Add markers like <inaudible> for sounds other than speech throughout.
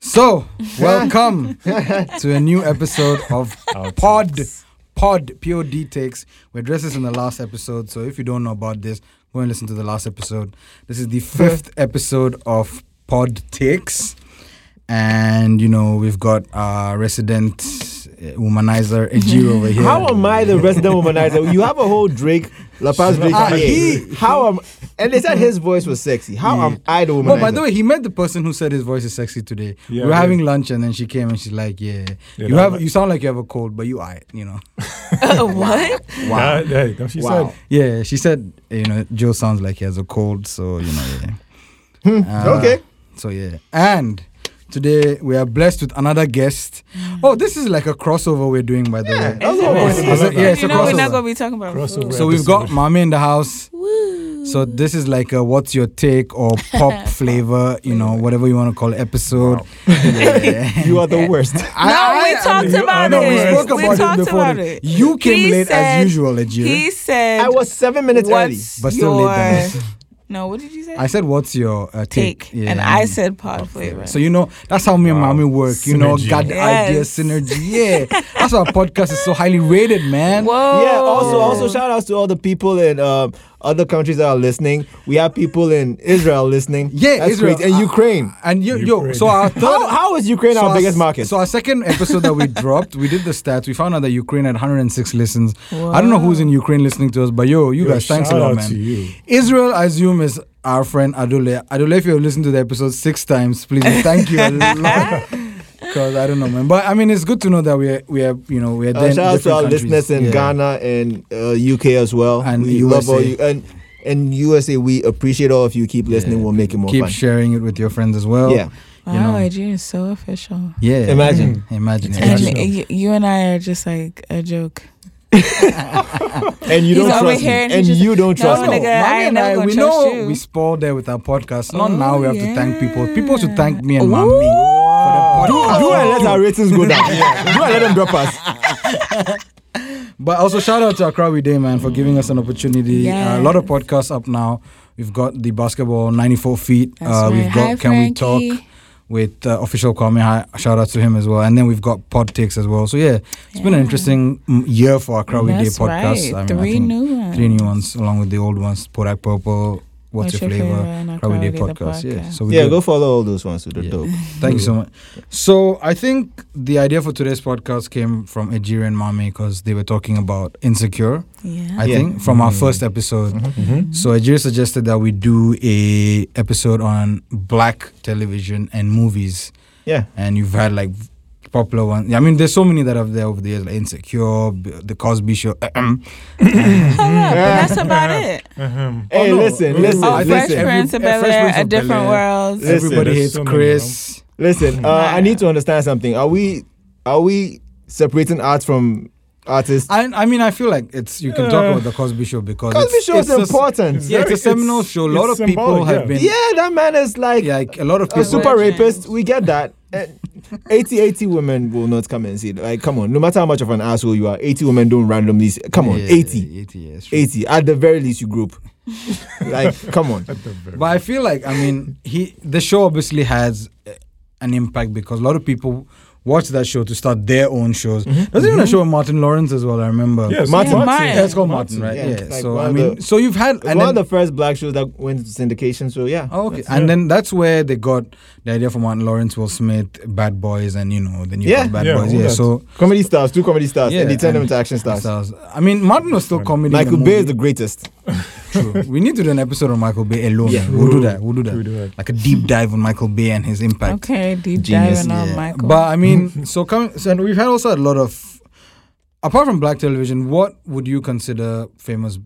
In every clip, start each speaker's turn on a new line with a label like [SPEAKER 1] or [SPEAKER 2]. [SPEAKER 1] So, welcome to a new episode of Pod Pod Pure D Takes. We addressed this in the last episode, so if you don't know about this, go and listen to the last episode. This is the fifth episode of Pod Takes, and you know we've got our resident uh, womanizer Eji over here.
[SPEAKER 2] How am I the resident womanizer? You have a whole Drake, La Paz Drake.
[SPEAKER 1] Ah,
[SPEAKER 2] here.
[SPEAKER 1] he-
[SPEAKER 2] How am? And they said his voice was sexy. How am I the womanizer?
[SPEAKER 1] Oh, by the way, he met the person who said his voice is sexy today. we
[SPEAKER 3] Yeah,
[SPEAKER 1] were
[SPEAKER 3] yeah.
[SPEAKER 1] having lunch, and then she came and she's like, "Yeah,
[SPEAKER 3] Yeah,
[SPEAKER 1] you
[SPEAKER 3] that-
[SPEAKER 1] have you sound like you have a cold, but you are, you know."
[SPEAKER 4] what?
[SPEAKER 3] Wow. Yeah, yeah, she
[SPEAKER 2] Wow.
[SPEAKER 3] said.
[SPEAKER 1] Yeah, she said, you know, Joe sounds like he has a cold, so you know. Yeah.
[SPEAKER 2] <laughs>
[SPEAKER 1] Uh,
[SPEAKER 2] Hmm, okay.
[SPEAKER 1] So yeah, and today we are blessed with another guest.
[SPEAKER 4] Mm.
[SPEAKER 1] Oh, this is like a crossover we're doing, by the way.
[SPEAKER 2] That's what I was-
[SPEAKER 1] I said- yeah, it's a
[SPEAKER 4] you know we're not
[SPEAKER 1] crossover.
[SPEAKER 4] gonna be talking about
[SPEAKER 3] Crossover.
[SPEAKER 4] food.
[SPEAKER 1] So we've got mommy in the house.
[SPEAKER 4] Woo.
[SPEAKER 1] So this is like a what's your take or
[SPEAKER 4] <laughs>
[SPEAKER 1] pop flavor, you know, whatever you want to call it, episode. Yeah.
[SPEAKER 2] you are the
[SPEAKER 1] <laughs>
[SPEAKER 2] worst.
[SPEAKER 1] I-
[SPEAKER 4] no,
[SPEAKER 1] I-
[SPEAKER 4] we talked
[SPEAKER 3] you- I
[SPEAKER 4] about
[SPEAKER 3] know,
[SPEAKER 4] it.
[SPEAKER 1] we spoke about it
[SPEAKER 4] talked
[SPEAKER 1] before
[SPEAKER 4] about
[SPEAKER 1] this.
[SPEAKER 4] it.
[SPEAKER 1] You came
[SPEAKER 4] He
[SPEAKER 1] late
[SPEAKER 4] said-
[SPEAKER 1] as usual, Ejire.
[SPEAKER 4] He said
[SPEAKER 2] I was seven minutes early.
[SPEAKER 4] what's
[SPEAKER 1] but still
[SPEAKER 4] your...
[SPEAKER 1] late than
[SPEAKER 4] No, what did you say?
[SPEAKER 1] I said, "What's your uh, take?"
[SPEAKER 4] take. And I said pod flavor.
[SPEAKER 1] flavor. So you know that's how me and
[SPEAKER 3] Wow.
[SPEAKER 1] mommy work. You know,
[SPEAKER 3] Synergy.
[SPEAKER 1] got the idea
[SPEAKER 4] Yes.
[SPEAKER 1] synergy. Yeah, that's why our podcast is so highly rated, man.
[SPEAKER 4] Whoa.
[SPEAKER 2] Yeah. Also, also shout outs to all the people in um, other countries that are listening. We have people in Israel listening.
[SPEAKER 1] Yeah,
[SPEAKER 2] That's
[SPEAKER 1] Israel.
[SPEAKER 2] crazy. and
[SPEAKER 1] Uh,
[SPEAKER 2] Ukraine.
[SPEAKER 1] And yo, yo,
[SPEAKER 3] Ukraine.
[SPEAKER 1] so our
[SPEAKER 2] <laughs>
[SPEAKER 1] third.
[SPEAKER 2] How, how is Ukraine
[SPEAKER 1] so
[SPEAKER 2] our
[SPEAKER 1] s-
[SPEAKER 2] biggest market?
[SPEAKER 1] So our second episode that we dropped, we did the stats. We found out that Ukraine had 106 listens. I don't know who's in Ukraine listening to us, but yo, you
[SPEAKER 3] Yo,
[SPEAKER 1] guys, thanks a
[SPEAKER 3] shout
[SPEAKER 1] lot,
[SPEAKER 3] out
[SPEAKER 1] man.
[SPEAKER 3] to you.
[SPEAKER 1] Israel, I assume, is our friend Adule. Adule, if you've listened to the episode six times, please thank
[SPEAKER 2] <laughs>
[SPEAKER 1] you a lot. Because I don't know, man. But I mean, it's good to know that we're we're you know we're there.
[SPEAKER 2] Uh,
[SPEAKER 1] in
[SPEAKER 2] shout out to
[SPEAKER 1] different
[SPEAKER 2] our
[SPEAKER 1] countries.
[SPEAKER 2] listeners in
[SPEAKER 1] Yeah.
[SPEAKER 2] Ghana and uh, UK as well.
[SPEAKER 1] And
[SPEAKER 2] we love all
[SPEAKER 1] USA.
[SPEAKER 2] you and and USA. We appreciate all of you. Keep listening.
[SPEAKER 1] Yeah.
[SPEAKER 2] We'll make it more
[SPEAKER 1] Keep
[SPEAKER 2] fun.
[SPEAKER 1] sharing it with your friends as well.
[SPEAKER 2] yeah.
[SPEAKER 4] Wow,
[SPEAKER 1] you know.
[SPEAKER 4] Adrian is so official.
[SPEAKER 1] Yeah. Mm-hmm.
[SPEAKER 2] Imagine.
[SPEAKER 1] Imagine.
[SPEAKER 4] And
[SPEAKER 1] Imagine.
[SPEAKER 3] Imagine.
[SPEAKER 4] y- you and I are just like a joke.
[SPEAKER 2] And you
[SPEAKER 4] He's
[SPEAKER 2] don't
[SPEAKER 4] over
[SPEAKER 2] trust me.
[SPEAKER 4] here
[SPEAKER 2] And,
[SPEAKER 4] and he's just-
[SPEAKER 2] you don't
[SPEAKER 4] No,
[SPEAKER 2] trust
[SPEAKER 4] nigga,
[SPEAKER 2] me.
[SPEAKER 4] I
[SPEAKER 1] Mommy
[SPEAKER 4] ain't
[SPEAKER 1] and
[SPEAKER 4] never
[SPEAKER 1] I,
[SPEAKER 4] gonna
[SPEAKER 1] we
[SPEAKER 4] trust
[SPEAKER 1] know
[SPEAKER 4] you.
[SPEAKER 1] we spoiled there with our podcast. Not
[SPEAKER 4] Oh,
[SPEAKER 1] now we have to thank people. People should thank me and
[SPEAKER 4] Ooh.
[SPEAKER 1] mommy. for the
[SPEAKER 2] Do,
[SPEAKER 1] podcast.
[SPEAKER 2] do and let our ratings go down. Do and let them drop us.
[SPEAKER 1] But also shout out to Accra We Day, man, for giving us an opportunity. Uh, a lot of
[SPEAKER 4] Yes.
[SPEAKER 1] podcasts up now. We've got the basketball 94 feet.
[SPEAKER 4] That's
[SPEAKER 1] uh,
[SPEAKER 4] right.
[SPEAKER 1] We've got
[SPEAKER 4] Hi,
[SPEAKER 1] Can We Talk
[SPEAKER 4] Frankie.
[SPEAKER 1] with uh, official Kwame. Hi, shout out to him as well. And then we've got Pod Takes as well. So yeah, it's been an
[SPEAKER 4] Yeah.
[SPEAKER 1] interesting mm, year for Accra We Day
[SPEAKER 4] That's
[SPEAKER 1] podcast.
[SPEAKER 4] right.
[SPEAKER 1] I mean, I
[SPEAKER 4] three
[SPEAKER 1] think
[SPEAKER 4] new ones.
[SPEAKER 1] three new ones along with the old ones. Podak Purple. What's, your, flavor?
[SPEAKER 4] and I'll
[SPEAKER 1] Accra We Day
[SPEAKER 4] call it the
[SPEAKER 1] podcast. Yeah. So we
[SPEAKER 2] Yeah,
[SPEAKER 1] did-
[SPEAKER 2] go follow all those ones. They're
[SPEAKER 1] Yeah.
[SPEAKER 2] dope.
[SPEAKER 1] Thank you so much. So I think the idea for today's podcast came from Ejiri and Mami because they were talking about insecure.
[SPEAKER 4] <laughs> Yeah.
[SPEAKER 1] I
[SPEAKER 2] Yeah.
[SPEAKER 1] think from our
[SPEAKER 3] Mm.
[SPEAKER 1] first episode.
[SPEAKER 3] Mm-hmm.
[SPEAKER 1] So Ajir suggested that we do a episode on black television and movies,
[SPEAKER 2] Yeah.
[SPEAKER 1] and you've had like popular ones. I mean, there's so many that have there over the years, like Insecure, B- The Cosby Show.
[SPEAKER 4] Hold up, but that's about it.
[SPEAKER 2] Hey,
[SPEAKER 1] Oh, no.
[SPEAKER 2] listen, listen,
[SPEAKER 4] Oh, Fresh
[SPEAKER 2] listen,
[SPEAKER 1] Every-
[SPEAKER 4] Prince of
[SPEAKER 1] uh, Fresh
[SPEAKER 4] Bel Air,
[SPEAKER 1] Prince
[SPEAKER 4] A
[SPEAKER 1] of
[SPEAKER 4] Different
[SPEAKER 1] Bel-Air.
[SPEAKER 4] World.
[SPEAKER 2] Listen,
[SPEAKER 1] Everybody
[SPEAKER 3] there's
[SPEAKER 1] hates
[SPEAKER 3] so many,
[SPEAKER 1] Chris.
[SPEAKER 2] listen. Uh, I
[SPEAKER 4] Yeah.
[SPEAKER 2] need to understand something. Are we, are we separating art from artists?
[SPEAKER 1] I, I mean, I feel like it's you can talk
[SPEAKER 3] Yeah.
[SPEAKER 1] about The Cosby Show because
[SPEAKER 2] Cosby
[SPEAKER 1] it's,
[SPEAKER 2] Show is
[SPEAKER 1] it's a s-
[SPEAKER 2] important.
[SPEAKER 1] Yeah, it's a seminal show. A lot of people have been.
[SPEAKER 2] Yeah, that man is like
[SPEAKER 1] Yeah, like, a lot of people.
[SPEAKER 2] a super
[SPEAKER 4] Legend.
[SPEAKER 2] rapist. We get that. And 80 80 women will not come and see. it. Like, come on, no matter how much of an asshole you are, 80 women don't randomly. See, come on,
[SPEAKER 1] Yeah,
[SPEAKER 2] 80.
[SPEAKER 1] 80, yeah, it's true.
[SPEAKER 2] 80. At the very least,
[SPEAKER 1] <laughs>
[SPEAKER 2] you group. like, come on.
[SPEAKER 1] But I feel like I mean he the show obviously has uh, an impact because a lot of people watch that show to start their own shows. There's even a show with Martin Lawrence as well. I remember.
[SPEAKER 3] Yes,
[SPEAKER 2] Martin.
[SPEAKER 3] Martin.
[SPEAKER 4] Martin.
[SPEAKER 1] Yeah, it's called Martin, right?
[SPEAKER 2] yeah,
[SPEAKER 1] Yeah.
[SPEAKER 2] it's like
[SPEAKER 1] so
[SPEAKER 2] one
[SPEAKER 1] I
[SPEAKER 2] of
[SPEAKER 1] mean,
[SPEAKER 2] the-
[SPEAKER 1] so you've had
[SPEAKER 2] It's
[SPEAKER 1] and
[SPEAKER 2] one of
[SPEAKER 1] then,
[SPEAKER 2] the first black shows that went to syndication. So, yeah.
[SPEAKER 1] oh, okay,
[SPEAKER 3] That's
[SPEAKER 1] and
[SPEAKER 3] it.
[SPEAKER 1] then that's where they got the idea from Martin Lawrence, Will Smith, Bad Boys, and you know then you
[SPEAKER 2] Yeah.
[SPEAKER 1] got Bad
[SPEAKER 3] Yeah,
[SPEAKER 1] Boys.
[SPEAKER 3] all
[SPEAKER 1] Yeah.
[SPEAKER 3] that.
[SPEAKER 1] So
[SPEAKER 2] Comedy stars, two comedy stars,
[SPEAKER 1] yeah,
[SPEAKER 2] and they turned them
[SPEAKER 1] and-
[SPEAKER 2] into action stars.
[SPEAKER 1] I mean, Martin was still comedy. in the
[SPEAKER 2] Michael Bay is
[SPEAKER 1] movie.
[SPEAKER 2] the greatest.
[SPEAKER 1] True. <laughs> We need to do an episode on Michael Bay alone.
[SPEAKER 2] Yeah.
[SPEAKER 1] We'll do that. We'll do
[SPEAKER 3] True,
[SPEAKER 1] that.
[SPEAKER 3] do it.
[SPEAKER 1] Like a deep dive on Michael Bay and his impact.
[SPEAKER 4] Okay, deep
[SPEAKER 2] Genius,
[SPEAKER 4] diving on
[SPEAKER 1] Yeah.
[SPEAKER 4] Michael.
[SPEAKER 1] But I
[SPEAKER 2] <laughs>
[SPEAKER 1] mean, so coming, so and we've had also a lot of, apart from black television, what would you consider famous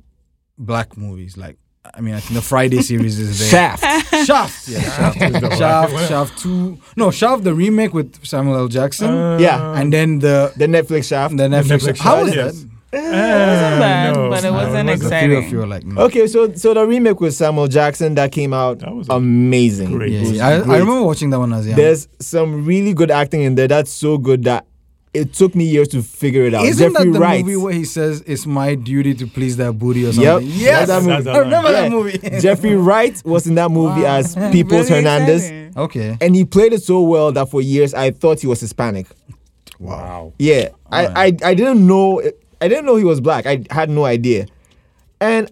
[SPEAKER 1] black movies? Like, I mean, I think the Friday series is there.
[SPEAKER 2] Shaft.
[SPEAKER 1] Shaft, yeah, Shaft,
[SPEAKER 3] is the
[SPEAKER 1] Shaft,
[SPEAKER 3] one.
[SPEAKER 1] Shaft Two. No, Shaft the remake with Samuel L. Jackson,
[SPEAKER 2] <laughs> Yeah.
[SPEAKER 1] and then the
[SPEAKER 2] the Netflix Shaft.
[SPEAKER 1] the Netflix.
[SPEAKER 3] Uh, Netflix
[SPEAKER 1] How was
[SPEAKER 3] Shaft, yes.
[SPEAKER 1] that?
[SPEAKER 4] wasn't bad, but it wasn't
[SPEAKER 1] The
[SPEAKER 4] exciting.
[SPEAKER 1] three of you were like, no.
[SPEAKER 2] Okay, so so the remake with Samuel Jackson that came out
[SPEAKER 3] That was a-
[SPEAKER 2] amazing.
[SPEAKER 3] Great.
[SPEAKER 1] Yeah,
[SPEAKER 2] It was
[SPEAKER 1] yeah. I, I
[SPEAKER 2] great.
[SPEAKER 1] remember watching that one as a young.
[SPEAKER 2] There's some really good acting in there. That's so good that it took me years to figure it out.
[SPEAKER 1] Isn't
[SPEAKER 2] Jeffrey
[SPEAKER 1] that the
[SPEAKER 2] Wright.
[SPEAKER 1] movie where he says it's my duty to please that booty or
[SPEAKER 2] Yep.
[SPEAKER 1] something? Yes,
[SPEAKER 2] That's that
[SPEAKER 1] I
[SPEAKER 2] movie.
[SPEAKER 1] remember
[SPEAKER 2] Yeah.
[SPEAKER 1] that movie. <laughs>
[SPEAKER 2] Jeffrey Wright was in that movie
[SPEAKER 4] Wow.
[SPEAKER 2] as Peoples
[SPEAKER 4] <laughs> Really
[SPEAKER 2] Hernandez.
[SPEAKER 4] exciting.
[SPEAKER 1] okay.
[SPEAKER 2] And he played it so well that for years I thought he was Hispanic.
[SPEAKER 1] Wow.
[SPEAKER 2] Yeah, I, I I didn't know I didn't know he was black. I had no idea, and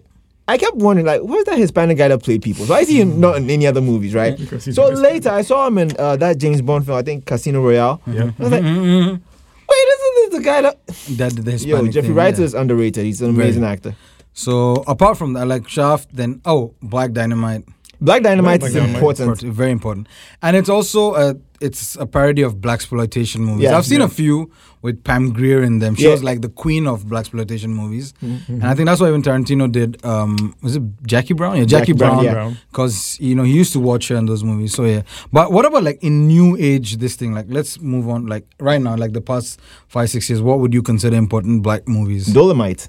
[SPEAKER 2] I kept wondering like, where's that Hispanic guy that played people? Why is he in, not in any other movies, right?
[SPEAKER 3] Because he's
[SPEAKER 2] So
[SPEAKER 3] not Hispanic.
[SPEAKER 2] later I saw him in uh, that James Bond film, I think Casino Royale.
[SPEAKER 3] Yeah.
[SPEAKER 2] I was like, wait, isn't this the guy that?
[SPEAKER 1] That the Hispanic
[SPEAKER 2] Yo, Jeffrey
[SPEAKER 1] thing,
[SPEAKER 2] Wright
[SPEAKER 1] yeah.
[SPEAKER 2] is underrated. He's an amazing
[SPEAKER 1] Very.
[SPEAKER 2] actor.
[SPEAKER 1] So apart from that, like Shaft, then oh, Black Dynamite,
[SPEAKER 2] Black Dynamite
[SPEAKER 3] Black
[SPEAKER 2] is
[SPEAKER 3] Dynamite.
[SPEAKER 2] important.
[SPEAKER 1] Part- very important, and it's also a it's a parody of black exploitation movies.
[SPEAKER 2] Yeah.
[SPEAKER 1] I've seen a
[SPEAKER 3] Yeah.
[SPEAKER 1] few with Pam Grier in them. She
[SPEAKER 2] Yeah. Mm-hmm.
[SPEAKER 1] was like the queen of black exploitation movies, and I think that's why even Tarantino did. Um, was it Jackie Brown? Yeah, Jackie,
[SPEAKER 2] Jackie Brown,
[SPEAKER 1] Brown.
[SPEAKER 2] yeah.
[SPEAKER 3] Brown.
[SPEAKER 1] Cause you know he used to watch her in those movies, so yeah. But what about like in new age this thing? Like let's move on. Like right now, like the past five six years, what would you consider important black movies?
[SPEAKER 2] Dolomite.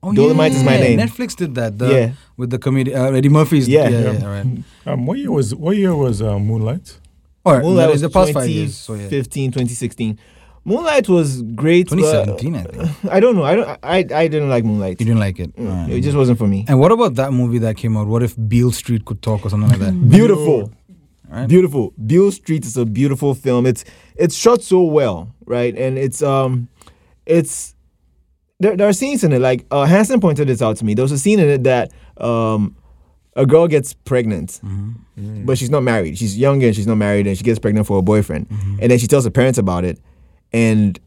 [SPEAKER 1] Oh,
[SPEAKER 2] Dolomite is my name.
[SPEAKER 1] Netflix did that. The,
[SPEAKER 2] Yeah.
[SPEAKER 1] With the comedian uh, Eddie Murphy's.
[SPEAKER 2] Yeah.
[SPEAKER 1] yeah, yeah,
[SPEAKER 3] Yeah.
[SPEAKER 1] right.
[SPEAKER 3] Um, what year was what year was uh, Moonlight?
[SPEAKER 1] All right,
[SPEAKER 2] Moonlight
[SPEAKER 1] that
[SPEAKER 2] was
[SPEAKER 1] is the past five years. So yeah,
[SPEAKER 2] 2015, 2016. Moonlight was great. but-
[SPEAKER 1] 2017, I think.
[SPEAKER 2] <sighs> I don't know. I don't. I I didn't like Moonlight.
[SPEAKER 1] You didn't like it. All right.
[SPEAKER 2] It just wasn't for me.
[SPEAKER 1] and what about that movie that came out? What if Beale Street could talk or something like
[SPEAKER 2] Mm.
[SPEAKER 1] that?
[SPEAKER 2] Beautiful,
[SPEAKER 1] Right.
[SPEAKER 2] beautiful. Beale Street is a beautiful film. It's it's shot so well, right? And it's um, it's there. There are scenes in it. Like uh, Hansen pointed this out to me. There was a scene in it that um, a girl gets pregnant, but she's not married. She's younger and she's not married, and she gets pregnant for her boyfriend, and then she tells her parents about it, and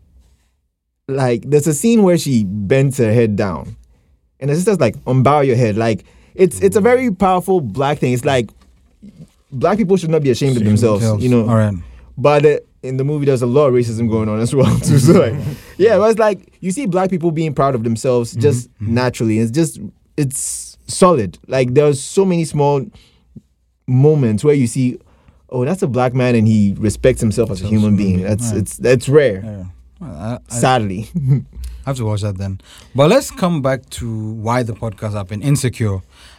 [SPEAKER 2] like there's a scene where she bends her head down, and the sister's like, "Unbow your head." Like it's it's a very powerful black thing. It's like black people should not be ashamed of themselves, you know.
[SPEAKER 1] All right.
[SPEAKER 2] But uh, in the movie, there's a lot of racism going on as well <laughs> too. So like, yeah, but it's like you see black people being proud of themselves just naturally. It's just it's solid. Like there's so many small moments where you see, oh, that's a black man and he respects himself as
[SPEAKER 1] Himself
[SPEAKER 2] a
[SPEAKER 1] as
[SPEAKER 2] human
[SPEAKER 1] a human
[SPEAKER 2] being.
[SPEAKER 1] being.
[SPEAKER 2] That's
[SPEAKER 1] Right.
[SPEAKER 2] it's that's rare.
[SPEAKER 1] Yeah. Well, I, I-
[SPEAKER 2] Sadly, <laughs>
[SPEAKER 1] I have to watch that then. But let's come back to why the podcast happened. Insecure.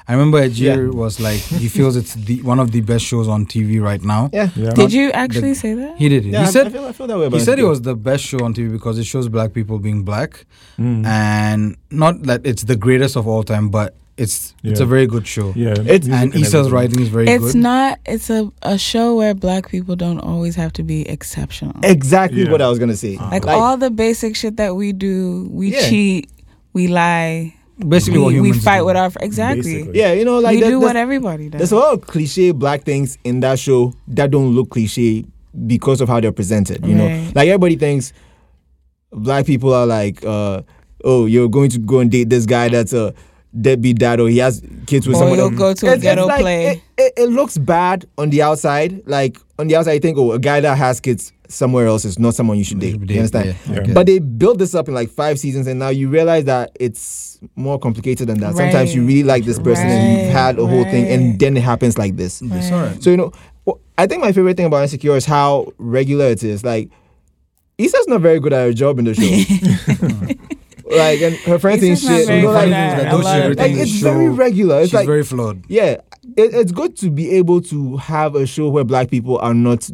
[SPEAKER 1] I remember Ajir was like he feels it's the one of the best shows on TV right now.
[SPEAKER 2] yeah.
[SPEAKER 3] Yeah.
[SPEAKER 4] Did you actually say that?
[SPEAKER 1] He did it.
[SPEAKER 2] Yeah,
[SPEAKER 1] he
[SPEAKER 2] I-
[SPEAKER 1] said
[SPEAKER 2] I feel, I feel that way about
[SPEAKER 1] he said it
[SPEAKER 2] Insecure.
[SPEAKER 1] was the best show on TV because it shows black people being black,
[SPEAKER 3] Mm.
[SPEAKER 1] and not that it's the greatest of all time, but it's it's
[SPEAKER 3] Yeah.
[SPEAKER 1] a very good show.
[SPEAKER 3] Yeah.
[SPEAKER 2] It's-
[SPEAKER 3] music
[SPEAKER 1] And Issa's
[SPEAKER 3] everything.
[SPEAKER 1] writing is very
[SPEAKER 4] It's
[SPEAKER 1] good.
[SPEAKER 4] not. It's a, a show where black people don't always have to be exceptional.
[SPEAKER 2] exactly
[SPEAKER 3] Yeah.
[SPEAKER 2] what I was gonna say.
[SPEAKER 4] like, all the basic shit that we do, we
[SPEAKER 2] Yeah.
[SPEAKER 4] cheat, we lie,
[SPEAKER 1] Basically, what
[SPEAKER 4] we, we
[SPEAKER 1] humans
[SPEAKER 4] fight
[SPEAKER 1] do.
[SPEAKER 4] with our fr- exactly.
[SPEAKER 3] Basically.
[SPEAKER 2] yeah, you know, like
[SPEAKER 4] we
[SPEAKER 2] that-
[SPEAKER 4] do
[SPEAKER 2] that's-
[SPEAKER 4] what everybody does.
[SPEAKER 2] There's a lot of cliche black things in that show that don't look cliche because of how they're presented. You know,
[SPEAKER 4] Right.
[SPEAKER 2] like everybody thinks black people are like, uh, oh, you're going to go and date this guy that's a deadbeat dad or he has kids with
[SPEAKER 4] Or
[SPEAKER 2] someone.
[SPEAKER 4] you'll
[SPEAKER 2] else.
[SPEAKER 4] go to a ghetto
[SPEAKER 2] like,
[SPEAKER 4] play.
[SPEAKER 2] It, it, it looks bad on the outside. Like on the outside, you think, oh, a guy that has kids somewhere else is not someone you should date. You understand?
[SPEAKER 1] Yeah,
[SPEAKER 3] Yeah.
[SPEAKER 1] okay.
[SPEAKER 2] But they build this up in like five seasons, and now you realize that it's more complicated than that. Sometimes you
[SPEAKER 4] Right.
[SPEAKER 2] really like this person, and you've
[SPEAKER 4] Right,
[SPEAKER 2] had a whole thing, and
[SPEAKER 4] right.
[SPEAKER 2] then it happens like this.
[SPEAKER 1] It's alright.
[SPEAKER 2] So you know, wh- I think my favorite thing about Insecure is how regular it is. Like, Issa's not very good at her job in the show. like, and her friends think shit.
[SPEAKER 4] Issa's not
[SPEAKER 1] So
[SPEAKER 4] very
[SPEAKER 2] you
[SPEAKER 1] the funny thing is
[SPEAKER 2] know, like,
[SPEAKER 4] good at
[SPEAKER 1] that
[SPEAKER 4] I
[SPEAKER 1] though
[SPEAKER 4] love
[SPEAKER 1] she
[SPEAKER 4] it.
[SPEAKER 1] everything
[SPEAKER 2] like,
[SPEAKER 1] is
[SPEAKER 2] it's
[SPEAKER 1] show,
[SPEAKER 2] very regular. It's
[SPEAKER 1] she's
[SPEAKER 2] like,
[SPEAKER 1] very flawed.
[SPEAKER 2] yeah, it, it's good to be able to have a show where black people are not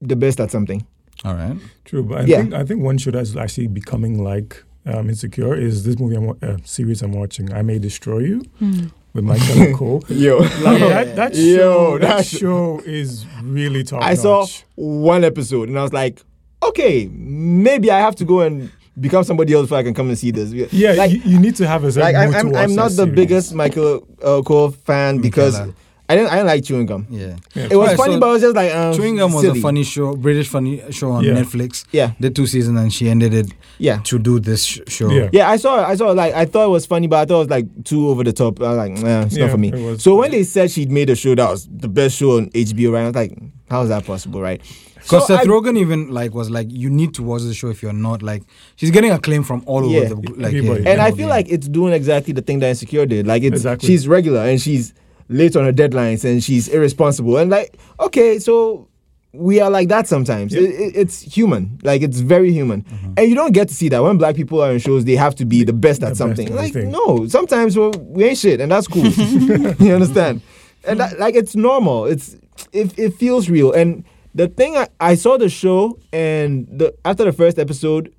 [SPEAKER 2] the best at something.
[SPEAKER 1] All right.
[SPEAKER 3] True, but I
[SPEAKER 2] Yeah.
[SPEAKER 3] think I think one show that's actually becoming like um, Insecure is this movie I'm wa- uh, series I'm watching. I may destroy you
[SPEAKER 4] Hmm.
[SPEAKER 3] with Michael
[SPEAKER 2] <laughs>
[SPEAKER 3] Cole.
[SPEAKER 2] Yo,
[SPEAKER 3] Like that, that show,
[SPEAKER 2] Yo,
[SPEAKER 3] that,
[SPEAKER 2] that sh-
[SPEAKER 3] show is really top.
[SPEAKER 2] I saw
[SPEAKER 3] notch.
[SPEAKER 2] one episode and I was like, okay, maybe I have to go and become somebody else before I can come and see this.
[SPEAKER 3] Yeah,
[SPEAKER 2] like,
[SPEAKER 3] you, you need to have a certain
[SPEAKER 2] like I'm,
[SPEAKER 3] mood to
[SPEAKER 2] I'm,
[SPEAKER 3] watch
[SPEAKER 2] I'm not
[SPEAKER 3] that
[SPEAKER 2] the
[SPEAKER 3] series.
[SPEAKER 2] biggest Michael uh, Cole fan because
[SPEAKER 1] Michaela.
[SPEAKER 2] I didn't I didn't like chewing gum.
[SPEAKER 1] Yeah.
[SPEAKER 3] Yeah.
[SPEAKER 2] It was
[SPEAKER 1] Right,
[SPEAKER 2] funny,
[SPEAKER 1] so
[SPEAKER 2] but I was just like um,
[SPEAKER 1] Chewing Gum was
[SPEAKER 2] silly.
[SPEAKER 1] a funny show, British funny show on
[SPEAKER 3] Yeah.
[SPEAKER 1] Netflix.
[SPEAKER 2] Yeah,
[SPEAKER 1] Did two seasons and she ended it
[SPEAKER 2] yeah.
[SPEAKER 1] to do this sh- show.
[SPEAKER 3] Yeah.
[SPEAKER 2] Yeah, I saw. it- I saw. it, Like, I thought it was funny, but I thought it was like too over the top. I was like, nah, it's
[SPEAKER 3] Yeah,
[SPEAKER 2] not for me.
[SPEAKER 3] it was.
[SPEAKER 2] So when they said she'd made a show that was the best show on HBO, right? I was like, how is that possible, right?
[SPEAKER 1] Because
[SPEAKER 2] So
[SPEAKER 1] Seth
[SPEAKER 2] I-
[SPEAKER 1] Rogen even like was like, you need to watch the show if you're not like, she's getting acclaim from all over
[SPEAKER 2] Yeah.
[SPEAKER 1] the like.
[SPEAKER 3] Everybody.
[SPEAKER 2] And I
[SPEAKER 1] yeah.
[SPEAKER 2] feel like it's doing exactly the thing that Insecure did. Like it's
[SPEAKER 3] Exactly.
[SPEAKER 2] she's regular and she's late on her deadlines and she's irresponsible. And like, okay, so we are like that sometimes.
[SPEAKER 3] Yep. Mm-hmm.
[SPEAKER 2] It, it- it's human. Like it's very human. And you don't get to see that when black people are in shows, they have to be the best
[SPEAKER 3] The
[SPEAKER 2] at
[SPEAKER 3] best
[SPEAKER 2] something.
[SPEAKER 3] at
[SPEAKER 2] like
[SPEAKER 3] everything.
[SPEAKER 2] no, sometimes we we ain't shit, and
[SPEAKER 3] <laughs>
[SPEAKER 2] that's cool. <laughs> you understand? And that, like it's normal. It's it, it feels real and. the thing I, I saw the show and the after the first episode,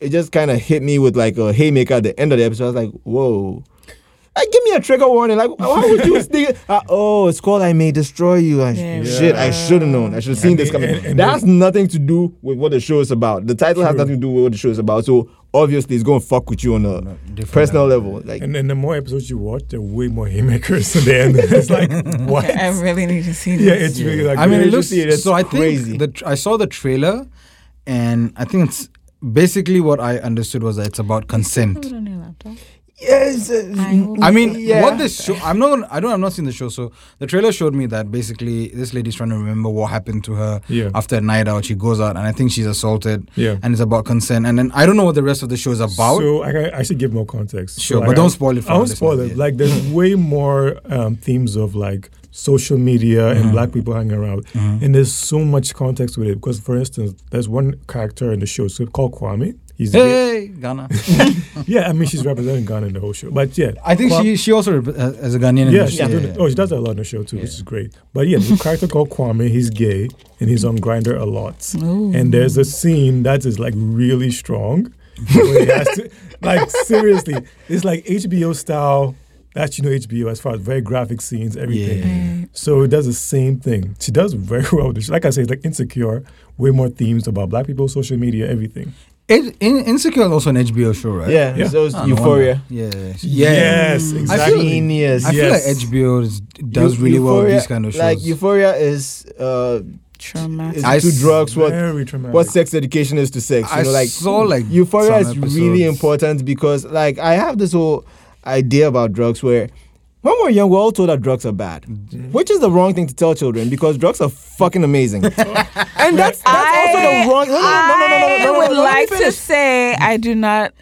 [SPEAKER 2] it just kind of hit me with like a haymaker at the end of the episode. I was like, whoa. Like, give me a trigger warning. Like, why would
[SPEAKER 3] <laughs>
[SPEAKER 2] you think? Uh, oh, it's called I May Destroy You. I,
[SPEAKER 4] Yeah.
[SPEAKER 2] Shit, I should have known. I should have seen
[SPEAKER 3] Uh, And
[SPEAKER 2] this
[SPEAKER 3] they-
[SPEAKER 2] coming.
[SPEAKER 3] and- and
[SPEAKER 2] That's nothing to do with what the show is about. The title has
[SPEAKER 3] True.
[SPEAKER 2] nothing to do with what the show is about. So obviously, it's going to fuck with you on a
[SPEAKER 1] different
[SPEAKER 2] personal level. Like,
[SPEAKER 3] And then the more episodes you watch, there are way more haymakers <laughs> in the
[SPEAKER 1] <laughs>
[SPEAKER 3] end. It's like
[SPEAKER 4] <laughs>
[SPEAKER 3] what?
[SPEAKER 4] <laughs> I really need to see
[SPEAKER 3] yeah,
[SPEAKER 4] this.
[SPEAKER 3] it's really like
[SPEAKER 1] I mean,
[SPEAKER 2] you
[SPEAKER 1] it
[SPEAKER 2] should
[SPEAKER 1] looks
[SPEAKER 2] see it. It's
[SPEAKER 1] so. I think
[SPEAKER 2] crazy.
[SPEAKER 1] the tr- I saw the trailer, and I think it's basically what I understood was that it's about consent.
[SPEAKER 4] Put it on your laptop.
[SPEAKER 2] yes. uh,
[SPEAKER 4] I will-
[SPEAKER 1] I mean,
[SPEAKER 2] Yeah.
[SPEAKER 1] what this show? I'm not. I don't. I'm not seen the show. So the trailer showed me that basically this lady's trying to remember what happened to her
[SPEAKER 3] Yeah.
[SPEAKER 1] after a night out. She goes out, and I think she's assaulted.
[SPEAKER 3] Yeah.
[SPEAKER 1] and it's about consent. And then I don't know what the rest of the show is about.
[SPEAKER 3] So I, ca- I should give more context.
[SPEAKER 1] Sure,
[SPEAKER 3] So, like,
[SPEAKER 1] but don't
[SPEAKER 3] I-
[SPEAKER 1] spoil it for
[SPEAKER 3] I
[SPEAKER 1] our
[SPEAKER 3] won't spoil
[SPEAKER 1] listeners,
[SPEAKER 3] it.
[SPEAKER 1] yeah. <laughs>
[SPEAKER 3] Like there's way more um, themes of like social media
[SPEAKER 1] Mm-hmm.
[SPEAKER 3] and black people hanging around, and there's so much context with it. Because for instance, there's one character in the show so called Kwame. He's gay.
[SPEAKER 1] hey, Ghana.
[SPEAKER 3] yeah. I mean, she's representing Ghana in the whole show, but yeah.
[SPEAKER 1] I think
[SPEAKER 3] Kwame-
[SPEAKER 1] she she also rep- uh, as a Ghanaian. in
[SPEAKER 3] Yeah,
[SPEAKER 1] the
[SPEAKER 3] she's
[SPEAKER 1] show.
[SPEAKER 3] doing it. Oh, she does that a lot in the show too, which is great. But yeah, the character called Kwame, he's gay and he's on Grinder a lot.
[SPEAKER 4] Ooh.
[SPEAKER 3] And there's a scene that is like really strong. where he has to- <laughs> like seriously, it's like HBO style. That's you know HBO as far as very graphic scenes, everything.
[SPEAKER 1] Yeah.
[SPEAKER 4] Right.
[SPEAKER 3] So it does the same thing. She does very well. with this. Like I said, like insecure, way more themes about black people, social media, everything.
[SPEAKER 1] It, in, Insecure is also an HBO show, right?
[SPEAKER 2] Yeah,
[SPEAKER 3] Yeah.
[SPEAKER 2] so it's
[SPEAKER 1] Ah, no
[SPEAKER 2] Euphoria.
[SPEAKER 1] wonder. Yeah.
[SPEAKER 3] Yes,
[SPEAKER 1] Mm. I feel-
[SPEAKER 3] exactly.
[SPEAKER 2] Genius.
[SPEAKER 1] I
[SPEAKER 3] Yes.
[SPEAKER 1] feel like HBO is, does really well with
[SPEAKER 2] Euphoria-
[SPEAKER 1] these kind of shows.
[SPEAKER 2] Like Euphoria is uh,
[SPEAKER 4] Traumatic.
[SPEAKER 2] is
[SPEAKER 1] I
[SPEAKER 2] to
[SPEAKER 1] s-
[SPEAKER 2] drugs what
[SPEAKER 3] very traumatic.
[SPEAKER 2] what sex education is to sex. You
[SPEAKER 1] I
[SPEAKER 2] know, like
[SPEAKER 1] saw like
[SPEAKER 2] Euphoria is
[SPEAKER 1] some
[SPEAKER 2] really
[SPEAKER 1] episodes.
[SPEAKER 2] important because like I have this whole idea about drugs where when we're young, we're all told that drugs are bad, which is the wrong thing to tell children because drugs are
[SPEAKER 1] <laughs>
[SPEAKER 2] fucking amazing, and that's that's also the wrong. No, no, no, no, no, no, no,
[SPEAKER 4] I
[SPEAKER 2] no, no,
[SPEAKER 4] would
[SPEAKER 2] no, let me
[SPEAKER 4] like to
[SPEAKER 2] finish.
[SPEAKER 4] say I do not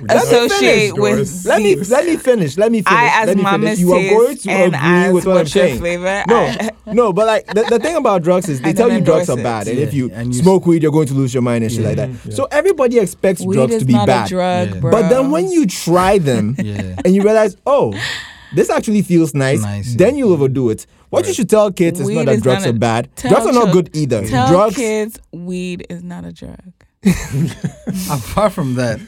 [SPEAKER 3] Let me
[SPEAKER 4] associate
[SPEAKER 3] finish,
[SPEAKER 4] with.
[SPEAKER 3] Doris.
[SPEAKER 2] Let me
[SPEAKER 4] these.
[SPEAKER 2] let me finish. Let me finish.
[SPEAKER 4] I, as
[SPEAKER 2] let me
[SPEAKER 4] mama
[SPEAKER 2] finish. You are
[SPEAKER 4] says,
[SPEAKER 2] going to
[SPEAKER 4] and
[SPEAKER 2] agree
[SPEAKER 4] as
[SPEAKER 2] with what I'm
[SPEAKER 4] what's your
[SPEAKER 2] saying.
[SPEAKER 4] flavor,
[SPEAKER 1] <laughs>
[SPEAKER 2] no,
[SPEAKER 4] I-
[SPEAKER 2] no, but like the, the thing about drugs is
[SPEAKER 4] I
[SPEAKER 2] they tell
[SPEAKER 4] don't
[SPEAKER 2] you drugs are
[SPEAKER 4] endorse it.
[SPEAKER 2] bad, and if
[SPEAKER 1] Yeah,
[SPEAKER 2] you
[SPEAKER 1] and you
[SPEAKER 2] smoke weed, you're going to lose your mind and shit
[SPEAKER 1] Yeah.
[SPEAKER 2] like that.
[SPEAKER 3] Mhm.
[SPEAKER 2] So everybody expects
[SPEAKER 4] Weed
[SPEAKER 2] drugs
[SPEAKER 4] is
[SPEAKER 2] to be
[SPEAKER 4] not
[SPEAKER 2] bad,
[SPEAKER 4] a drug,
[SPEAKER 1] Yeah.
[SPEAKER 4] bro.
[SPEAKER 2] but then when you try them
[SPEAKER 1] <laughs> Yeah.
[SPEAKER 2] and you realize, oh, this actually feels nice,
[SPEAKER 1] Nice,
[SPEAKER 2] then
[SPEAKER 1] yeah.
[SPEAKER 2] you'll overdo it. What you should tell kids is
[SPEAKER 4] Weed
[SPEAKER 2] not that
[SPEAKER 4] is
[SPEAKER 2] drugs
[SPEAKER 4] not a-
[SPEAKER 2] are bad.
[SPEAKER 4] tell
[SPEAKER 2] drugs are not
[SPEAKER 4] chil-
[SPEAKER 2] good either.
[SPEAKER 4] tell
[SPEAKER 2] drugs.
[SPEAKER 4] kids weed is not a drug.
[SPEAKER 1] Apart from that,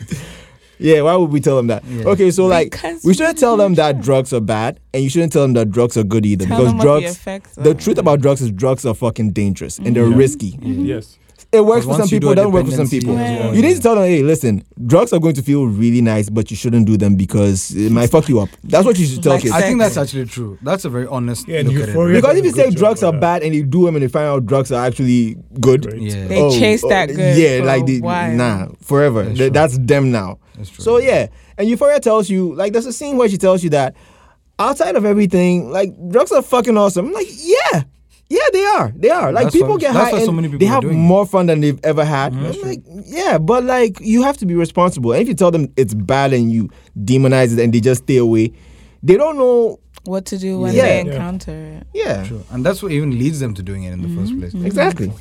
[SPEAKER 2] Yeah, why would we tell them that?
[SPEAKER 1] Yeah.
[SPEAKER 2] Okay, so like
[SPEAKER 4] Because
[SPEAKER 2] we
[SPEAKER 4] we
[SPEAKER 2] shouldn't
[SPEAKER 4] don't
[SPEAKER 2] tell
[SPEAKER 4] do
[SPEAKER 2] them that
[SPEAKER 4] drugs.
[SPEAKER 2] drugs are bad, and you shouldn't tell them that drugs are good either,
[SPEAKER 4] Tell
[SPEAKER 2] because
[SPEAKER 4] them what the
[SPEAKER 2] drugs.
[SPEAKER 4] effects
[SPEAKER 2] The
[SPEAKER 4] are.
[SPEAKER 2] truth about drugs is drugs are fucking dangerous and they're
[SPEAKER 3] Yeah.
[SPEAKER 2] risky.
[SPEAKER 3] Yes.
[SPEAKER 2] It works for
[SPEAKER 1] once
[SPEAKER 2] some
[SPEAKER 1] you do
[SPEAKER 2] people,
[SPEAKER 1] a
[SPEAKER 2] doesn't work for some
[SPEAKER 1] dependency
[SPEAKER 2] people.
[SPEAKER 1] as well,
[SPEAKER 2] You need
[SPEAKER 1] yeah.
[SPEAKER 2] to tell them, hey, listen, drugs are going to feel really nice, but you shouldn't do them because it might fuck you up. That's what you should tell
[SPEAKER 4] Like
[SPEAKER 2] kids.
[SPEAKER 1] I think
[SPEAKER 4] Sex.
[SPEAKER 1] that's actually true. That's a very honest
[SPEAKER 3] Yeah, and
[SPEAKER 1] look at
[SPEAKER 3] Euphoria-
[SPEAKER 1] it.
[SPEAKER 2] because if you
[SPEAKER 3] Good
[SPEAKER 2] say
[SPEAKER 3] job
[SPEAKER 2] drugs
[SPEAKER 3] for
[SPEAKER 2] are
[SPEAKER 3] that.
[SPEAKER 2] bad and you do them and you find out drugs are actually good, Oh,
[SPEAKER 3] Great.
[SPEAKER 1] Yeah.
[SPEAKER 4] They chase that good
[SPEAKER 2] Yeah,
[SPEAKER 4] for
[SPEAKER 2] like
[SPEAKER 4] a
[SPEAKER 2] they,
[SPEAKER 4] while.
[SPEAKER 2] nah, forever.
[SPEAKER 1] That's
[SPEAKER 2] Th-
[SPEAKER 1] true.
[SPEAKER 2] that's them now.
[SPEAKER 1] That's true.
[SPEAKER 2] So yeah, and Euphoria tells you like there's a scene where she tells you that outside of everything, like drugs are fucking awesome. I'm like, yeah, yeah, they are, they are. Like
[SPEAKER 1] That's
[SPEAKER 2] people
[SPEAKER 1] what-
[SPEAKER 2] get
[SPEAKER 1] that's
[SPEAKER 2] high,
[SPEAKER 1] what so
[SPEAKER 2] and
[SPEAKER 1] many people
[SPEAKER 2] they
[SPEAKER 1] are
[SPEAKER 2] have
[SPEAKER 1] doing. Mm-hmm.
[SPEAKER 2] more fun than they've ever had. I'm like, yeah, but like you have to be responsible. And if you tell them it's bad and you demonize it and they just stay away, they don't know.
[SPEAKER 4] what to do when
[SPEAKER 2] Yeah.
[SPEAKER 4] they
[SPEAKER 3] Yeah.
[SPEAKER 4] encounter it.
[SPEAKER 2] Yeah,
[SPEAKER 1] True. And that's what even leads them to doing it in the
[SPEAKER 4] Mm-hmm.
[SPEAKER 1] first place.
[SPEAKER 2] exactly.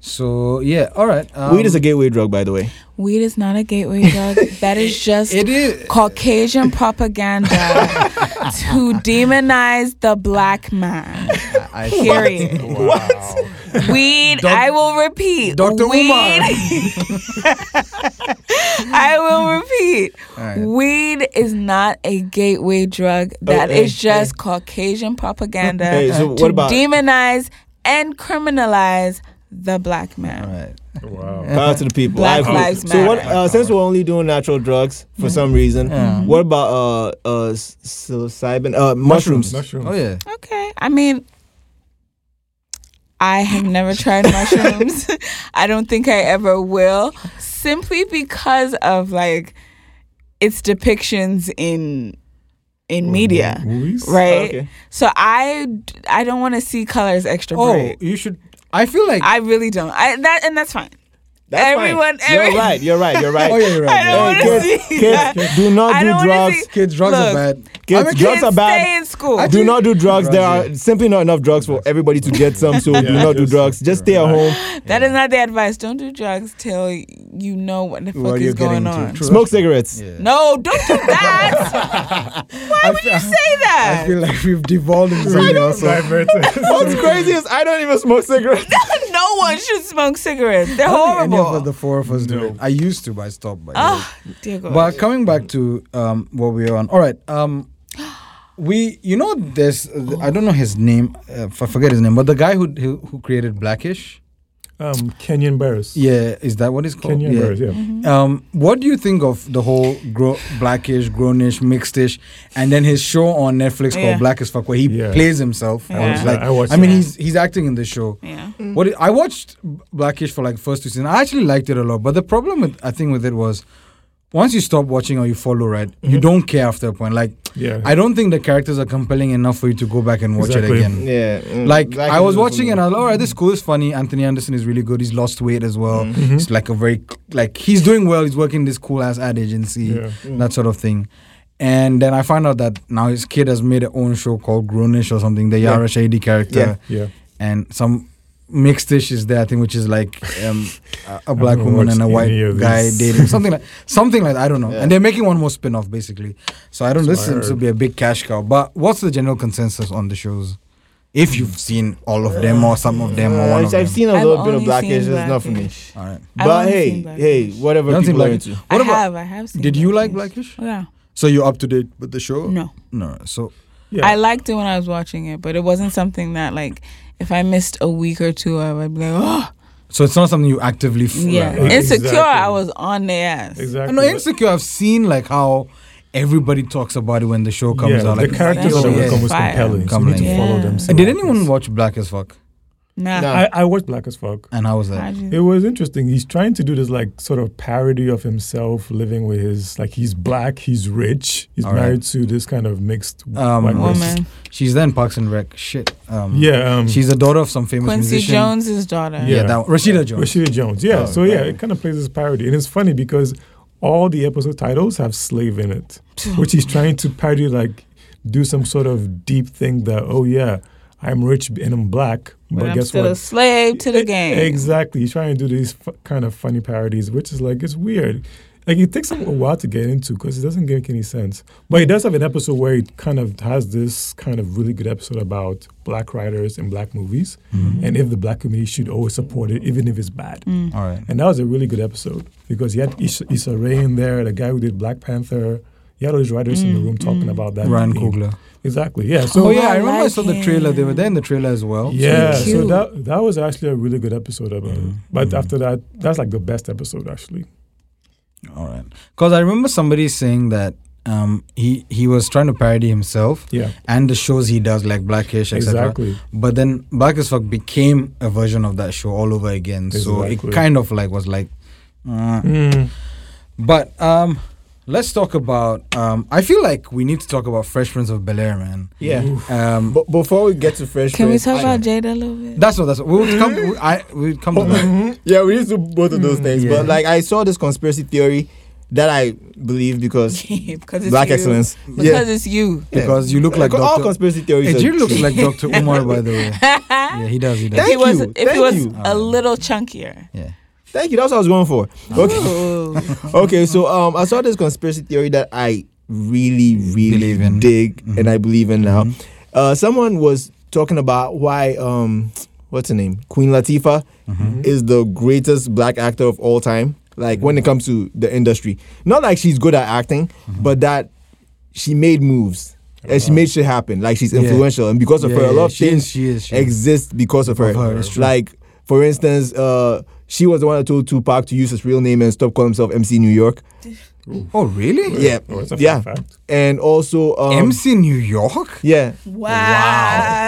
[SPEAKER 1] So yeah, all right. Um,
[SPEAKER 2] Weed is a gateway drug, by the
[SPEAKER 4] Uh,
[SPEAKER 2] way.
[SPEAKER 4] Weed is not a gateway drug.
[SPEAKER 2] <laughs>
[SPEAKER 4] that is just
[SPEAKER 1] It is.
[SPEAKER 4] Caucasian propaganda to demonize the black man.
[SPEAKER 1] I,
[SPEAKER 4] Period. Weed,
[SPEAKER 1] Doc-
[SPEAKER 4] I will repeat.
[SPEAKER 1] Dr.
[SPEAKER 4] Weed,
[SPEAKER 1] Umar.
[SPEAKER 4] <laughs> I will repeat.
[SPEAKER 1] Alright.
[SPEAKER 4] Weed is not a gateway drug. That is
[SPEAKER 2] eh,
[SPEAKER 4] just Caucasian propaganda
[SPEAKER 2] Hey, so
[SPEAKER 4] uh, to
[SPEAKER 2] what about-
[SPEAKER 4] demonize and criminalize the black man.
[SPEAKER 1] all right.
[SPEAKER 3] Wow.
[SPEAKER 2] Power to the people.
[SPEAKER 4] uh, Black
[SPEAKER 2] I agree.
[SPEAKER 4] lives
[SPEAKER 2] So what?
[SPEAKER 4] matter. Mm-hmm.
[SPEAKER 2] Uh, since we're only doing natural drugs for some reason,
[SPEAKER 1] Yeah.
[SPEAKER 2] what about uh uh s- psilocybin uh mushrooms?
[SPEAKER 3] Mushrooms.
[SPEAKER 1] Oh yeah.
[SPEAKER 4] Okay. I mean, I have never tried mushrooms. <laughs> I don't think I ever will, simply because of like its depictions in
[SPEAKER 3] Mm-hmm.
[SPEAKER 4] in media,
[SPEAKER 3] Movies.
[SPEAKER 4] right?
[SPEAKER 2] Okay.
[SPEAKER 4] So I d- I don't want to see colors extra
[SPEAKER 1] Oh,
[SPEAKER 4] bright.
[SPEAKER 1] you should. I feel like
[SPEAKER 4] I really don't. I that and that's fine.
[SPEAKER 2] That's fine.
[SPEAKER 4] Everyone- every-
[SPEAKER 2] You're right. You're right. You're
[SPEAKER 4] <laughs>
[SPEAKER 2] right.
[SPEAKER 1] Oh, yeah, you're right.
[SPEAKER 4] I don't
[SPEAKER 1] yeah.
[SPEAKER 4] wanna
[SPEAKER 2] kids,
[SPEAKER 4] see
[SPEAKER 2] kids,
[SPEAKER 4] that.
[SPEAKER 2] do not
[SPEAKER 4] I
[SPEAKER 2] do
[SPEAKER 4] don't wanna
[SPEAKER 2] drugs.
[SPEAKER 4] see-
[SPEAKER 1] Kids, drugs
[SPEAKER 4] Look,
[SPEAKER 1] are bad.
[SPEAKER 2] Kids,
[SPEAKER 1] I'm a
[SPEAKER 2] drugs
[SPEAKER 1] kid.
[SPEAKER 2] are bad.
[SPEAKER 4] Stay in school.
[SPEAKER 1] I
[SPEAKER 2] do not do drugs. There
[SPEAKER 1] Drugs,
[SPEAKER 2] are simply not enough drugs for everybody to get some. So do
[SPEAKER 3] Yeah,
[SPEAKER 2] not do
[SPEAKER 3] just-
[SPEAKER 2] drugs. Just stay at home.
[SPEAKER 4] That is not the advice. Don't do drugs till you know what the fuck
[SPEAKER 1] What
[SPEAKER 4] is
[SPEAKER 1] you're
[SPEAKER 4] going
[SPEAKER 1] getting
[SPEAKER 4] on.
[SPEAKER 1] into. True.
[SPEAKER 2] Smoke cigarettes.
[SPEAKER 1] Yeah.
[SPEAKER 4] No, don't do that.
[SPEAKER 1] Why would you
[SPEAKER 4] Say that.
[SPEAKER 1] I feel like we've devolved
[SPEAKER 4] <laughs>
[SPEAKER 1] into something else.
[SPEAKER 2] What's crazy is I don't even smoke cigarettes.
[SPEAKER 4] no one should smoke cigarettes. They're
[SPEAKER 1] I don't think Any
[SPEAKER 4] horrible.
[SPEAKER 1] of the four of us do
[SPEAKER 3] No.
[SPEAKER 1] it. I used to, but I stopped. By
[SPEAKER 4] Ah, dear
[SPEAKER 3] Oh,
[SPEAKER 4] God.
[SPEAKER 1] But coming
[SPEAKER 3] Mm.
[SPEAKER 1] back to um, what we are on. All right. Um, we, you know, there's I don't know his name. Uh, I forget his name, but the guy who who, who created Blackish.
[SPEAKER 3] <laughs> Um, Kenyan Barris.
[SPEAKER 1] Yeah, is that what it's called?
[SPEAKER 3] Kenyan Barris, yeah.
[SPEAKER 4] Mm-hmm.
[SPEAKER 1] Um, what do you think of the whole grow, blackish, grownish, mixedish, and then his show on Netflix called
[SPEAKER 4] Yeah.
[SPEAKER 1] Black as Fuck, where he
[SPEAKER 3] Yeah.
[SPEAKER 1] plays himself?
[SPEAKER 4] I watched
[SPEAKER 1] like,
[SPEAKER 3] that, I watched
[SPEAKER 1] mean,
[SPEAKER 4] that.
[SPEAKER 1] he's he's acting in the show.
[SPEAKER 4] yeah.
[SPEAKER 1] What it- I watched Blackish for like first two seasons. I actually liked it a lot, but the problem with I think with it was once you stop watching or you follow right,
[SPEAKER 3] Mm-hmm.
[SPEAKER 1] you don't care after a point. Like
[SPEAKER 3] Yeah.
[SPEAKER 1] I don't think the characters are compelling enough for you to go back and watch it
[SPEAKER 3] Exactly.
[SPEAKER 1] again.
[SPEAKER 2] <laughs> Yeah. mm,
[SPEAKER 1] Like
[SPEAKER 2] black
[SPEAKER 1] I was
[SPEAKER 2] people
[SPEAKER 1] watching
[SPEAKER 2] for
[SPEAKER 1] and
[SPEAKER 2] me.
[SPEAKER 1] I was like, all right, this school is funny. Anthony Anderson is really good. He's lost weight as well.
[SPEAKER 3] Mm-hmm.
[SPEAKER 1] He's like a very like he's doing well. He's working this cool ass ad agency,
[SPEAKER 3] Yeah. Mm.
[SPEAKER 1] that sort of thing. And then I find out that now his kid has made her own show called Grownish or something. The Yara Shady character
[SPEAKER 2] Yeah.
[SPEAKER 3] Yeah.
[SPEAKER 1] and some mixed dish is there. I think which is like um,
[SPEAKER 3] <laughs>
[SPEAKER 1] a- a black
[SPEAKER 3] haven't
[SPEAKER 1] woman and a
[SPEAKER 3] watched
[SPEAKER 1] white
[SPEAKER 3] any of
[SPEAKER 1] guy
[SPEAKER 3] this. <laughs>
[SPEAKER 1] dating something like something like that. I don't know.
[SPEAKER 2] Yeah.
[SPEAKER 1] And they're making one more spin off basically. So I don't.
[SPEAKER 3] That's
[SPEAKER 1] This
[SPEAKER 3] what I
[SPEAKER 1] seems to
[SPEAKER 3] heard.
[SPEAKER 1] be a big cash cow. But what's the general consensus on the shows? If you've seen all of them or some of them or
[SPEAKER 2] Uh,
[SPEAKER 1] one of
[SPEAKER 2] I've
[SPEAKER 1] them.
[SPEAKER 2] seen a
[SPEAKER 4] I've
[SPEAKER 2] little bit of
[SPEAKER 4] only
[SPEAKER 2] blackish.
[SPEAKER 4] seen
[SPEAKER 2] It's not for me.
[SPEAKER 4] Blackish.
[SPEAKER 1] all right.
[SPEAKER 4] I've
[SPEAKER 2] But
[SPEAKER 4] only
[SPEAKER 2] hey,
[SPEAKER 4] seen Blackish.
[SPEAKER 2] hey, whatever
[SPEAKER 1] Don't think
[SPEAKER 2] people are
[SPEAKER 1] Blackish.
[SPEAKER 2] into.
[SPEAKER 1] What
[SPEAKER 4] I
[SPEAKER 1] about-
[SPEAKER 4] have. I have seen
[SPEAKER 1] Did you like Oh,
[SPEAKER 4] Blackish.
[SPEAKER 1] Blackish?
[SPEAKER 4] Yeah.
[SPEAKER 1] So you're up to date with the show?
[SPEAKER 4] No.
[SPEAKER 1] No. So
[SPEAKER 3] Yeah.
[SPEAKER 4] I liked it when I was watching it, but it wasn't something that like if I missed a week or two of, I'd be like, oh
[SPEAKER 1] so it's not something you actively. F-
[SPEAKER 4] yeah.
[SPEAKER 1] Right.
[SPEAKER 4] Insecure,
[SPEAKER 3] Exactly.
[SPEAKER 4] I was on their ass.
[SPEAKER 3] Exactly.
[SPEAKER 1] No, insecure. I've seen like how everybody talks about it when the show comes
[SPEAKER 3] yeah,
[SPEAKER 1] out.
[SPEAKER 3] the
[SPEAKER 1] Like,
[SPEAKER 3] characters
[SPEAKER 1] oh,
[SPEAKER 3] that
[SPEAKER 4] yeah.
[SPEAKER 3] were almost
[SPEAKER 4] Fire.
[SPEAKER 3] compelling. So we need to
[SPEAKER 1] Compelling.
[SPEAKER 3] follow
[SPEAKER 4] Yeah.
[SPEAKER 3] them. see
[SPEAKER 1] And did
[SPEAKER 3] what
[SPEAKER 1] anyone
[SPEAKER 3] happens.
[SPEAKER 1] watch Black as Fuck?
[SPEAKER 4] Nah.
[SPEAKER 2] Nah.
[SPEAKER 3] I, I watched Black as Fuck.
[SPEAKER 1] And how was that?
[SPEAKER 4] I just-
[SPEAKER 3] It was interesting. He's trying to do this like sort of parody of himself living with his like he's black, he's rich, he's
[SPEAKER 1] All right.
[SPEAKER 3] married to this kind of mixed
[SPEAKER 1] Um,
[SPEAKER 3] white
[SPEAKER 1] Woman.
[SPEAKER 3] person.
[SPEAKER 4] Woman.
[SPEAKER 1] She's then Parks and Rec. Shit. Um,
[SPEAKER 3] Yeah, um,
[SPEAKER 1] She's the daughter of some famous
[SPEAKER 4] Quincy
[SPEAKER 1] musician.
[SPEAKER 4] Jones's daughter.
[SPEAKER 1] Yeah,
[SPEAKER 3] Yeah.
[SPEAKER 1] that one. Rashida Jones.
[SPEAKER 3] Rashida Jones. Yeah.
[SPEAKER 2] Oh,
[SPEAKER 3] so yeah,
[SPEAKER 2] right.
[SPEAKER 3] it kind of plays this parody, and it's funny because all the episode titles have slave in it, which he's trying to parody, like do some sort of deep thing that oh yeah, I'm rich and I'm black, but,
[SPEAKER 4] But I'm
[SPEAKER 3] guess
[SPEAKER 4] still a
[SPEAKER 3] what?
[SPEAKER 4] slave to the
[SPEAKER 3] E-
[SPEAKER 4] game.
[SPEAKER 3] Exactly. He's trying to do these f- kind of funny parodies, which is like it's weird. Like it takes him a while to get into because it doesn't make any sense. But he does have an episode where he kind of has this kind of really good episode about black writers and black movies,
[SPEAKER 1] Mm-hmm.
[SPEAKER 3] and if the black community should always support it, even if it's bad.
[SPEAKER 1] All right.
[SPEAKER 3] And that was a really good episode because he had Issa, Issa Rae in there, the guy who did Black Panther. He had all these writers
[SPEAKER 4] Mm,
[SPEAKER 3] in the room talking about that.
[SPEAKER 1] Ryan
[SPEAKER 3] theme.
[SPEAKER 1] Coogler.
[SPEAKER 3] Exactly. Yeah. So
[SPEAKER 1] Oh, yeah, I
[SPEAKER 4] I
[SPEAKER 1] remember I
[SPEAKER 4] like
[SPEAKER 1] saw the trailer. They were there in the trailer as well.
[SPEAKER 3] yeah,
[SPEAKER 4] So
[SPEAKER 3] so
[SPEAKER 4] cute.
[SPEAKER 3] that that was actually a really good episode about it. But after that, that's like the best episode actually.
[SPEAKER 1] All right. Because I remember somebody saying that um, he he was trying to parody himself
[SPEAKER 3] Yeah,
[SPEAKER 1] and the shows he does, like Blackish, etc.
[SPEAKER 3] exactly.
[SPEAKER 1] But then Black as Fuck became a version of that show all over again. So it
[SPEAKER 3] Exactly.
[SPEAKER 1] kind of like was like. uh,
[SPEAKER 3] Mm.
[SPEAKER 1] But um, let's talk about. Um, I feel like we need to talk about Fresh Prince of Bel Air, man.
[SPEAKER 2] Yeah.
[SPEAKER 1] Um,
[SPEAKER 2] But before we get to fresh,
[SPEAKER 4] Can we
[SPEAKER 2] Prince,
[SPEAKER 4] talk
[SPEAKER 2] I- <laughs>
[SPEAKER 4] about Jada a little bit? <laughs>
[SPEAKER 1] that's what that's. We would come. we- I we would come to that.
[SPEAKER 2] Yeah, we need to do both of those things.
[SPEAKER 1] Mm, yeah.
[SPEAKER 2] But like, I saw this conspiracy theory that I believe
[SPEAKER 4] <laughs>
[SPEAKER 2] because
[SPEAKER 4] because it's
[SPEAKER 2] black
[SPEAKER 4] you.
[SPEAKER 2] excellence.
[SPEAKER 4] Because it's you.
[SPEAKER 2] Yeah.
[SPEAKER 1] because you look like
[SPEAKER 2] all
[SPEAKER 1] Dr.
[SPEAKER 2] conspiracy theories. are
[SPEAKER 1] Ejir looks
[SPEAKER 2] true.
[SPEAKER 1] like Doctor Umar, by the way.
[SPEAKER 4] <laughs>
[SPEAKER 1] Yeah, he does. He
[SPEAKER 4] if
[SPEAKER 1] does.
[SPEAKER 4] he
[SPEAKER 2] Thank
[SPEAKER 4] was
[SPEAKER 2] you,
[SPEAKER 4] if he
[SPEAKER 2] thank
[SPEAKER 4] was
[SPEAKER 2] you.
[SPEAKER 4] a little chunkier.
[SPEAKER 1] Yeah.
[SPEAKER 2] Thank you. That's what I was going for.
[SPEAKER 1] <laughs>
[SPEAKER 2] Okay.
[SPEAKER 4] Ooh.
[SPEAKER 2] okay. So um, I saw this conspiracy theory that I really, really
[SPEAKER 1] Believe in. Mm-hmm.
[SPEAKER 2] dig and I believe in now. Uh, someone was talking about why um, what's her name? Queen Latifah
[SPEAKER 1] Mm-hmm.
[SPEAKER 2] is the greatest black actor of all time. Like when it comes to the industry, not like she's good at acting,
[SPEAKER 1] Mm-hmm.
[SPEAKER 2] but that she made moves. And she made shit happen. Like she's
[SPEAKER 1] Yeah.
[SPEAKER 2] influential, and because of
[SPEAKER 1] Yeah,
[SPEAKER 2] her, a
[SPEAKER 1] yeah,
[SPEAKER 2] lot of
[SPEAKER 1] she is,
[SPEAKER 2] things
[SPEAKER 1] she is, she is.
[SPEAKER 2] exist because of her.
[SPEAKER 1] her, it's true.
[SPEAKER 2] Like, for instance, uh, she was the one that told Tupac to use his real name and stop calling himself MC New York.
[SPEAKER 1] Oh really?
[SPEAKER 2] Yeah,
[SPEAKER 3] Oh, it's a fun
[SPEAKER 2] yeah.
[SPEAKER 3] fact.
[SPEAKER 2] And also, um,
[SPEAKER 1] MC New York.
[SPEAKER 2] yeah,
[SPEAKER 4] wow.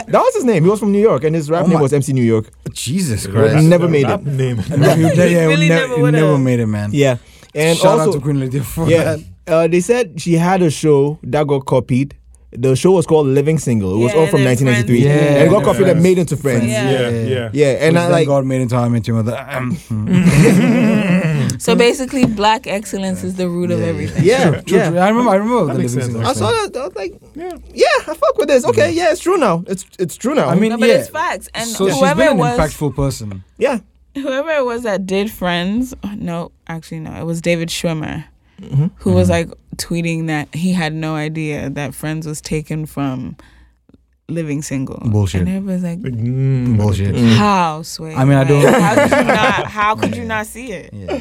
[SPEAKER 2] that was his name. He was from New York, and his rap
[SPEAKER 1] Oh
[SPEAKER 2] name
[SPEAKER 1] my-
[SPEAKER 2] was MC New York.
[SPEAKER 1] Jesus
[SPEAKER 2] He
[SPEAKER 1] Christ.
[SPEAKER 2] never made
[SPEAKER 3] Rap
[SPEAKER 2] it.
[SPEAKER 3] Name.
[SPEAKER 1] Yeah, you
[SPEAKER 4] Really never
[SPEAKER 1] never, you
[SPEAKER 4] would've.
[SPEAKER 1] never made it, man.
[SPEAKER 2] Yeah, and
[SPEAKER 1] Shout out
[SPEAKER 2] also,
[SPEAKER 1] to Queen Lydia for
[SPEAKER 2] yeah,
[SPEAKER 1] that.
[SPEAKER 2] uh, they said she had a show that got copied, The show was called Living Single. It was
[SPEAKER 4] Yeah,
[SPEAKER 2] all from
[SPEAKER 4] they're
[SPEAKER 2] 1993.
[SPEAKER 1] friends. Yeah,
[SPEAKER 2] and it got
[SPEAKER 1] they're
[SPEAKER 2] coffee that
[SPEAKER 3] friends.
[SPEAKER 2] made into Friends. Yeah,
[SPEAKER 4] Friends. Yeah.
[SPEAKER 3] Yeah, yeah.
[SPEAKER 2] and I like
[SPEAKER 1] God made into How I Met Your Mother.
[SPEAKER 2] <laughs>
[SPEAKER 1] Ahem.
[SPEAKER 4] So basically, black excellence is the root of
[SPEAKER 1] Yeah, yeah.
[SPEAKER 4] everything.
[SPEAKER 2] yeah,
[SPEAKER 1] True,
[SPEAKER 2] yeah.
[SPEAKER 1] true. I remember. I remember
[SPEAKER 3] That
[SPEAKER 1] the
[SPEAKER 3] makes
[SPEAKER 1] Living
[SPEAKER 3] sense,
[SPEAKER 1] Single.
[SPEAKER 2] I
[SPEAKER 3] actually.
[SPEAKER 2] saw that. I was like,
[SPEAKER 3] yeah.
[SPEAKER 2] yeah, I fuck with this. Okay, yeah, it's true now. It's it's true now.
[SPEAKER 1] I mean,
[SPEAKER 4] No, but
[SPEAKER 1] yeah.
[SPEAKER 4] it's facts. And
[SPEAKER 1] so she's
[SPEAKER 4] whoever
[SPEAKER 1] been
[SPEAKER 4] it
[SPEAKER 1] an
[SPEAKER 4] was,
[SPEAKER 1] impactful person.
[SPEAKER 2] yeah.
[SPEAKER 4] whoever it was that did Friends, oh, no, actually no, it was David Schwimmer
[SPEAKER 1] Mm-hmm.
[SPEAKER 2] hmm
[SPEAKER 4] who was like tweeting that he had no idea that Friends was taken from Living Single.
[SPEAKER 1] Bullshit.
[SPEAKER 4] And it was like,
[SPEAKER 3] Like, mm,
[SPEAKER 1] Bullshit.
[SPEAKER 4] how, Sway?
[SPEAKER 1] I mean, I
[SPEAKER 4] Like,
[SPEAKER 1] don't-
[SPEAKER 4] How
[SPEAKER 1] <laughs>
[SPEAKER 4] could you not? How could you not see it?
[SPEAKER 1] Yeah.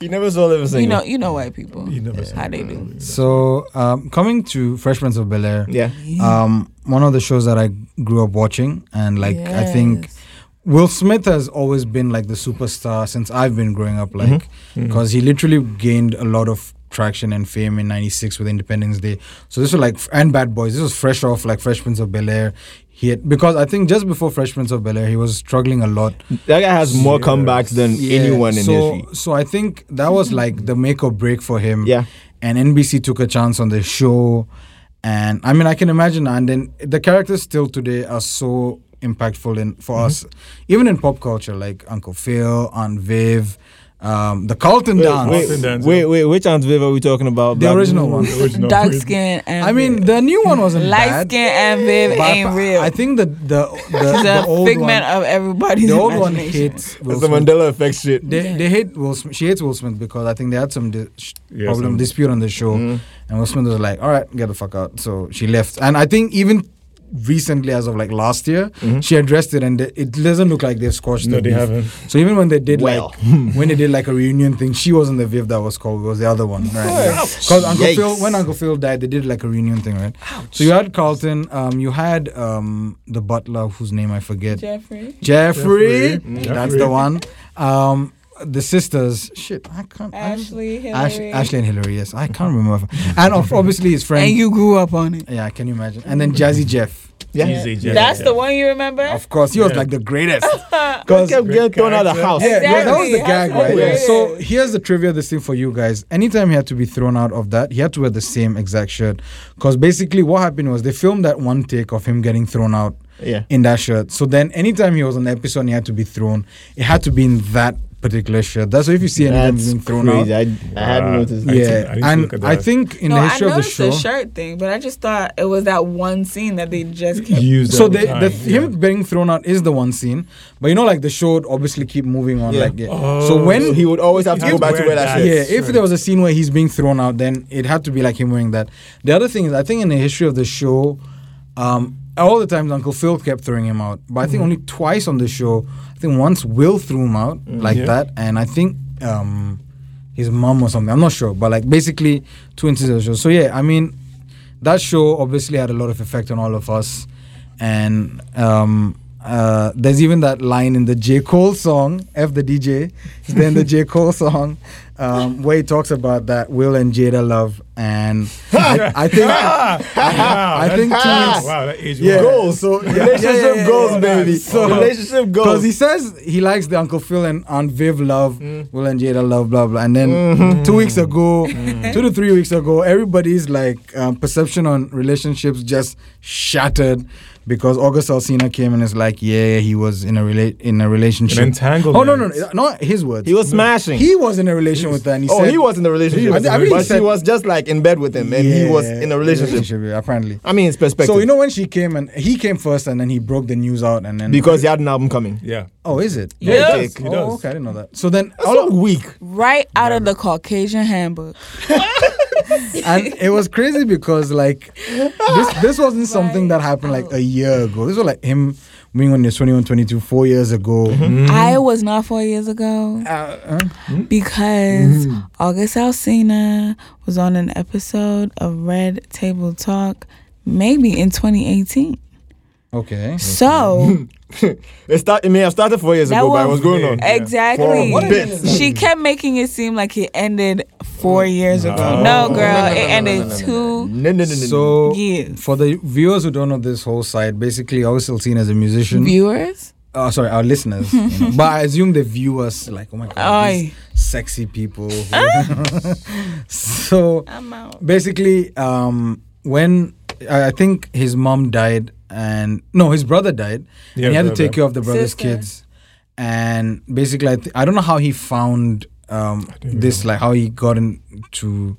[SPEAKER 2] You never saw Living Single.
[SPEAKER 4] You know, you know white people.
[SPEAKER 3] You never saw
[SPEAKER 4] How they
[SPEAKER 3] it.
[SPEAKER 4] do.
[SPEAKER 1] So um, coming to Fresh Prince of Bel Air,
[SPEAKER 2] yeah.
[SPEAKER 1] um, one of the shows that I grew up watching, and like I think
[SPEAKER 4] Yes.
[SPEAKER 1] Will Smith has always been like the superstar since I've been growing up, like because he literally gained a lot of traction and fame in '96 with Independence Day. So this was like f- and Bad Boys. This was fresh off like Fresh Prince of Bel Air. He had, because I think just before Fresh Prince of Bel Air, he was struggling a lot.
[SPEAKER 2] That guy has more
[SPEAKER 3] Yeah.
[SPEAKER 2] comebacks than anyone in
[SPEAKER 1] so, um,
[SPEAKER 2] history.
[SPEAKER 1] So I think that was like the make or break for him.
[SPEAKER 2] Yeah.
[SPEAKER 1] And NBC took a chance on the show. And I mean, I can imagine. And then the characters still today are so impactful in for
[SPEAKER 2] Mm-hmm.
[SPEAKER 1] us, even in pop culture, like Uncle Phil, Aunt Viv, um, the Carlton Dance.
[SPEAKER 2] wait,
[SPEAKER 3] Austin
[SPEAKER 2] wait,
[SPEAKER 3] Dance,
[SPEAKER 2] wait,
[SPEAKER 3] yeah.
[SPEAKER 2] wait, which Aunt Viv are we talking about?
[SPEAKER 1] The
[SPEAKER 2] Black-
[SPEAKER 1] original one.
[SPEAKER 3] The original.
[SPEAKER 4] <laughs> Dark skin and
[SPEAKER 1] I mean, the new one wasn't
[SPEAKER 4] light
[SPEAKER 1] bad,
[SPEAKER 4] skin and Viv
[SPEAKER 1] but
[SPEAKER 4] ain't real.
[SPEAKER 1] I think the the the,
[SPEAKER 4] She's
[SPEAKER 1] the
[SPEAKER 4] a
[SPEAKER 1] old
[SPEAKER 4] figment
[SPEAKER 1] one,
[SPEAKER 4] of everybody's
[SPEAKER 1] the old one
[SPEAKER 4] imagination.
[SPEAKER 1] hits
[SPEAKER 2] That's
[SPEAKER 1] Will
[SPEAKER 2] the
[SPEAKER 1] Smith
[SPEAKER 2] Mandela effect shit.
[SPEAKER 1] They,
[SPEAKER 4] Yeah.
[SPEAKER 1] they hate Will Smith. She hates Will Smith because I think they had some di- sh-
[SPEAKER 3] Yeah,
[SPEAKER 1] problem,
[SPEAKER 3] some- Mm-hmm.
[SPEAKER 1] dispute on the show,
[SPEAKER 2] Mm.
[SPEAKER 1] and Will Smith was like, "All right, get the fuck out." So she left, and I think even recently, as of like last year,
[SPEAKER 2] Mhm.
[SPEAKER 1] she addressed it, and they, it doesn't look like they've squashed
[SPEAKER 3] Mm-hmm. No,
[SPEAKER 1] the
[SPEAKER 3] they
[SPEAKER 1] beef.
[SPEAKER 3] haven't.
[SPEAKER 1] So even when they did
[SPEAKER 2] Well.
[SPEAKER 3] <laughs>
[SPEAKER 1] like when they did like a reunion thing, she wasn't the Viv that was called; it was the other one, right?
[SPEAKER 2] course.
[SPEAKER 1] Because Uncle Phil,
[SPEAKER 2] Yikes.
[SPEAKER 1] when Uncle Phil died, they did like a reunion thing, right? So you had Carlton, um, you had um, the butler whose name I forget.
[SPEAKER 4] Jeffrey.
[SPEAKER 1] Jeffrey.
[SPEAKER 3] Jeffrey.
[SPEAKER 1] That's
[SPEAKER 3] Mm.
[SPEAKER 1] the
[SPEAKER 3] Jeffrey.
[SPEAKER 1] one. Um, the sisters. Shit, I can't. I just-
[SPEAKER 4] Ashley,
[SPEAKER 1] Ash,
[SPEAKER 4] Hillary.
[SPEAKER 1] Ashley and Hillary. Yes, I can't remember. and of, obviously his friend.
[SPEAKER 4] And you grew up on it.
[SPEAKER 1] yeah, can you imagine? And then Jazzy Jeff.
[SPEAKER 2] Yeah.
[SPEAKER 3] Easy, Jeff.
[SPEAKER 4] That's
[SPEAKER 3] Yeah.
[SPEAKER 4] the one you remember?
[SPEAKER 1] Of course, he was
[SPEAKER 3] Yeah.
[SPEAKER 1] like the
[SPEAKER 4] <laughs>
[SPEAKER 1] greatest.
[SPEAKER 2] Because
[SPEAKER 1] Because
[SPEAKER 2] kept
[SPEAKER 3] Good
[SPEAKER 2] getting thrown out of the
[SPEAKER 3] character.
[SPEAKER 2] house.
[SPEAKER 1] yeah, yeah, that was the
[SPEAKER 4] Exactly.
[SPEAKER 1] gag,
[SPEAKER 4] That's
[SPEAKER 1] right?
[SPEAKER 2] what it is.
[SPEAKER 1] So here's the trivia this thing for you guys. Anytime he had to be thrown out of that, he had to wear the same exact shirt. Because basically, what happened was they filmed that one take of him getting thrown out
[SPEAKER 2] Yeah.
[SPEAKER 1] in that shirt. So then, anytime he was on the episode, and he had to be thrown. It had to be in that particular shirt. That's why if you see anyone
[SPEAKER 2] That's
[SPEAKER 1] being thrown
[SPEAKER 2] crazy.
[SPEAKER 1] out,
[SPEAKER 2] I, I hadn't
[SPEAKER 3] Wow.
[SPEAKER 2] noticed.
[SPEAKER 3] I
[SPEAKER 2] that.
[SPEAKER 3] need to-
[SPEAKER 1] yeah.
[SPEAKER 3] I need to look
[SPEAKER 1] and
[SPEAKER 3] at
[SPEAKER 1] I
[SPEAKER 3] that.
[SPEAKER 1] think in
[SPEAKER 4] no,
[SPEAKER 1] the
[SPEAKER 4] I
[SPEAKER 1] history of the
[SPEAKER 4] noticed
[SPEAKER 1] show,
[SPEAKER 4] shirt thing, but I just thought it was that one scene that they just kept.
[SPEAKER 3] Used
[SPEAKER 1] so
[SPEAKER 3] all
[SPEAKER 1] the, the
[SPEAKER 3] time. <laughs>
[SPEAKER 1] him being thrown out is the one scene, but you know, like the show would obviously keep moving on.
[SPEAKER 2] Yeah.
[SPEAKER 1] Like, yeah.
[SPEAKER 3] Oh.
[SPEAKER 1] so when
[SPEAKER 2] So he would always have to
[SPEAKER 3] He
[SPEAKER 2] go
[SPEAKER 3] would
[SPEAKER 2] back to
[SPEAKER 3] wear
[SPEAKER 2] where that
[SPEAKER 3] that.
[SPEAKER 2] shit.
[SPEAKER 1] yeah, if there was a scene where he's being thrown out, then it had to be like him wearing that. The other thing is, I think in the history of the show, um, all the times Uncle Phil kept throwing him out, but I think only twice on the show. I think once Will threw him out like
[SPEAKER 3] Yeah.
[SPEAKER 1] that, and I think um, his mom or something. I'm not sure, but like basically two instances of the show. So yeah, I mean, that show obviously had a lot of effect on all of us, and. Um, uh, there's even that line in the J. Cole song, F the DJ, then the J. Cole song, um, where he talks about that Will and Jada love. And I, I think
[SPEAKER 3] Wow,
[SPEAKER 1] <laughs> I
[SPEAKER 3] that-
[SPEAKER 1] think two weeks-
[SPEAKER 3] Wow, that age
[SPEAKER 1] Yeah.
[SPEAKER 3] was-
[SPEAKER 2] Goals. So
[SPEAKER 1] yeah, yeah, yeah,
[SPEAKER 2] relationship goals,
[SPEAKER 1] yeah.
[SPEAKER 2] baby.
[SPEAKER 1] So-
[SPEAKER 2] Relationship
[SPEAKER 1] Because
[SPEAKER 2] goals.
[SPEAKER 1] he says he likes the Uncle Phil and Aunt Viv love,
[SPEAKER 2] Mm.
[SPEAKER 1] Will and Jada love, blah, blah. And then two weeks ago,
[SPEAKER 2] Mm.
[SPEAKER 1] two to three weeks ago, everybody's like um, perception on relationships just shattered because August Alsina came and is like, yeah, he was in a rela- in a relationship.
[SPEAKER 3] An entanglement.
[SPEAKER 1] Oh, no, no, no, not his words.
[SPEAKER 2] He was smashing.
[SPEAKER 1] He was in a relation with her and he
[SPEAKER 2] oh,
[SPEAKER 1] said,
[SPEAKER 2] he was in the relationship.
[SPEAKER 1] was in the
[SPEAKER 2] but she
[SPEAKER 1] relationship.
[SPEAKER 2] was just like in bed with him, and he was
[SPEAKER 1] Yeah,
[SPEAKER 2] in a relationship.
[SPEAKER 1] yeah, apparently.
[SPEAKER 2] I mean, it's perspective.
[SPEAKER 1] So you know when she came and he came first and then he broke the news out and then
[SPEAKER 2] because he had an album coming.
[SPEAKER 3] Yeah.
[SPEAKER 1] Oh, is it?
[SPEAKER 4] Yeah, Yeah,
[SPEAKER 2] he does.
[SPEAKER 3] he
[SPEAKER 1] Oh,
[SPEAKER 3] does.
[SPEAKER 1] okay, I didn't know that. So then,
[SPEAKER 2] That's
[SPEAKER 1] all
[SPEAKER 2] so
[SPEAKER 1] of-
[SPEAKER 2] weak.
[SPEAKER 4] Right out of the Caucasian handbook.
[SPEAKER 1] and it was crazy because like this this wasn't something that
[SPEAKER 4] Right
[SPEAKER 1] happened like
[SPEAKER 4] out.
[SPEAKER 1] a year ago. This was like him being on his 21, 22, four years ago.
[SPEAKER 3] Mm-hmm.
[SPEAKER 4] I was not four years ago
[SPEAKER 1] Uh, uh,
[SPEAKER 4] because August Alsina was on an episode of Red Table Talk, maybe in 2018.
[SPEAKER 1] okay.
[SPEAKER 4] So.
[SPEAKER 2] It, start, it may have started four years
[SPEAKER 4] That
[SPEAKER 2] ago, but it was
[SPEAKER 4] was-
[SPEAKER 2] going on.
[SPEAKER 3] Yeah.
[SPEAKER 4] Exactly.
[SPEAKER 2] For a
[SPEAKER 1] bit.
[SPEAKER 4] She kept making it seem like it ended four years ago.
[SPEAKER 3] No.
[SPEAKER 4] No, girl, it ended two
[SPEAKER 2] No, no, no, no, no.
[SPEAKER 1] So
[SPEAKER 4] years.
[SPEAKER 1] for the viewers who don't know this whole side, basically, I was still seen as a musician.
[SPEAKER 4] Viewers?
[SPEAKER 1] oh, sorey, our listeners. you know. but I assume the viewers like, oh my god, these
[SPEAKER 4] Aye.
[SPEAKER 1] sexy people. so <laughs>
[SPEAKER 4] I'm out.
[SPEAKER 1] basically um when I I think his mom died, and no, his brother died,
[SPEAKER 3] Yeah,
[SPEAKER 1] and he had to
[SPEAKER 3] brother.
[SPEAKER 1] take care of the brother's
[SPEAKER 4] Sister.
[SPEAKER 1] kids. And basically, I, th- I don't know how he found um,
[SPEAKER 3] don't
[SPEAKER 1] this, like how he got into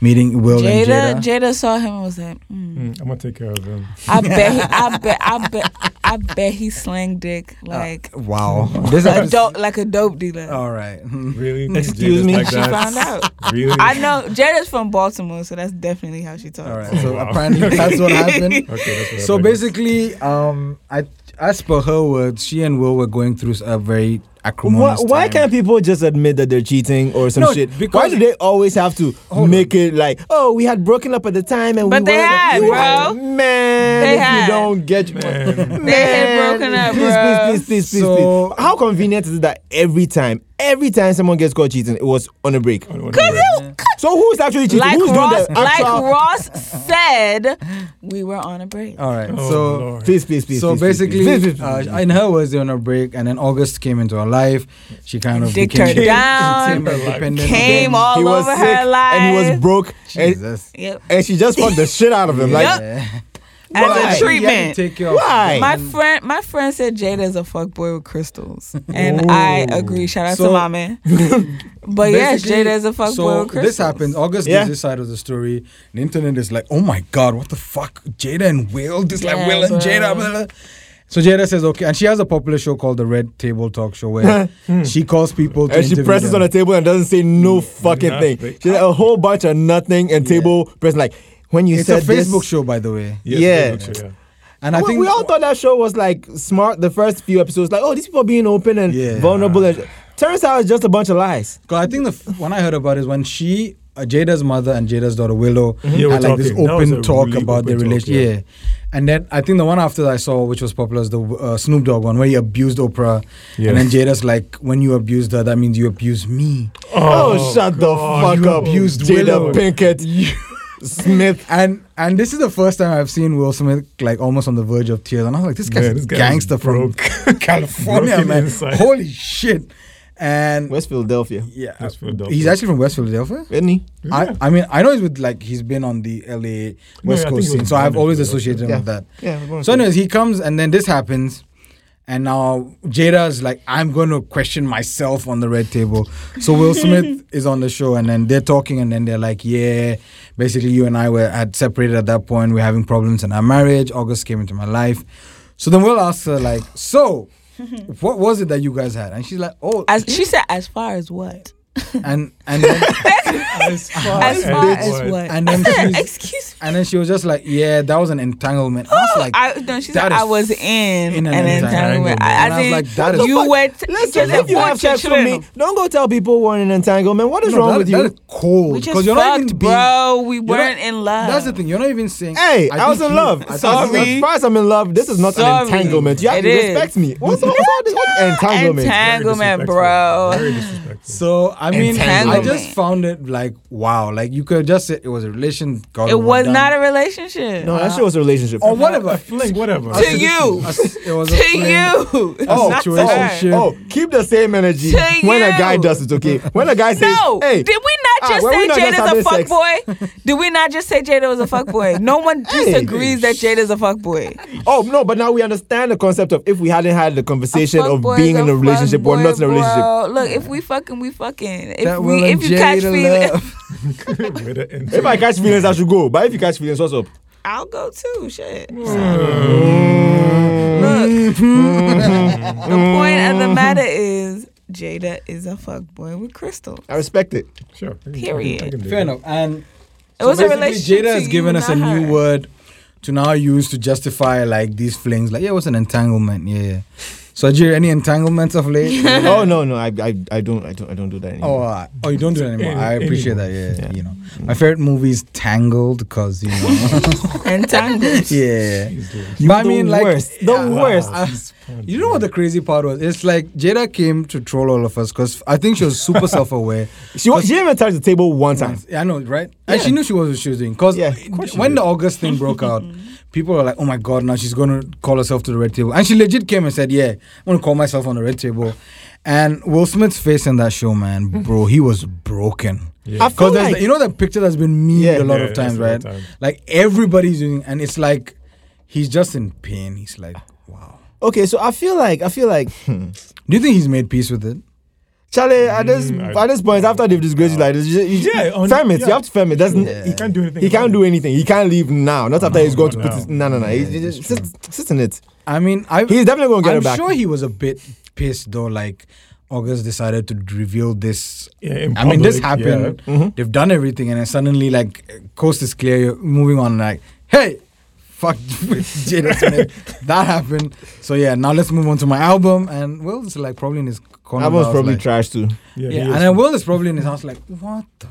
[SPEAKER 1] meeting Will
[SPEAKER 4] Jada,
[SPEAKER 1] and Jada.
[SPEAKER 4] Jada saw him and was like, mm,
[SPEAKER 3] Mm, I'm gonna take care of him.
[SPEAKER 4] I bet, he, I bet, I bet, I bet he slang dick like
[SPEAKER 1] Uh,
[SPEAKER 4] <laughs>
[SPEAKER 1] Wow, this Oh
[SPEAKER 4] a
[SPEAKER 1] episode-
[SPEAKER 4] dope, like a dope dealer.
[SPEAKER 1] All right, <laughs>
[SPEAKER 3] Really?
[SPEAKER 2] Excuse
[SPEAKER 3] Jada's
[SPEAKER 2] me?
[SPEAKER 3] Like
[SPEAKER 4] she
[SPEAKER 3] that?
[SPEAKER 4] found out.
[SPEAKER 3] Really?
[SPEAKER 4] I know Jada's from Baltimore, so that's definitely how she talks.
[SPEAKER 1] all right. So
[SPEAKER 3] wow.
[SPEAKER 1] apparently, that's what happened.
[SPEAKER 3] Okay. That's
[SPEAKER 4] <laughs>
[SPEAKER 3] what
[SPEAKER 1] So
[SPEAKER 3] I figured.
[SPEAKER 1] basically, um, I, as per her words, she and Will were going through a very
[SPEAKER 2] Why,
[SPEAKER 1] acrimonious
[SPEAKER 2] why
[SPEAKER 1] time.
[SPEAKER 2] can't people just admit that they're cheating or some
[SPEAKER 1] No,
[SPEAKER 2] shit? Why
[SPEAKER 1] because-
[SPEAKER 2] do they always have to
[SPEAKER 1] Hold
[SPEAKER 2] make it like, oh, we had broken up at the time and
[SPEAKER 4] But
[SPEAKER 2] we
[SPEAKER 4] they
[SPEAKER 2] weren't-
[SPEAKER 4] had,
[SPEAKER 2] we weren't-
[SPEAKER 4] bro.
[SPEAKER 2] Man,
[SPEAKER 4] They
[SPEAKER 2] if
[SPEAKER 4] had.
[SPEAKER 2] you don't get
[SPEAKER 3] Man.
[SPEAKER 4] They had broken up,
[SPEAKER 2] please,
[SPEAKER 4] bro.
[SPEAKER 2] Please, please, please, please,
[SPEAKER 1] So-
[SPEAKER 2] please. How convenient is it that every time, every time someone gets caught cheating, it was on a break?
[SPEAKER 3] On- on the
[SPEAKER 4] Cause
[SPEAKER 3] break.
[SPEAKER 4] you,
[SPEAKER 2] So who's actually cheating?
[SPEAKER 4] like
[SPEAKER 2] who's
[SPEAKER 4] Ross,
[SPEAKER 2] doing the
[SPEAKER 4] like
[SPEAKER 2] actual?
[SPEAKER 4] Ross said, we were on a break.
[SPEAKER 1] All right.
[SPEAKER 3] Oh,
[SPEAKER 1] so
[SPEAKER 3] Lord.
[SPEAKER 2] please, please, please.
[SPEAKER 1] so
[SPEAKER 2] please, please,
[SPEAKER 1] basically,
[SPEAKER 2] please, please, please,
[SPEAKER 1] uh, in her words, they were on a break, and then August came into her life. She kind of
[SPEAKER 4] Dick
[SPEAKER 1] became <laughs>
[SPEAKER 4] her down,
[SPEAKER 1] became independent
[SPEAKER 4] came
[SPEAKER 1] again.
[SPEAKER 4] all
[SPEAKER 2] he was
[SPEAKER 4] over
[SPEAKER 2] sick
[SPEAKER 4] her life.
[SPEAKER 2] and he was broke, and,
[SPEAKER 1] Jesus.
[SPEAKER 4] Yep.
[SPEAKER 2] and she just fucked the shit out of him. Like,
[SPEAKER 1] Yeah.
[SPEAKER 2] Why?
[SPEAKER 4] As a
[SPEAKER 1] She had to
[SPEAKER 4] treatment.
[SPEAKER 1] take care of
[SPEAKER 2] Why?
[SPEAKER 4] My friend, my friend said Jada is a fuck boy with crystals, and I agree. Shout out
[SPEAKER 1] So-
[SPEAKER 4] to my man. but yes,
[SPEAKER 1] Basically,
[SPEAKER 4] Jada is a fuck
[SPEAKER 1] so
[SPEAKER 4] boy with crystals.
[SPEAKER 1] this happened. August
[SPEAKER 2] Yeah.
[SPEAKER 1] gives this side of the story. The internet is like, oh my god, what the fuck? Jada and Will, this like
[SPEAKER 4] Yeah,
[SPEAKER 1] Will and
[SPEAKER 4] bro.
[SPEAKER 1] Jada. Blah, blah. So Jada says okay, and she has a popular show called the Red Table Talk Show where she calls people to
[SPEAKER 2] and she
[SPEAKER 1] interview
[SPEAKER 2] presses
[SPEAKER 1] them.
[SPEAKER 2] on the table and doesn't say no fucking
[SPEAKER 3] Nothing.
[SPEAKER 2] thing. She said a whole bunch of nothing and table pressing like when you
[SPEAKER 1] It's a
[SPEAKER 2] said
[SPEAKER 1] Facebook
[SPEAKER 2] this,
[SPEAKER 1] show, by the way,
[SPEAKER 3] Yes,
[SPEAKER 2] Yeah.
[SPEAKER 3] they look so, yeah.
[SPEAKER 1] and
[SPEAKER 2] We,
[SPEAKER 1] I think
[SPEAKER 2] we all thought that show was like smart. The first few episodes, like oh, these people are being open and
[SPEAKER 1] Yeah.
[SPEAKER 2] vulnerable. And, turns out it's just a bunch of lies.
[SPEAKER 1] Cause I think the f- when I heard about it is when she, uh, Jada's mother and Jada's daughter Willow,
[SPEAKER 3] Mm-hmm. Yeah, we're
[SPEAKER 1] had like this
[SPEAKER 3] talking. That was
[SPEAKER 1] open
[SPEAKER 3] a
[SPEAKER 1] talk
[SPEAKER 3] really
[SPEAKER 1] about their
[SPEAKER 3] open talk,
[SPEAKER 1] relationship.
[SPEAKER 3] yeah.
[SPEAKER 1] yeah. and then I think the one after that I saw, which was popular, is the uh, Snoop Dogg one where he abused Oprah,
[SPEAKER 3] Yeah.
[SPEAKER 1] and then Jada's like, "When you abused her, that means you abused me."
[SPEAKER 2] Oh, shut the fuck
[SPEAKER 1] you
[SPEAKER 2] up,
[SPEAKER 1] abused
[SPEAKER 2] Jada
[SPEAKER 1] Willow.
[SPEAKER 2] Pinkett Smith.
[SPEAKER 1] And and this is the first time I've seen Will Smith like almost on the verge of tears, and I was like, "This guy's
[SPEAKER 3] Man,
[SPEAKER 1] a
[SPEAKER 3] this guy is
[SPEAKER 1] gangster from
[SPEAKER 3] broke.
[SPEAKER 1] <laughs> California,
[SPEAKER 3] Broken
[SPEAKER 1] man!
[SPEAKER 3] inside.
[SPEAKER 1] Holy shit!" And
[SPEAKER 2] West Philadelphia,
[SPEAKER 1] yeah,
[SPEAKER 3] West Philadelphia.
[SPEAKER 1] he's actually from West Philadelphia.
[SPEAKER 2] isn't he?
[SPEAKER 1] I, I mean, I know he's with like he's been on the LA West Coast
[SPEAKER 3] I think he was
[SPEAKER 1] scene, so I've
[SPEAKER 3] born
[SPEAKER 1] always
[SPEAKER 3] in Philadelphia.
[SPEAKER 1] associated him
[SPEAKER 2] Yeah.
[SPEAKER 1] with that.
[SPEAKER 2] Yeah. we're going
[SPEAKER 1] So,
[SPEAKER 2] to-
[SPEAKER 1] anyways, he comes and then this happens, and now Jada's like, I'm going to question myself on the red table. So
[SPEAKER 3] <laughs>
[SPEAKER 1] Will Smith is on the show, and then they're talking, and then they're like, Yeah, basically, you and I were had separated at that point. We're having problems in our marriage. August came into my life. So then Will asks her like,
[SPEAKER 3] <laughs>
[SPEAKER 1] So. What was it that you guys had? And she's like, oh,
[SPEAKER 4] As she said, as far as what?
[SPEAKER 1] and and then,
[SPEAKER 3] As
[SPEAKER 1] Oh, <laughs>
[SPEAKER 3] far
[SPEAKER 4] <laughs> As far
[SPEAKER 1] bitch.
[SPEAKER 4] as what?
[SPEAKER 1] and then
[SPEAKER 4] I said,
[SPEAKER 1] she's-
[SPEAKER 4] excuse me.
[SPEAKER 1] And then she was just like, "Yeah, that was an entanglement." I
[SPEAKER 2] <laughs>
[SPEAKER 1] was like,
[SPEAKER 4] Oh, I, no, she
[SPEAKER 1] that
[SPEAKER 4] said
[SPEAKER 1] is
[SPEAKER 4] I was in,
[SPEAKER 1] in an
[SPEAKER 4] an, entanglement.
[SPEAKER 3] entanglement.
[SPEAKER 4] I,
[SPEAKER 1] And I
[SPEAKER 4] I,
[SPEAKER 1] was
[SPEAKER 4] think
[SPEAKER 1] like, that is-
[SPEAKER 4] you were. T-
[SPEAKER 2] Listen, if you have sex with me, don't go tell people we're in an entanglement. What is
[SPEAKER 1] No,
[SPEAKER 2] wrong
[SPEAKER 1] that-
[SPEAKER 2] with
[SPEAKER 1] that
[SPEAKER 2] you?
[SPEAKER 1] is
[SPEAKER 2] oh,
[SPEAKER 1] cold
[SPEAKER 4] we just
[SPEAKER 1] because you're not even
[SPEAKER 4] fucked,
[SPEAKER 1] being-
[SPEAKER 4] bro. We
[SPEAKER 1] not-
[SPEAKER 4] weren't in love.
[SPEAKER 1] That's the thing. You're not even saying.
[SPEAKER 2] Hey, I,
[SPEAKER 1] think
[SPEAKER 2] was in
[SPEAKER 1] he-
[SPEAKER 2] love.
[SPEAKER 1] I think
[SPEAKER 2] Sorry.
[SPEAKER 1] he-
[SPEAKER 2] As far as I'm in love, this is not
[SPEAKER 4] Sorry.
[SPEAKER 2] an entanglement. You have
[SPEAKER 4] It
[SPEAKER 2] to
[SPEAKER 4] is.
[SPEAKER 2] respect me. What's all what's all this? What entanglement?
[SPEAKER 3] Very
[SPEAKER 4] Entanglement,
[SPEAKER 3] disrespectful.
[SPEAKER 4] bro.
[SPEAKER 3] <laughs> Very disrespectful.
[SPEAKER 1] So I mean, I
[SPEAKER 4] Entanglement.
[SPEAKER 1] just found it like wow. Like you could just say it was a relation. Got
[SPEAKER 4] It was not a relationship.
[SPEAKER 2] no, that shit
[SPEAKER 4] <laughs>
[SPEAKER 2] was Oh, a relationship.
[SPEAKER 1] or whatever.
[SPEAKER 3] a fling, whatever.
[SPEAKER 1] A
[SPEAKER 4] To you.
[SPEAKER 1] A s- it was a
[SPEAKER 4] to
[SPEAKER 1] fling.
[SPEAKER 4] you.
[SPEAKER 2] <laughs>
[SPEAKER 1] Oh,
[SPEAKER 4] Not to her.
[SPEAKER 1] situationship.
[SPEAKER 2] Oh, keep the same energy
[SPEAKER 4] To
[SPEAKER 2] when a
[SPEAKER 4] you.
[SPEAKER 2] guy does it, okay? When a guy says,
[SPEAKER 4] No,
[SPEAKER 2] hey,
[SPEAKER 4] did we not
[SPEAKER 2] ah,
[SPEAKER 4] just
[SPEAKER 2] were we not
[SPEAKER 4] say
[SPEAKER 2] just
[SPEAKER 4] Jada's a
[SPEAKER 2] having
[SPEAKER 4] fuck
[SPEAKER 2] sex? <laughs>
[SPEAKER 4] boy? did we not just say Jada was a fuck boy? No one disagrees that Jada's a fuck boy.
[SPEAKER 2] <laughs> oh, no, but now we understand the concept of if we hadn't had the conversation
[SPEAKER 4] fuck
[SPEAKER 2] of
[SPEAKER 4] boy
[SPEAKER 2] being
[SPEAKER 4] is
[SPEAKER 2] in a
[SPEAKER 4] fuck
[SPEAKER 2] relationship or
[SPEAKER 4] boy,
[SPEAKER 2] not in a relationship.
[SPEAKER 4] bro. Look, if we fucking, we fucking. If
[SPEAKER 1] That
[SPEAKER 4] we,
[SPEAKER 1] Will and
[SPEAKER 4] if you catch
[SPEAKER 1] Jada
[SPEAKER 4] <laughs> feelings,
[SPEAKER 1] love.
[SPEAKER 3] With an
[SPEAKER 2] If I catch feelings, I should go. But if you catch feelings, what's up?
[SPEAKER 4] I'll go too. Shit.
[SPEAKER 2] Mm.
[SPEAKER 4] Look,
[SPEAKER 2] Mm-hmm.
[SPEAKER 4] <laughs> the point of the matter is Jada is a fuck boy with Crystal.
[SPEAKER 2] I respect
[SPEAKER 4] <laughs>
[SPEAKER 2] it.
[SPEAKER 3] Sure. I can- I can-
[SPEAKER 4] Period.
[SPEAKER 3] I can do
[SPEAKER 1] Fair
[SPEAKER 3] that.
[SPEAKER 1] enough. And
[SPEAKER 4] It was a
[SPEAKER 1] basically,
[SPEAKER 4] relationship.
[SPEAKER 1] Jada
[SPEAKER 4] to
[SPEAKER 1] has
[SPEAKER 4] you,
[SPEAKER 1] given us a
[SPEAKER 4] not
[SPEAKER 1] new
[SPEAKER 4] her. <laughs>
[SPEAKER 1] word to now use to justify like these flings. Like yeah, it was an entanglement. Yeah. yeah. So, Jerry, any entanglements of late?
[SPEAKER 4] <laughs>
[SPEAKER 2] oh no, no, I, I, I don't, I don't, I don't do
[SPEAKER 1] Oh,
[SPEAKER 2] that anymore.
[SPEAKER 1] uh, oh, you don't do it anymore.
[SPEAKER 3] Any-
[SPEAKER 1] I appreciate
[SPEAKER 3] anymore.
[SPEAKER 1] that. Yeah, you know, my favorite movie is Tangled because
[SPEAKER 4] <laughs>
[SPEAKER 1] you know.
[SPEAKER 4] Entangled.
[SPEAKER 1] yeah,
[SPEAKER 3] Jeez,
[SPEAKER 1] but I
[SPEAKER 2] the
[SPEAKER 1] mean, like
[SPEAKER 2] worst. The
[SPEAKER 1] yeah,
[SPEAKER 2] worst.
[SPEAKER 1] I-
[SPEAKER 3] Jeez, Lord.
[SPEAKER 1] <laughs> you know what the crazy part was? It's like Jada came to troll all of us because I think she was
[SPEAKER 4] <laughs>
[SPEAKER 1] super self-aware.
[SPEAKER 2] She, wa- she didn't even touch the table one time.
[SPEAKER 1] Yeah, I know, right? And she knew she was what she was doing because
[SPEAKER 2] Yeah, of course she
[SPEAKER 1] when the August thing broke out, people were like, "Oh my God, now she's gonna call herself to the red table," and she legit came and said, "Yeah, I'm gonna call myself on the red table." And Will Smith's face in that show, man, bro, he was broken.
[SPEAKER 2] I feel
[SPEAKER 1] Because there's
[SPEAKER 2] like
[SPEAKER 1] the, you know that picture that's been memed
[SPEAKER 2] Yeah.
[SPEAKER 1] a lot
[SPEAKER 3] Yeah,
[SPEAKER 1] of
[SPEAKER 3] it's
[SPEAKER 1] times,
[SPEAKER 3] a lot
[SPEAKER 1] right?
[SPEAKER 3] of times.
[SPEAKER 1] Like everybody's doing, and it's like he's just in pain. He's like, wow.
[SPEAKER 2] okay. So I feel like I feel like
[SPEAKER 1] Do you think he's made peace with it?
[SPEAKER 2] Charlie at this
[SPEAKER 3] Mm, I-
[SPEAKER 2] at this point after they've disgraced you like this, you, you,
[SPEAKER 3] Yeah, on-
[SPEAKER 2] firm it. You
[SPEAKER 3] yeah.
[SPEAKER 2] have to firm it. That's
[SPEAKER 3] He can't do anything.
[SPEAKER 2] He can't
[SPEAKER 3] about
[SPEAKER 2] do anything. He can't leave now. Not after he's
[SPEAKER 3] No,
[SPEAKER 2] going
[SPEAKER 3] not
[SPEAKER 2] to put
[SPEAKER 3] now.
[SPEAKER 2] his. No, no, no. He- he-
[SPEAKER 1] Yeah,
[SPEAKER 2] just sit, sit in it.
[SPEAKER 1] I mean, I,
[SPEAKER 2] He's definitely going to get
[SPEAKER 1] I'm
[SPEAKER 2] it back.
[SPEAKER 1] sure he was a bit pissed though. Like August decided to reveal this.
[SPEAKER 3] Yeah, in
[SPEAKER 1] I mean, this
[SPEAKER 3] public, yeah.
[SPEAKER 1] happened. They've done everything, and then suddenly, like, coast is clear. You're moving on. Like, hey, fuck <laughs> with Jada Smith. that happened. So yeah, now let's move on to my album. And Will is like probably in his corner.
[SPEAKER 2] I was
[SPEAKER 1] now,
[SPEAKER 2] probably
[SPEAKER 1] like,
[SPEAKER 2] trash too.
[SPEAKER 1] Yeah,
[SPEAKER 3] Yeah, he
[SPEAKER 1] and
[SPEAKER 3] is-
[SPEAKER 1] then Will is probably in his house. Like, what the.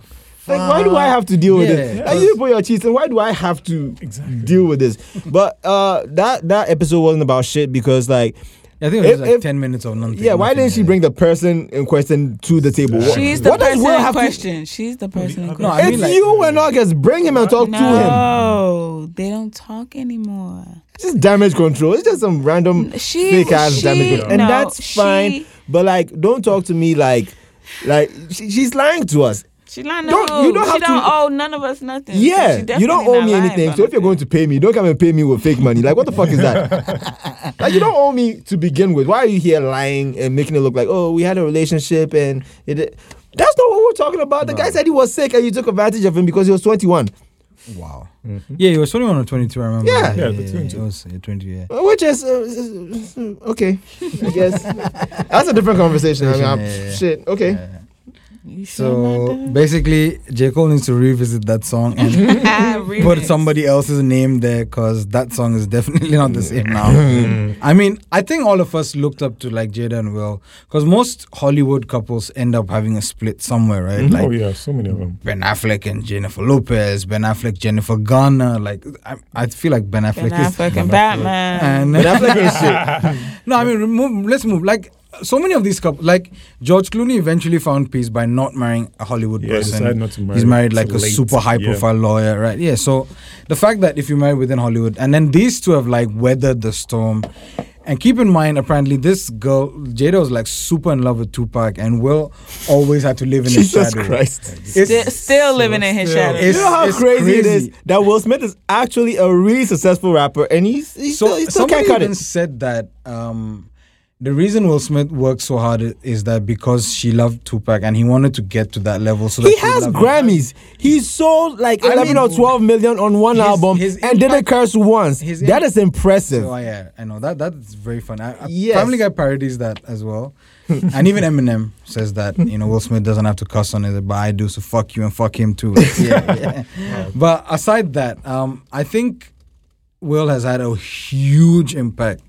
[SPEAKER 2] Like, why do I have to deal with
[SPEAKER 1] Yeah.
[SPEAKER 2] this? Like, you put your cheats, and why do I have to
[SPEAKER 3] Exactly.
[SPEAKER 2] deal with this? But uh, that that episode wasn't about shit because like,
[SPEAKER 1] I think it was
[SPEAKER 2] If-
[SPEAKER 1] like
[SPEAKER 2] if-
[SPEAKER 1] ten minutes of nothing.
[SPEAKER 2] yeah, why didn't she
[SPEAKER 1] nothing,
[SPEAKER 2] bring the person in question to the table? What-
[SPEAKER 4] She's the
[SPEAKER 2] what does
[SPEAKER 4] person
[SPEAKER 2] Will
[SPEAKER 4] in
[SPEAKER 2] have to-
[SPEAKER 4] question. She's the person in
[SPEAKER 3] other-
[SPEAKER 1] No, I
[SPEAKER 4] question.
[SPEAKER 1] mean,
[SPEAKER 2] it's
[SPEAKER 1] like- mm.
[SPEAKER 2] you and August. Bring him and talk to him.
[SPEAKER 4] No, they don't talk anymore.
[SPEAKER 2] It's just damage control. It's just some random
[SPEAKER 4] She-
[SPEAKER 2] fake ass
[SPEAKER 4] she-
[SPEAKER 2] damage control, and
[SPEAKER 4] no,
[SPEAKER 2] that's
[SPEAKER 4] she-
[SPEAKER 2] fine. But like, don't talk to me like, like she, she's lying to us.
[SPEAKER 4] She not
[SPEAKER 2] Don't-
[SPEAKER 4] know.
[SPEAKER 2] you don't
[SPEAKER 4] she
[SPEAKER 2] have
[SPEAKER 4] don't
[SPEAKER 2] to-
[SPEAKER 4] owe none of us nothing. So she
[SPEAKER 2] Yeah, you
[SPEAKER 4] definitely
[SPEAKER 2] don't owe
[SPEAKER 4] not
[SPEAKER 2] me
[SPEAKER 4] lying
[SPEAKER 2] anything.
[SPEAKER 4] about
[SPEAKER 2] So if you're
[SPEAKER 4] nothing.
[SPEAKER 2] going to pay me, don't come and pay me with fake money. Like, what the fuck is that?
[SPEAKER 4] <laughs>
[SPEAKER 2] like, you don't owe me to begin with. Why are you here lying and making it look like, oh, we had a relationship and it? That's not what we're talking about. The guy said he was sick and you took advantage of him because he was 21,
[SPEAKER 1] yeah. Wow.
[SPEAKER 3] Mm-hmm.
[SPEAKER 1] Yeah, he was 21 or 22. I remember.
[SPEAKER 2] Yeah.
[SPEAKER 1] yeah,
[SPEAKER 3] Yeah,
[SPEAKER 1] yeah,
[SPEAKER 3] between
[SPEAKER 1] yeah,
[SPEAKER 3] two.
[SPEAKER 1] it was yeah, 20. Yeah.
[SPEAKER 2] which is uh, uh, okay. I guess that's a different conversation. I mean, I'm,
[SPEAKER 1] Yeah, yeah, yeah.
[SPEAKER 2] shit. Okay.
[SPEAKER 1] Yeah.
[SPEAKER 4] You
[SPEAKER 3] Oh
[SPEAKER 4] sure
[SPEAKER 1] So
[SPEAKER 4] about that?
[SPEAKER 1] basically, J Cole needs to revisit that song and
[SPEAKER 3] <laughs>
[SPEAKER 4] <laughs>
[SPEAKER 1] put
[SPEAKER 4] Remix.
[SPEAKER 1] somebody else's name there because that song is definitely not the same
[SPEAKER 3] <laughs>
[SPEAKER 1] now. I mean, I think all of us looked up to like Jada and Will because most Hollywood couples end up having a split somewhere, right? Like
[SPEAKER 3] oh yeah, so many of them.
[SPEAKER 1] Ben Affleck and Jennifer Lopez, Ben Affleck, Jennifer Garner. Like, I, I feel like Ben Affleck
[SPEAKER 2] <laughs>
[SPEAKER 4] Ben
[SPEAKER 1] is.
[SPEAKER 4] Affleck and Batman.
[SPEAKER 1] And
[SPEAKER 2] But I'm like, hey, shit.
[SPEAKER 1] <laughs> no, I mean, remove, let's move. Like, so many of these couples, like, George Clooney eventually found peace by not marrying a Hollywood
[SPEAKER 3] Yeah,
[SPEAKER 1] person.
[SPEAKER 3] decided not to marry.
[SPEAKER 1] He's married like
[SPEAKER 3] till
[SPEAKER 1] a
[SPEAKER 3] late.
[SPEAKER 1] super high
[SPEAKER 3] Yeah.
[SPEAKER 1] profile lawyer, right? Yeah. So the fact that if you marry within Hollywood, and then these two have like weathered the storm. And keep in mind, apparently, this girl, Jada, was like super in love with Tupac, and Will always had to live in his
[SPEAKER 2] <laughs> Jesus
[SPEAKER 1] shadow.
[SPEAKER 2] Christ.
[SPEAKER 1] It's-
[SPEAKER 4] still, still living in his
[SPEAKER 3] still-
[SPEAKER 4] shadow.
[SPEAKER 1] It's-
[SPEAKER 2] you know how
[SPEAKER 1] it's
[SPEAKER 2] crazy, it
[SPEAKER 1] crazy.
[SPEAKER 2] is that Will Smith is actually a really successful rapper, and he's, he's
[SPEAKER 1] so
[SPEAKER 2] still, he still
[SPEAKER 1] somebody
[SPEAKER 2] can't cut
[SPEAKER 1] even
[SPEAKER 2] it.
[SPEAKER 1] said that um, the reason Will Smith worked so hard i- is that because she loved Tupac and he wanted to get to that level. So that
[SPEAKER 2] He
[SPEAKER 1] she
[SPEAKER 2] has
[SPEAKER 1] loved him.
[SPEAKER 2] Grammys. He sold like
[SPEAKER 1] I
[SPEAKER 2] 11 or
[SPEAKER 1] mean,
[SPEAKER 2] 12 million on one
[SPEAKER 1] his-
[SPEAKER 2] album
[SPEAKER 1] his
[SPEAKER 2] and didn't
[SPEAKER 1] impact-
[SPEAKER 2] curse once.
[SPEAKER 1] his
[SPEAKER 2] That
[SPEAKER 1] im-
[SPEAKER 2] is impressive.
[SPEAKER 1] Oh yeah, I know that. That's very fun. I, I,
[SPEAKER 2] Yes.
[SPEAKER 1] Family Guy parodies that as well, <laughs> and even Eminem says that you know Will Smith doesn't have to cuss on it, but I do. So fuck you and fuck him too. <laughs> yeah, yeah. <laughs> But aside that, um, I think Will has had a huge impact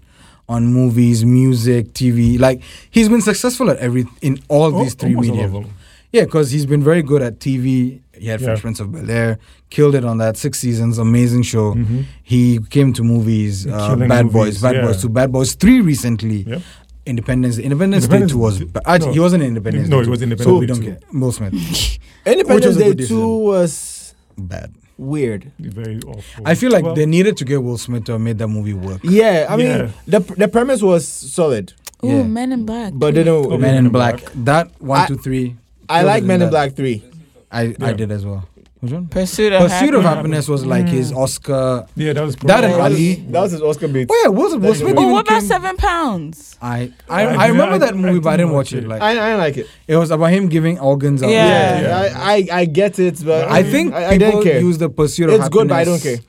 [SPEAKER 1] on movies, music, TV. Like he's been successful at every in all
[SPEAKER 3] Al-
[SPEAKER 1] these three
[SPEAKER 3] Oh, almost all of
[SPEAKER 1] mediums.
[SPEAKER 3] them.
[SPEAKER 1] Yeah, because he's been very good at TV. He had
[SPEAKER 3] Yeah.
[SPEAKER 1] Fresh Prince of Bel Air, killed it on that six seasons, amazing show. He came to movies, uh,
[SPEAKER 3] Mm-hmm. Killing
[SPEAKER 1] Bad Boys,
[SPEAKER 3] movies,
[SPEAKER 1] Bad
[SPEAKER 3] yeah.
[SPEAKER 1] Boys Two, Bad Boys Three recently.
[SPEAKER 3] Yep.
[SPEAKER 1] Independence, Independence,
[SPEAKER 3] Independence
[SPEAKER 1] Day Two was
[SPEAKER 3] Day-
[SPEAKER 1] ba- actually,
[SPEAKER 3] no.
[SPEAKER 1] he wasn't in Independence.
[SPEAKER 3] No,
[SPEAKER 1] Day
[SPEAKER 3] it
[SPEAKER 1] two,
[SPEAKER 3] was Independence
[SPEAKER 1] So we
[SPEAKER 3] Day
[SPEAKER 1] don't
[SPEAKER 3] two.
[SPEAKER 1] care. Will Smith, <laughs> Which
[SPEAKER 2] Independence
[SPEAKER 1] was a
[SPEAKER 2] Day
[SPEAKER 1] good
[SPEAKER 2] 2
[SPEAKER 1] decision.
[SPEAKER 2] was.
[SPEAKER 1] bad.
[SPEAKER 2] Weird.
[SPEAKER 3] Very awful.
[SPEAKER 1] I feel like
[SPEAKER 3] Well,
[SPEAKER 1] they needed to get Will Smith to have made that movie work.
[SPEAKER 2] Yeah, I mean,
[SPEAKER 3] Yeah.
[SPEAKER 2] the the premise was solid,
[SPEAKER 4] Ooh,
[SPEAKER 1] Yeah.
[SPEAKER 4] Men in Black.
[SPEAKER 2] but
[SPEAKER 4] too.
[SPEAKER 2] didn't.
[SPEAKER 3] Okay.
[SPEAKER 1] Men in
[SPEAKER 3] in
[SPEAKER 1] Black.
[SPEAKER 3] Black.
[SPEAKER 1] That one,
[SPEAKER 2] I-
[SPEAKER 1] two, three.
[SPEAKER 2] I
[SPEAKER 1] killed
[SPEAKER 2] like
[SPEAKER 1] it in
[SPEAKER 2] Men in
[SPEAKER 1] that.
[SPEAKER 2] Black Three.
[SPEAKER 1] I, I
[SPEAKER 3] Yeah.
[SPEAKER 1] did as well. Which one?
[SPEAKER 4] Pursuit of
[SPEAKER 1] Pursuit of
[SPEAKER 4] Happiness.
[SPEAKER 1] Happiness was like his
[SPEAKER 3] Mm.
[SPEAKER 1] Oscar.
[SPEAKER 3] Yeah, that was
[SPEAKER 1] That and
[SPEAKER 3] probably-
[SPEAKER 1] Ali.
[SPEAKER 2] That was his Oscar bait.
[SPEAKER 1] Oh yeah, Will, Will
[SPEAKER 2] you
[SPEAKER 1] Smith.
[SPEAKER 2] go.
[SPEAKER 4] Oh,
[SPEAKER 1] even
[SPEAKER 4] what about
[SPEAKER 1] came-
[SPEAKER 4] Seven Pounds?
[SPEAKER 1] I I,
[SPEAKER 3] I-
[SPEAKER 1] I remember
[SPEAKER 3] I-
[SPEAKER 1] that
[SPEAKER 3] I
[SPEAKER 1] movie, but I didn't
[SPEAKER 3] didn't
[SPEAKER 1] watch
[SPEAKER 3] watch
[SPEAKER 1] it.
[SPEAKER 3] it.
[SPEAKER 1] Like
[SPEAKER 2] I, I didn't like it.
[SPEAKER 1] it was about him giving organs. out.
[SPEAKER 4] Yeah.
[SPEAKER 2] Yeah,
[SPEAKER 3] Yeah.
[SPEAKER 2] I, I, I get it, but
[SPEAKER 1] I think
[SPEAKER 2] I, I
[SPEAKER 1] people
[SPEAKER 2] didn't care.
[SPEAKER 1] use the pursuit of
[SPEAKER 2] It's good, but I don't
[SPEAKER 1] Happiness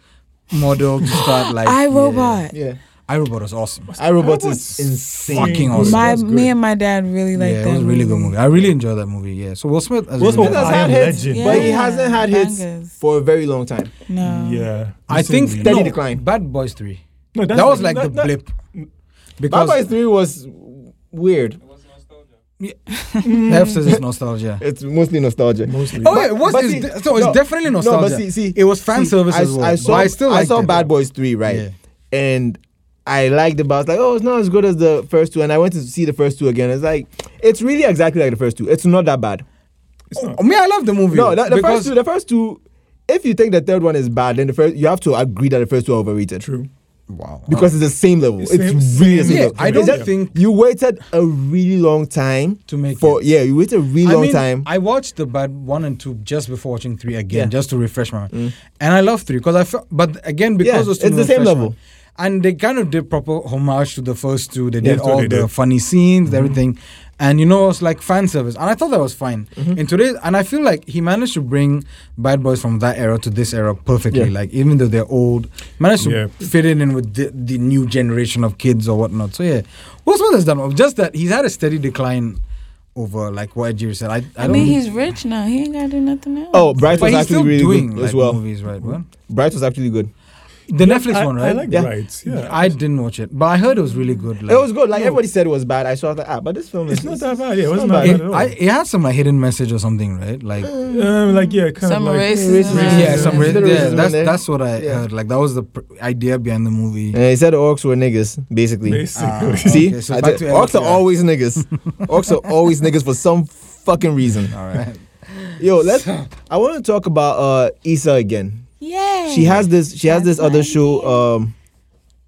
[SPEAKER 1] Model to
[SPEAKER 2] <laughs>
[SPEAKER 1] start like
[SPEAKER 4] I Robot.
[SPEAKER 2] yeah,
[SPEAKER 1] Yeah. iRobot was awesome.
[SPEAKER 2] I Robot
[SPEAKER 3] Robot's
[SPEAKER 2] is insane.
[SPEAKER 1] fucking awesome.
[SPEAKER 4] My
[SPEAKER 3] That's
[SPEAKER 4] me
[SPEAKER 3] good.
[SPEAKER 4] and my dad really like
[SPEAKER 1] yeah,
[SPEAKER 4] that.
[SPEAKER 1] it was a really good movie. I really enjoyed that movie. Yeah. So Will Smith. As
[SPEAKER 2] Will
[SPEAKER 1] you
[SPEAKER 2] Smith
[SPEAKER 1] know,
[SPEAKER 2] has
[SPEAKER 3] I
[SPEAKER 2] had
[SPEAKER 3] Am
[SPEAKER 2] hits,
[SPEAKER 3] Legend.
[SPEAKER 2] but he
[SPEAKER 4] Yeah.
[SPEAKER 2] hasn't had hits
[SPEAKER 4] Bangers.
[SPEAKER 2] for a very long time.
[SPEAKER 4] No.
[SPEAKER 3] Yeah.
[SPEAKER 1] I think
[SPEAKER 3] recently.
[SPEAKER 2] Steady
[SPEAKER 1] no,
[SPEAKER 2] decline.
[SPEAKER 1] Bad Boys Three.
[SPEAKER 3] No, that's
[SPEAKER 1] that was
[SPEAKER 3] not-
[SPEAKER 1] like the
[SPEAKER 3] that-
[SPEAKER 1] blip.
[SPEAKER 3] that-
[SPEAKER 2] Bad
[SPEAKER 1] Because
[SPEAKER 2] Boys Three was w- weird.
[SPEAKER 1] F says
[SPEAKER 2] <laughs>
[SPEAKER 1] it's nostalgia.
[SPEAKER 2] It's mostly nostalgia.
[SPEAKER 3] Mostly.
[SPEAKER 1] Oh yeah, it was.
[SPEAKER 2] but
[SPEAKER 1] it's
[SPEAKER 2] see-
[SPEAKER 1] de- so it's
[SPEAKER 2] no,
[SPEAKER 1] definitely
[SPEAKER 2] no, but
[SPEAKER 1] nostalgia.
[SPEAKER 2] see- see-
[SPEAKER 1] it was fan
[SPEAKER 2] See,
[SPEAKER 1] service
[SPEAKER 2] I,
[SPEAKER 1] as well.
[SPEAKER 2] I saw,
[SPEAKER 1] but I still liked
[SPEAKER 2] saw
[SPEAKER 1] it.
[SPEAKER 2] Bad Boys Three, right?
[SPEAKER 1] Yeah.
[SPEAKER 2] And I liked it, but I was like, oh, it's not as good as the first two. And I went to see the first two again. It's like, it's really exactly like the first two. It's not that bad.
[SPEAKER 3] It's not-
[SPEAKER 1] I mean, I love the movie.
[SPEAKER 2] No, the, the
[SPEAKER 1] because
[SPEAKER 2] first two. The first two. If you think the third one is bad, then the first you have to agree that the first two are overrated.
[SPEAKER 3] True.
[SPEAKER 1] Wow.
[SPEAKER 2] because it's the same level.
[SPEAKER 3] It's
[SPEAKER 2] it's
[SPEAKER 3] same-
[SPEAKER 2] really the
[SPEAKER 3] same
[SPEAKER 2] same
[SPEAKER 1] yeah,
[SPEAKER 2] level.
[SPEAKER 1] I
[SPEAKER 2] It's
[SPEAKER 1] don't
[SPEAKER 2] just
[SPEAKER 1] think
[SPEAKER 2] you waited a really long time
[SPEAKER 1] to make
[SPEAKER 2] for.
[SPEAKER 1] it.
[SPEAKER 2] Yeah, you waited a really
[SPEAKER 1] I
[SPEAKER 2] long
[SPEAKER 1] mean,
[SPEAKER 2] time.
[SPEAKER 1] I watched the bad one and two just before watching three again,
[SPEAKER 2] Yeah. Mm.
[SPEAKER 1] just to refresh my mind. And I love three because I felt, but again because
[SPEAKER 2] Yeah,
[SPEAKER 1] those two
[SPEAKER 2] it's the
[SPEAKER 1] were
[SPEAKER 2] same
[SPEAKER 1] fresh
[SPEAKER 2] level.
[SPEAKER 1] one. and they kind of did proper homage to the first two. They
[SPEAKER 2] Yeah, Mm-hmm.
[SPEAKER 1] did
[SPEAKER 3] that's what
[SPEAKER 1] all
[SPEAKER 3] they
[SPEAKER 1] the
[SPEAKER 3] did.
[SPEAKER 1] funny scenes, everything, and you know it was like fan service, and I thought that was fine.
[SPEAKER 2] Mm-hmm.
[SPEAKER 1] In today's, and I feel like he managed to bring Bad Boys from that era to this era perfectly.
[SPEAKER 2] Yeah.
[SPEAKER 1] Like even though they're old, managed to
[SPEAKER 3] Yeah.
[SPEAKER 1] fit it in with the, the new generation of kids or whatnot. So yeah, Will Smith has done well. Just that he's had a steady decline over like what Ajir said. I, I,
[SPEAKER 4] I
[SPEAKER 1] don't
[SPEAKER 4] mean, he's rich now. He ain't gotta do nothing else.
[SPEAKER 2] oh, Bright
[SPEAKER 1] but
[SPEAKER 2] was
[SPEAKER 1] he's
[SPEAKER 2] actually
[SPEAKER 1] still
[SPEAKER 2] really
[SPEAKER 1] doing
[SPEAKER 2] good
[SPEAKER 1] like,
[SPEAKER 2] as well.
[SPEAKER 1] movies, right? What?
[SPEAKER 2] Bright was actually good.
[SPEAKER 1] The Netflix
[SPEAKER 3] I,
[SPEAKER 1] one,
[SPEAKER 3] I
[SPEAKER 1] right?
[SPEAKER 3] like
[SPEAKER 2] Yeah.
[SPEAKER 3] rights. Yeah,
[SPEAKER 1] I didn't watch it, but I heard it was really good. Like,
[SPEAKER 2] it was good. Like
[SPEAKER 3] No.
[SPEAKER 2] everybody said, it was bad. I saw that. Ah, but this film
[SPEAKER 3] It's
[SPEAKER 2] is
[SPEAKER 3] not that bad. Yeah, it
[SPEAKER 2] it's
[SPEAKER 3] wasn't
[SPEAKER 2] not
[SPEAKER 3] that
[SPEAKER 2] bad. Mm-hmm.
[SPEAKER 3] bad
[SPEAKER 1] It,
[SPEAKER 3] at all.
[SPEAKER 1] I, it had some like hidden message or something, right? Like
[SPEAKER 3] Um, like yeah, kind
[SPEAKER 4] Some
[SPEAKER 3] of like
[SPEAKER 4] racism.
[SPEAKER 1] yeah,
[SPEAKER 4] Yeah,
[SPEAKER 1] some
[SPEAKER 2] there's
[SPEAKER 1] ra-
[SPEAKER 2] a little
[SPEAKER 1] yeah,
[SPEAKER 2] racism in
[SPEAKER 1] that's
[SPEAKER 2] there.
[SPEAKER 1] that's what I
[SPEAKER 2] eh? Yeah.
[SPEAKER 1] heard. Like that was the pr- idea behind the movie.
[SPEAKER 2] And he said orcs were niggas, basically.
[SPEAKER 3] Basically,
[SPEAKER 1] Ah.
[SPEAKER 2] See,
[SPEAKER 1] Okay, so
[SPEAKER 2] I
[SPEAKER 1] back
[SPEAKER 2] did-
[SPEAKER 1] to
[SPEAKER 2] orcs are
[SPEAKER 1] LFTR. <laughs>
[SPEAKER 2] always niggas. orcs are always niggas for some fucking reason.
[SPEAKER 1] All right,
[SPEAKER 2] Yo, let's. I want to talk about uh Issa again.
[SPEAKER 4] yeah.
[SPEAKER 2] She has this. She has this
[SPEAKER 4] That's
[SPEAKER 2] other
[SPEAKER 4] my
[SPEAKER 2] show.
[SPEAKER 4] idea.
[SPEAKER 2] Um,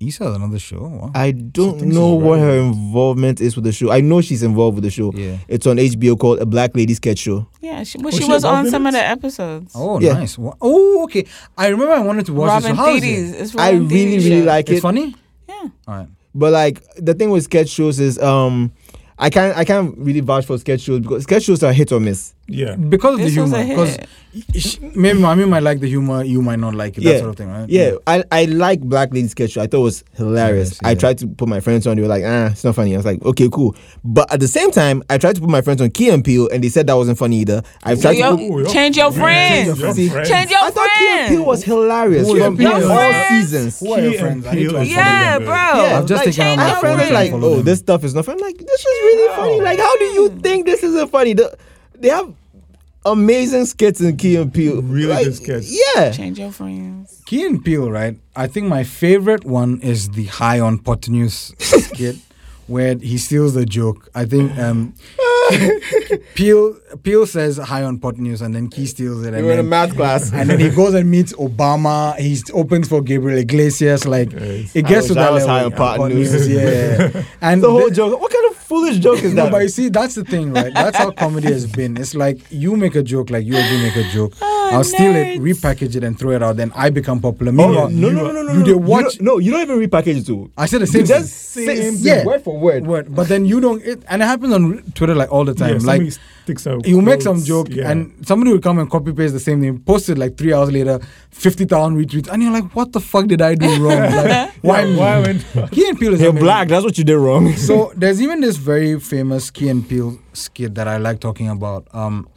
[SPEAKER 1] Issa is another show. Wow.
[SPEAKER 2] I don't
[SPEAKER 3] thinks
[SPEAKER 2] know
[SPEAKER 3] she's
[SPEAKER 2] what
[SPEAKER 3] right.
[SPEAKER 2] her involvement is with the show. I know she's involved with the show.
[SPEAKER 1] Yeah.
[SPEAKER 2] It's on HBO called A Black Lady Sketch Show.
[SPEAKER 4] Yeah, she,
[SPEAKER 2] Oh,
[SPEAKER 4] well,
[SPEAKER 3] Was
[SPEAKER 4] she
[SPEAKER 3] she
[SPEAKER 4] was
[SPEAKER 3] involved
[SPEAKER 4] on
[SPEAKER 3] in
[SPEAKER 4] some of
[SPEAKER 3] it?
[SPEAKER 4] the episodes.
[SPEAKER 1] Oh,
[SPEAKER 2] Yeah.
[SPEAKER 1] nice. Wa- Oh, okay. I remember I wanted to watch
[SPEAKER 4] Robin
[SPEAKER 1] this. So how is it?
[SPEAKER 4] Thiedes. It's
[SPEAKER 2] I
[SPEAKER 4] Robin
[SPEAKER 2] really,
[SPEAKER 4] Thiedes'
[SPEAKER 2] really
[SPEAKER 4] show.
[SPEAKER 2] like
[SPEAKER 1] It's
[SPEAKER 2] it.
[SPEAKER 1] funny.
[SPEAKER 4] Yeah.
[SPEAKER 1] All right.
[SPEAKER 2] But like the thing with sketch shows is um, I can't I can't really vouch for sketch shows because sketch shows are hit or miss.
[SPEAKER 3] yeah.
[SPEAKER 1] because of
[SPEAKER 4] This
[SPEAKER 1] the
[SPEAKER 4] was
[SPEAKER 1] humor.
[SPEAKER 4] a
[SPEAKER 1] Because
[SPEAKER 4] hit.
[SPEAKER 1] maybe mommy might like the humor, you might not like it. That
[SPEAKER 2] Yeah.
[SPEAKER 1] sort of thing, right?
[SPEAKER 2] Yeah, I, I like Black Lady Sketch Show. I thought it was hilarious.
[SPEAKER 1] Hilarious,
[SPEAKER 2] I
[SPEAKER 1] Mm. yeah.
[SPEAKER 2] tried to put my friends on. They were like, ah, it's not funny. I was like, okay, cool. But at the same time, I tried to put my friends on Key and Peele, and they said that wasn't funny either. I've
[SPEAKER 4] So
[SPEAKER 2] tried to.
[SPEAKER 4] yo,
[SPEAKER 2] Put,
[SPEAKER 3] Oh, yo.
[SPEAKER 4] change your
[SPEAKER 3] Yeah, change
[SPEAKER 4] friends.
[SPEAKER 3] your
[SPEAKER 2] See,
[SPEAKER 3] friends.
[SPEAKER 4] Change your
[SPEAKER 2] I thought Key and Peele
[SPEAKER 4] friends.
[SPEAKER 2] was hilarious
[SPEAKER 1] Who is
[SPEAKER 2] from
[SPEAKER 1] Key and
[SPEAKER 2] from all
[SPEAKER 4] Peele?
[SPEAKER 2] seasons.
[SPEAKER 1] Who are your
[SPEAKER 3] Key
[SPEAKER 1] friends? I
[SPEAKER 3] and
[SPEAKER 1] need to
[SPEAKER 3] Peele
[SPEAKER 1] unfollow
[SPEAKER 3] is
[SPEAKER 4] Yeah,
[SPEAKER 3] something
[SPEAKER 4] bro.
[SPEAKER 2] Yeah,
[SPEAKER 1] I've just
[SPEAKER 2] like,
[SPEAKER 1] taken out
[SPEAKER 4] change
[SPEAKER 1] my
[SPEAKER 2] My
[SPEAKER 4] your
[SPEAKER 1] phone
[SPEAKER 2] friends
[SPEAKER 1] and
[SPEAKER 2] are like,
[SPEAKER 1] unfollowed
[SPEAKER 2] oh,
[SPEAKER 1] them.
[SPEAKER 2] this stuff is not funny. I'm like, this is really funny. Like, how do you think this isn't funny? The, they have amazing skits in Key and Peele.
[SPEAKER 3] Really
[SPEAKER 2] Like,
[SPEAKER 3] good skits.
[SPEAKER 2] Yeah.
[SPEAKER 4] Change your friends.
[SPEAKER 1] Key and Peele, right? I think my favorite one is the high on Portineus <laughs> skit where he steals the joke. I think um, <laughs> Peele Peele says high on Portineus and then Key steals it. And
[SPEAKER 2] We were in a
[SPEAKER 1] then,
[SPEAKER 2] math
[SPEAKER 4] <laughs>
[SPEAKER 2] class.
[SPEAKER 1] and then he goes and meets Obama. He opens for Gabriel Iglesias. Like
[SPEAKER 3] Yes.
[SPEAKER 1] it gets to
[SPEAKER 2] I wish
[SPEAKER 1] that
[SPEAKER 2] I Oh, was
[SPEAKER 1] level.
[SPEAKER 2] high on Portineus.
[SPEAKER 1] Portineus, yeah,
[SPEAKER 2] <laughs>
[SPEAKER 1] yeah. And
[SPEAKER 2] the whole
[SPEAKER 1] the-
[SPEAKER 2] joke. What kind of foolish joke is
[SPEAKER 1] No,
[SPEAKER 2] that?
[SPEAKER 1] but you see, that's the thing, right? That's how comedy has been. It's like you make a joke, like you or you make a joke.
[SPEAKER 4] Oh,
[SPEAKER 1] I'll steal it,
[SPEAKER 4] nerds.
[SPEAKER 1] repackage it, and throw it out. Then I become popular.
[SPEAKER 2] Oh,
[SPEAKER 1] Meanwhile,
[SPEAKER 2] no,
[SPEAKER 1] you-
[SPEAKER 2] no, no, no, no,
[SPEAKER 1] You
[SPEAKER 2] no.
[SPEAKER 1] did watch.
[SPEAKER 2] You don't- no, you don't even repackage it too.
[SPEAKER 1] I said the
[SPEAKER 2] You
[SPEAKER 1] same
[SPEAKER 2] just
[SPEAKER 1] thing.
[SPEAKER 2] say
[SPEAKER 1] Same
[SPEAKER 2] it
[SPEAKER 1] thing.
[SPEAKER 2] word for word.
[SPEAKER 1] Word, but then you don't. It, and it happens on Twitter like all the
[SPEAKER 3] Yeah,
[SPEAKER 1] time.
[SPEAKER 3] somebody
[SPEAKER 1] like
[SPEAKER 3] sticks out
[SPEAKER 1] you make some
[SPEAKER 3] quotes.
[SPEAKER 1] joke,
[SPEAKER 3] Yeah.
[SPEAKER 1] and somebody will come and copy paste the same thing, post it like three hours later, fifty thousand retweets, and you're like, "What the fuck did I do
[SPEAKER 2] <laughs>
[SPEAKER 1] wrong? Like, why me?"
[SPEAKER 3] Why would
[SPEAKER 1] Key and Peele is
[SPEAKER 2] You're
[SPEAKER 1] amazing.
[SPEAKER 2] black. That's what you did <laughs> wrong.
[SPEAKER 1] So there's even this very famous Key and Peele skit that I like talking about. Um,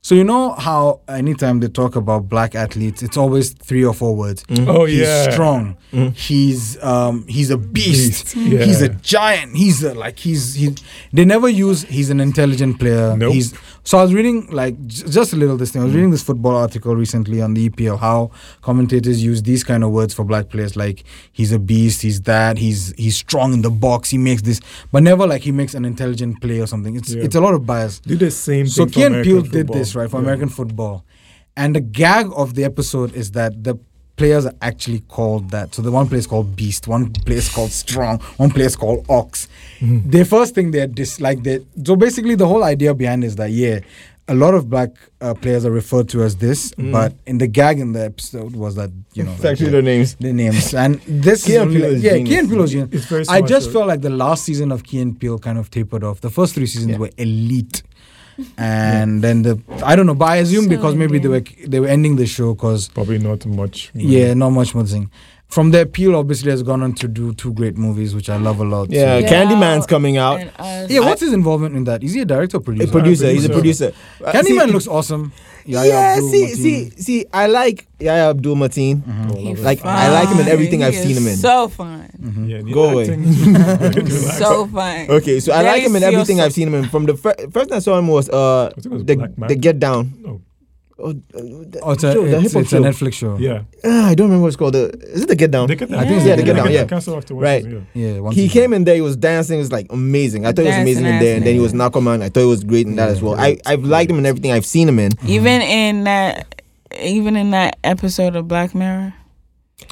[SPEAKER 1] so you know how anytime they talk about black athletes, it's always three or four words.
[SPEAKER 3] Oh,
[SPEAKER 1] he's
[SPEAKER 3] yeah. Mm-hmm.
[SPEAKER 1] strong. He's um, he's a beast.
[SPEAKER 3] Beast, yeah.
[SPEAKER 1] He's a giant. He's a, like he's he. They never use he's an intelligent player.
[SPEAKER 3] Nope.
[SPEAKER 1] He's so I was reading like j- just a little this thing. I was reading this football article recently on the EPL how commentators use these kind of words for black players like he's a beast, he's that, he's he's strong in the box, he makes this, but never like he makes an intelligent play or something. It's
[SPEAKER 3] Yeah.
[SPEAKER 1] it's a lot of bias.
[SPEAKER 3] do the same
[SPEAKER 1] So
[SPEAKER 3] thing? for
[SPEAKER 1] Key and
[SPEAKER 3] American
[SPEAKER 1] Peele did
[SPEAKER 3] football.
[SPEAKER 1] this right for
[SPEAKER 3] Yeah.
[SPEAKER 1] American football, and the gag of the episode is that the players are actually called that. So the one player is called Beast, one player is called Strong, one player is called Ox. The first thing they're dis- like they. So basically, the whole idea behind is that yeah. A lot of black uh, players are referred to as this, but in the gag in the episode was that you know
[SPEAKER 2] It's
[SPEAKER 1] like,
[SPEAKER 2] actually
[SPEAKER 1] yeah,
[SPEAKER 2] their names.
[SPEAKER 1] the names and this
[SPEAKER 2] Key and
[SPEAKER 1] is
[SPEAKER 2] Peele
[SPEAKER 1] only-
[SPEAKER 2] is
[SPEAKER 1] yeah
[SPEAKER 2] genius.
[SPEAKER 1] Key and Peele was genius.
[SPEAKER 3] It's very
[SPEAKER 1] I
[SPEAKER 3] smart,
[SPEAKER 1] just
[SPEAKER 3] so-
[SPEAKER 1] felt like the last season of Key and Peele kind of tapered off. The first three seasons
[SPEAKER 2] Yeah.
[SPEAKER 1] were elite, and then the I don't know, but I assume
[SPEAKER 4] So
[SPEAKER 1] because maybe they were they were ending the show because
[SPEAKER 3] Probably not much.
[SPEAKER 1] yeah, not much more thing. From there, Peele obviously has gone on to do two great movies, which I love a lot.
[SPEAKER 2] Yeah,
[SPEAKER 1] so.
[SPEAKER 4] Yeah.
[SPEAKER 2] Candyman's coming out.
[SPEAKER 4] And us.
[SPEAKER 1] yeah. What's his involvement in that? Is he a director or
[SPEAKER 2] A
[SPEAKER 1] producer?
[SPEAKER 2] producer. He's a producer. Uh,
[SPEAKER 1] Candyman
[SPEAKER 2] see-
[SPEAKER 1] looks awesome.
[SPEAKER 2] Yeah,
[SPEAKER 1] Yahya
[SPEAKER 2] see,
[SPEAKER 1] Abdul-Mateen.
[SPEAKER 2] see, see. I like Yaya Abdul Mateen.
[SPEAKER 1] Mm-hmm.
[SPEAKER 4] He
[SPEAKER 2] Like, I like him in
[SPEAKER 4] fine.
[SPEAKER 2] everything I've
[SPEAKER 4] He
[SPEAKER 2] seen
[SPEAKER 4] is
[SPEAKER 2] him in. <laughs>
[SPEAKER 4] So fun.
[SPEAKER 1] Mm-hmm.
[SPEAKER 3] Yeah, the
[SPEAKER 2] Go away.
[SPEAKER 3] acting too.
[SPEAKER 4] So fun.
[SPEAKER 2] Okay, so I
[SPEAKER 4] Very
[SPEAKER 2] like him in everything
[SPEAKER 4] serious.
[SPEAKER 2] I've seen him in. From the fir- first time I saw him was uh
[SPEAKER 3] I think it was
[SPEAKER 2] the,
[SPEAKER 3] Black Man.
[SPEAKER 2] the Get Down.
[SPEAKER 3] No.
[SPEAKER 2] Oh, uh, the,
[SPEAKER 1] Oh, it's a,
[SPEAKER 2] show, the hip
[SPEAKER 1] it's,
[SPEAKER 2] hop
[SPEAKER 1] it's a
[SPEAKER 2] show.
[SPEAKER 1] Netflix show.
[SPEAKER 3] yeah.
[SPEAKER 2] Ah, I don't remember what it's called. The, is it the Get Down?
[SPEAKER 3] They get
[SPEAKER 4] I
[SPEAKER 3] that.
[SPEAKER 4] think it's
[SPEAKER 2] Yeah, the Get Down,
[SPEAKER 3] got
[SPEAKER 2] yeah.
[SPEAKER 3] cancelled afterwards,
[SPEAKER 2] Right.
[SPEAKER 3] Yeah.
[SPEAKER 1] yeah. one
[SPEAKER 2] he
[SPEAKER 1] season.
[SPEAKER 2] came in there, he was dancing, it was like amazing. I thought it was
[SPEAKER 4] Dancing,
[SPEAKER 2] amazing in there, and then he was
[SPEAKER 4] dancing.
[SPEAKER 2] Narcoman. I thought it was great in that as well. I, I've liked him in everything I've seen him in.
[SPEAKER 4] Even in that, even in that episode of Black Mirror,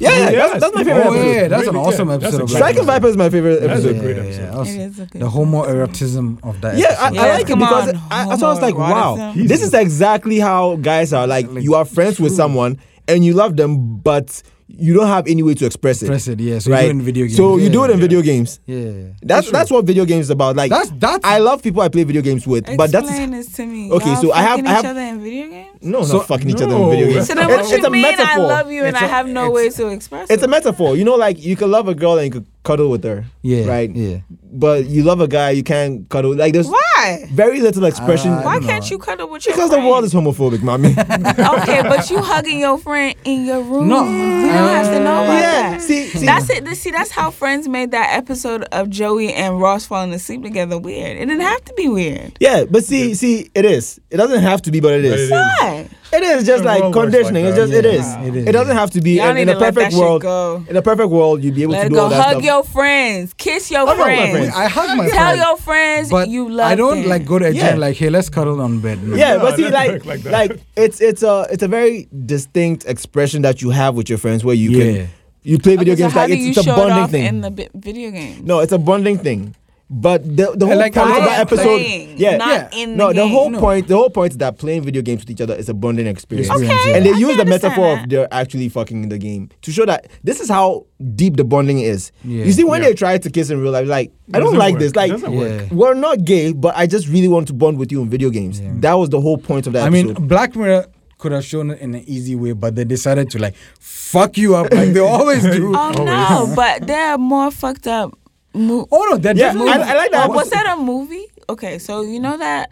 [SPEAKER 2] Yeah, yeah,
[SPEAKER 3] Yes.
[SPEAKER 2] that's, that's my favorite
[SPEAKER 1] Oh,
[SPEAKER 2] episode.
[SPEAKER 1] yeah, that's an
[SPEAKER 3] Really,
[SPEAKER 1] awesome
[SPEAKER 3] yeah, that's
[SPEAKER 1] episode.
[SPEAKER 3] a
[SPEAKER 1] of
[SPEAKER 3] great
[SPEAKER 1] Black
[SPEAKER 2] Strike and
[SPEAKER 1] Mirror.
[SPEAKER 2] Viper is my favorite
[SPEAKER 3] That's
[SPEAKER 2] episode.
[SPEAKER 3] a great
[SPEAKER 1] Yeah, yeah,
[SPEAKER 3] episode.
[SPEAKER 1] yeah. Also,
[SPEAKER 4] It is a good
[SPEAKER 1] the homoeroticism of that.
[SPEAKER 2] Yeah, I,
[SPEAKER 1] episode.
[SPEAKER 2] I
[SPEAKER 4] Yes,
[SPEAKER 2] like it
[SPEAKER 4] come
[SPEAKER 2] because
[SPEAKER 4] on,
[SPEAKER 2] I, I was like, wow,
[SPEAKER 4] homoeroticism.
[SPEAKER 2] this is exactly how guys are. Like, you are friends with someone and you love them, but you don't have any way to express it.
[SPEAKER 1] Press it, yeah. So
[SPEAKER 2] right?
[SPEAKER 1] you do it in video games.
[SPEAKER 2] So
[SPEAKER 1] yeah,
[SPEAKER 2] you do it in video games.
[SPEAKER 1] Yeah.
[SPEAKER 2] That's that's what video games is about. Like,
[SPEAKER 1] That's that's
[SPEAKER 2] I love people I play video games with,
[SPEAKER 4] Explain
[SPEAKER 2] but that's
[SPEAKER 4] this to me.
[SPEAKER 2] Okay,
[SPEAKER 4] Y'all
[SPEAKER 2] so I have-
[SPEAKER 4] fucking
[SPEAKER 2] I have-
[SPEAKER 4] each other in video games.
[SPEAKER 2] no,
[SPEAKER 1] So-
[SPEAKER 2] not fucking each other in video
[SPEAKER 3] No.
[SPEAKER 2] games.
[SPEAKER 4] So then,
[SPEAKER 2] It's-
[SPEAKER 4] what you
[SPEAKER 2] it's a
[SPEAKER 4] mean?
[SPEAKER 2] metaphor.
[SPEAKER 4] I love you and
[SPEAKER 1] It's
[SPEAKER 4] I
[SPEAKER 1] a-
[SPEAKER 4] have no
[SPEAKER 1] it's-
[SPEAKER 4] way to express
[SPEAKER 2] It's
[SPEAKER 4] it.
[SPEAKER 2] a metaphor. You know, like you can love a girl and you could cuddle with her.
[SPEAKER 1] yeah.
[SPEAKER 2] Right.
[SPEAKER 1] Yeah.
[SPEAKER 2] But you love a guy, you can't cuddle. Like there's
[SPEAKER 4] Why?
[SPEAKER 2] very little expression.
[SPEAKER 1] Uh, I
[SPEAKER 4] Why
[SPEAKER 1] don't know.
[SPEAKER 4] can't you cuddle with your
[SPEAKER 2] because the
[SPEAKER 4] friend?
[SPEAKER 2] world is <laughs> homophobic,
[SPEAKER 4] <laughs>
[SPEAKER 2] mommy.
[SPEAKER 4] okay, but you hugging your friend in your room.
[SPEAKER 1] No.
[SPEAKER 4] you don't have to know about
[SPEAKER 2] yeah.
[SPEAKER 4] that.
[SPEAKER 2] See, see
[SPEAKER 4] That's it. See, that's how Friends made that episode of Joey and Ross falling asleep together weird. It didn't have to be weird.
[SPEAKER 2] Yeah, but see, see, it is. It doesn't have to be, but it
[SPEAKER 3] But
[SPEAKER 2] is.
[SPEAKER 3] it is.
[SPEAKER 4] Why?
[SPEAKER 2] It is just
[SPEAKER 3] The
[SPEAKER 2] like
[SPEAKER 3] world works
[SPEAKER 2] conditioning.
[SPEAKER 3] like
[SPEAKER 2] it's just
[SPEAKER 1] that.
[SPEAKER 2] it is.
[SPEAKER 1] Yeah, it
[SPEAKER 2] It
[SPEAKER 1] is.
[SPEAKER 2] doesn't have to be.
[SPEAKER 4] Y'all
[SPEAKER 2] And
[SPEAKER 4] need
[SPEAKER 2] in a
[SPEAKER 4] to let
[SPEAKER 2] perfect
[SPEAKER 4] that
[SPEAKER 2] world,
[SPEAKER 4] shit go.
[SPEAKER 2] in a perfect world, you'd be able to
[SPEAKER 4] Let it
[SPEAKER 2] do all
[SPEAKER 4] go.
[SPEAKER 2] that
[SPEAKER 4] Hug
[SPEAKER 2] stuff.
[SPEAKER 4] your friends. Kiss your
[SPEAKER 2] Hug all my
[SPEAKER 4] friends.
[SPEAKER 2] friends.
[SPEAKER 1] I hug my
[SPEAKER 4] Tell
[SPEAKER 1] friend,
[SPEAKER 4] your friends
[SPEAKER 1] but
[SPEAKER 4] you love
[SPEAKER 1] I don't
[SPEAKER 4] them.
[SPEAKER 1] like go to a gym
[SPEAKER 2] Yeah.
[SPEAKER 1] like hey let's cuddle on bed. No.
[SPEAKER 2] yeah,
[SPEAKER 3] No,
[SPEAKER 2] but
[SPEAKER 3] it
[SPEAKER 2] see,
[SPEAKER 3] doesn't
[SPEAKER 2] like,
[SPEAKER 3] work
[SPEAKER 2] like,
[SPEAKER 3] like that.
[SPEAKER 2] it's it's a it's a very distinct expression that you have with your friends where you
[SPEAKER 1] Yeah.
[SPEAKER 2] can you play video
[SPEAKER 4] Okay, so
[SPEAKER 2] games.
[SPEAKER 4] how
[SPEAKER 2] Like
[SPEAKER 4] do
[SPEAKER 2] it's,
[SPEAKER 4] you
[SPEAKER 2] it's a
[SPEAKER 4] show it
[SPEAKER 2] bonding
[SPEAKER 4] off
[SPEAKER 2] thing.
[SPEAKER 4] in the bi- video game.
[SPEAKER 2] no, it's a bonding thing. But the the whole
[SPEAKER 1] like, I
[SPEAKER 2] point of
[SPEAKER 1] like
[SPEAKER 2] that episode,
[SPEAKER 4] playing,
[SPEAKER 2] yeah,
[SPEAKER 4] not
[SPEAKER 2] yeah.
[SPEAKER 4] in
[SPEAKER 2] no,
[SPEAKER 4] the
[SPEAKER 2] the whole
[SPEAKER 4] game.
[SPEAKER 1] No.
[SPEAKER 2] point, the whole point is that playing video games with each other is a bonding experience.
[SPEAKER 1] Okay, Yeah.
[SPEAKER 2] And they
[SPEAKER 4] I
[SPEAKER 2] use the
[SPEAKER 4] understand
[SPEAKER 2] metaphor of
[SPEAKER 4] that.
[SPEAKER 2] they're actually fucking in the game to show that this is how deep the bonding is.
[SPEAKER 1] Yeah.
[SPEAKER 2] You see, when
[SPEAKER 3] Yeah.
[SPEAKER 2] they try to kiss in real life, like I don't
[SPEAKER 3] Doesn't
[SPEAKER 2] like
[SPEAKER 3] work.
[SPEAKER 2] this. Like
[SPEAKER 3] Doesn't
[SPEAKER 1] Yeah.
[SPEAKER 3] work.
[SPEAKER 2] we're not gay, but I just really want to bond with you in video games.
[SPEAKER 1] Yeah.
[SPEAKER 2] That was the whole point of that.
[SPEAKER 1] I mean,
[SPEAKER 2] episode.
[SPEAKER 1] Black Mirror could have shown it in an easy way, but they decided to like fuck you up like they always
[SPEAKER 4] <laughs>
[SPEAKER 1] do.
[SPEAKER 4] Oh no, but there are more fucked up. Mo-
[SPEAKER 1] oh no, they're
[SPEAKER 2] Yeah,
[SPEAKER 1] definitely.
[SPEAKER 2] I- I like that
[SPEAKER 4] Oh, was that a movie? Okay, so you know that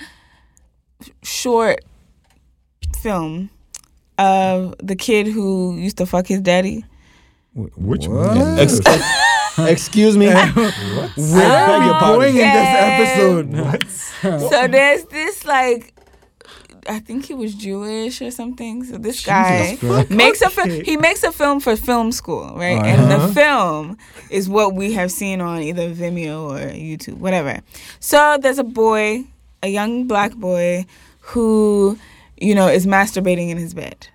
[SPEAKER 4] short film of the kid who used to fuck his daddy.
[SPEAKER 3] Which
[SPEAKER 1] What?
[SPEAKER 3] one?
[SPEAKER 2] Ex-
[SPEAKER 3] <laughs>
[SPEAKER 2] excuse <laughs> me.
[SPEAKER 1] Where are we going in this
[SPEAKER 4] Okay.
[SPEAKER 1] episode?
[SPEAKER 4] So there's this like. I think he was Jewish or something. So this guy
[SPEAKER 1] Christ.
[SPEAKER 4] <laughs> makes a fi- he makes a film for film school, right? And
[SPEAKER 1] Uh-huh.
[SPEAKER 4] the film is what we have seen on either Vimeo or YouTube, whatever. So there's a boy, a young black boy, who you know is masturbating in his bed,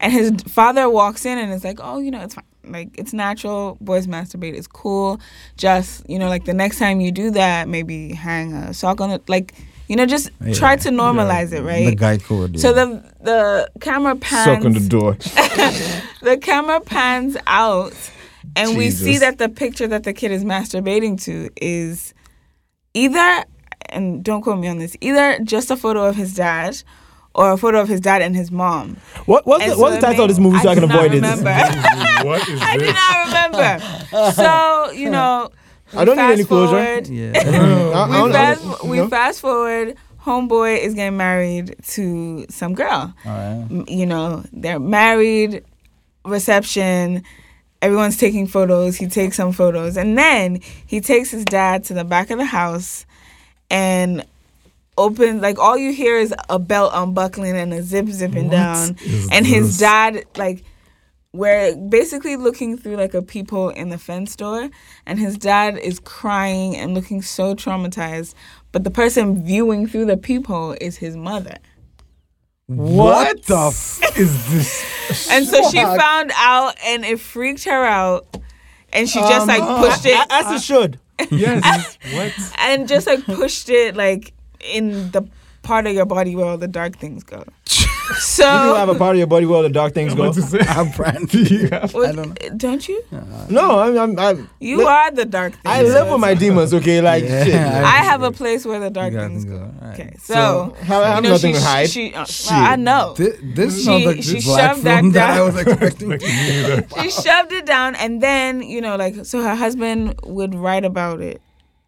[SPEAKER 4] and his father walks in and is like, "Oh, you know, it's fine. Like it's natural. Boys masturbate. It's cool. Just you know, like the next time you do that, maybe hang a sock on it. Like you know, just try to normalize it, right?
[SPEAKER 1] The guy code. Yeah.
[SPEAKER 4] So the the camera pans
[SPEAKER 2] door.
[SPEAKER 4] the camera pans out and we see
[SPEAKER 2] Jesus.
[SPEAKER 4] that the picture that the kid is masturbating to is either and don't quote me on this either just a photo of his dad or a photo of his dad and his mom.
[SPEAKER 2] What what's
[SPEAKER 4] And
[SPEAKER 2] the, what's
[SPEAKER 4] so
[SPEAKER 2] the
[SPEAKER 4] it
[SPEAKER 2] title of
[SPEAKER 4] made-
[SPEAKER 2] this movie so I, can
[SPEAKER 4] do not
[SPEAKER 2] avoid it?
[SPEAKER 4] remember.
[SPEAKER 3] What is
[SPEAKER 4] I do
[SPEAKER 3] this?
[SPEAKER 4] not remember. So you know, we
[SPEAKER 2] I don't need
[SPEAKER 4] fast
[SPEAKER 2] any closure. <laughs>
[SPEAKER 4] forward-
[SPEAKER 1] yeah.
[SPEAKER 2] I- I
[SPEAKER 4] we
[SPEAKER 2] don't-
[SPEAKER 4] fast,
[SPEAKER 2] I-
[SPEAKER 4] we
[SPEAKER 2] no?
[SPEAKER 4] fast forward. Homeboy is getting married to some girl.
[SPEAKER 1] All right.
[SPEAKER 4] M- You know, they're married. Reception. Everyone's taking photos. He takes some photos, and then he takes his dad to the back of the house, and opens like all you hear is a belt unbuckling and a zip zipping down,
[SPEAKER 3] is
[SPEAKER 4] and his
[SPEAKER 3] this?
[SPEAKER 4] dad like we're basically looking through like a peephole in the fence door, and his dad is crying and looking so traumatized. But the person viewing through the peephole is his mother.
[SPEAKER 1] What the f- is
[SPEAKER 2] <laughs>
[SPEAKER 1] this?
[SPEAKER 4] And so she found out and it freaked her out. And
[SPEAKER 3] Oh,
[SPEAKER 4] she just like pushed it
[SPEAKER 2] <laughs> As it should.
[SPEAKER 3] Yes. what?
[SPEAKER 4] and just like pushed it like in the part of your body where all the dark things go. So
[SPEAKER 2] You do have a part of your body where all the dark things go.
[SPEAKER 1] <laughs>
[SPEAKER 3] What to say?
[SPEAKER 1] I'm brand.
[SPEAKER 3] Yeah.
[SPEAKER 4] Well,
[SPEAKER 1] I don't
[SPEAKER 4] don't you?
[SPEAKER 2] No, I'm, I'm, I'm
[SPEAKER 4] You
[SPEAKER 2] Look,
[SPEAKER 4] are the dark things.
[SPEAKER 2] I live with my demons. Okay, like
[SPEAKER 1] Yeah,
[SPEAKER 2] shit.
[SPEAKER 1] I-
[SPEAKER 4] I have a place where the dark
[SPEAKER 1] You got
[SPEAKER 4] things
[SPEAKER 1] things
[SPEAKER 4] go.
[SPEAKER 1] go, alright.
[SPEAKER 4] Okay, so,
[SPEAKER 2] I have
[SPEAKER 4] you know,
[SPEAKER 2] nothing
[SPEAKER 4] she,
[SPEAKER 2] to hide.
[SPEAKER 4] She, uh, well, I know.
[SPEAKER 1] Thi- This is
[SPEAKER 4] She-
[SPEAKER 1] not the
[SPEAKER 4] she
[SPEAKER 1] black
[SPEAKER 4] shoved that
[SPEAKER 1] film that I
[SPEAKER 4] down.
[SPEAKER 1] was
[SPEAKER 4] <laughs>
[SPEAKER 1] expecting.
[SPEAKER 4] she shoved it down, and then you know, like, so her husband would write about it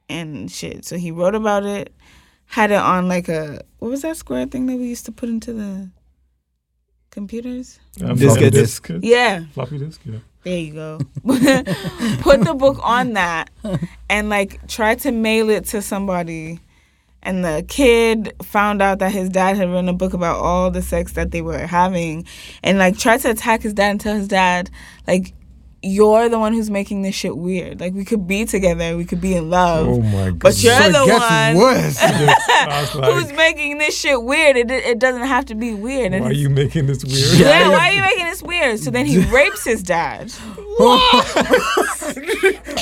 [SPEAKER 4] and shit. So he wrote about it, had it on like a what was that square thing that we used to put into the computers?
[SPEAKER 1] Disc.
[SPEAKER 4] Yeah,
[SPEAKER 3] Floppy disk. Yeah.
[SPEAKER 4] There you go. <laughs> Put the book on that and like try to mail it to somebody. And the kid found out that his dad had written a book about all the sex that they were having and like tried to attack his dad and tell his dad, like, you're the one who's making this shit weird. Like we could be together, we could be in love,
[SPEAKER 3] Oh my god.
[SPEAKER 4] but you're
[SPEAKER 1] So it
[SPEAKER 4] the
[SPEAKER 1] gets
[SPEAKER 4] one <laughs>
[SPEAKER 1] worse. <laughs>
[SPEAKER 3] I was
[SPEAKER 4] who's <laughs>
[SPEAKER 3] like,
[SPEAKER 4] making this shit weird. It it doesn't have to be weird.
[SPEAKER 3] why
[SPEAKER 4] And
[SPEAKER 3] are
[SPEAKER 4] it's-
[SPEAKER 3] you making this
[SPEAKER 4] <laughs>
[SPEAKER 3] weird?
[SPEAKER 4] yeah, why are you making this weird? So then he rapes his dad.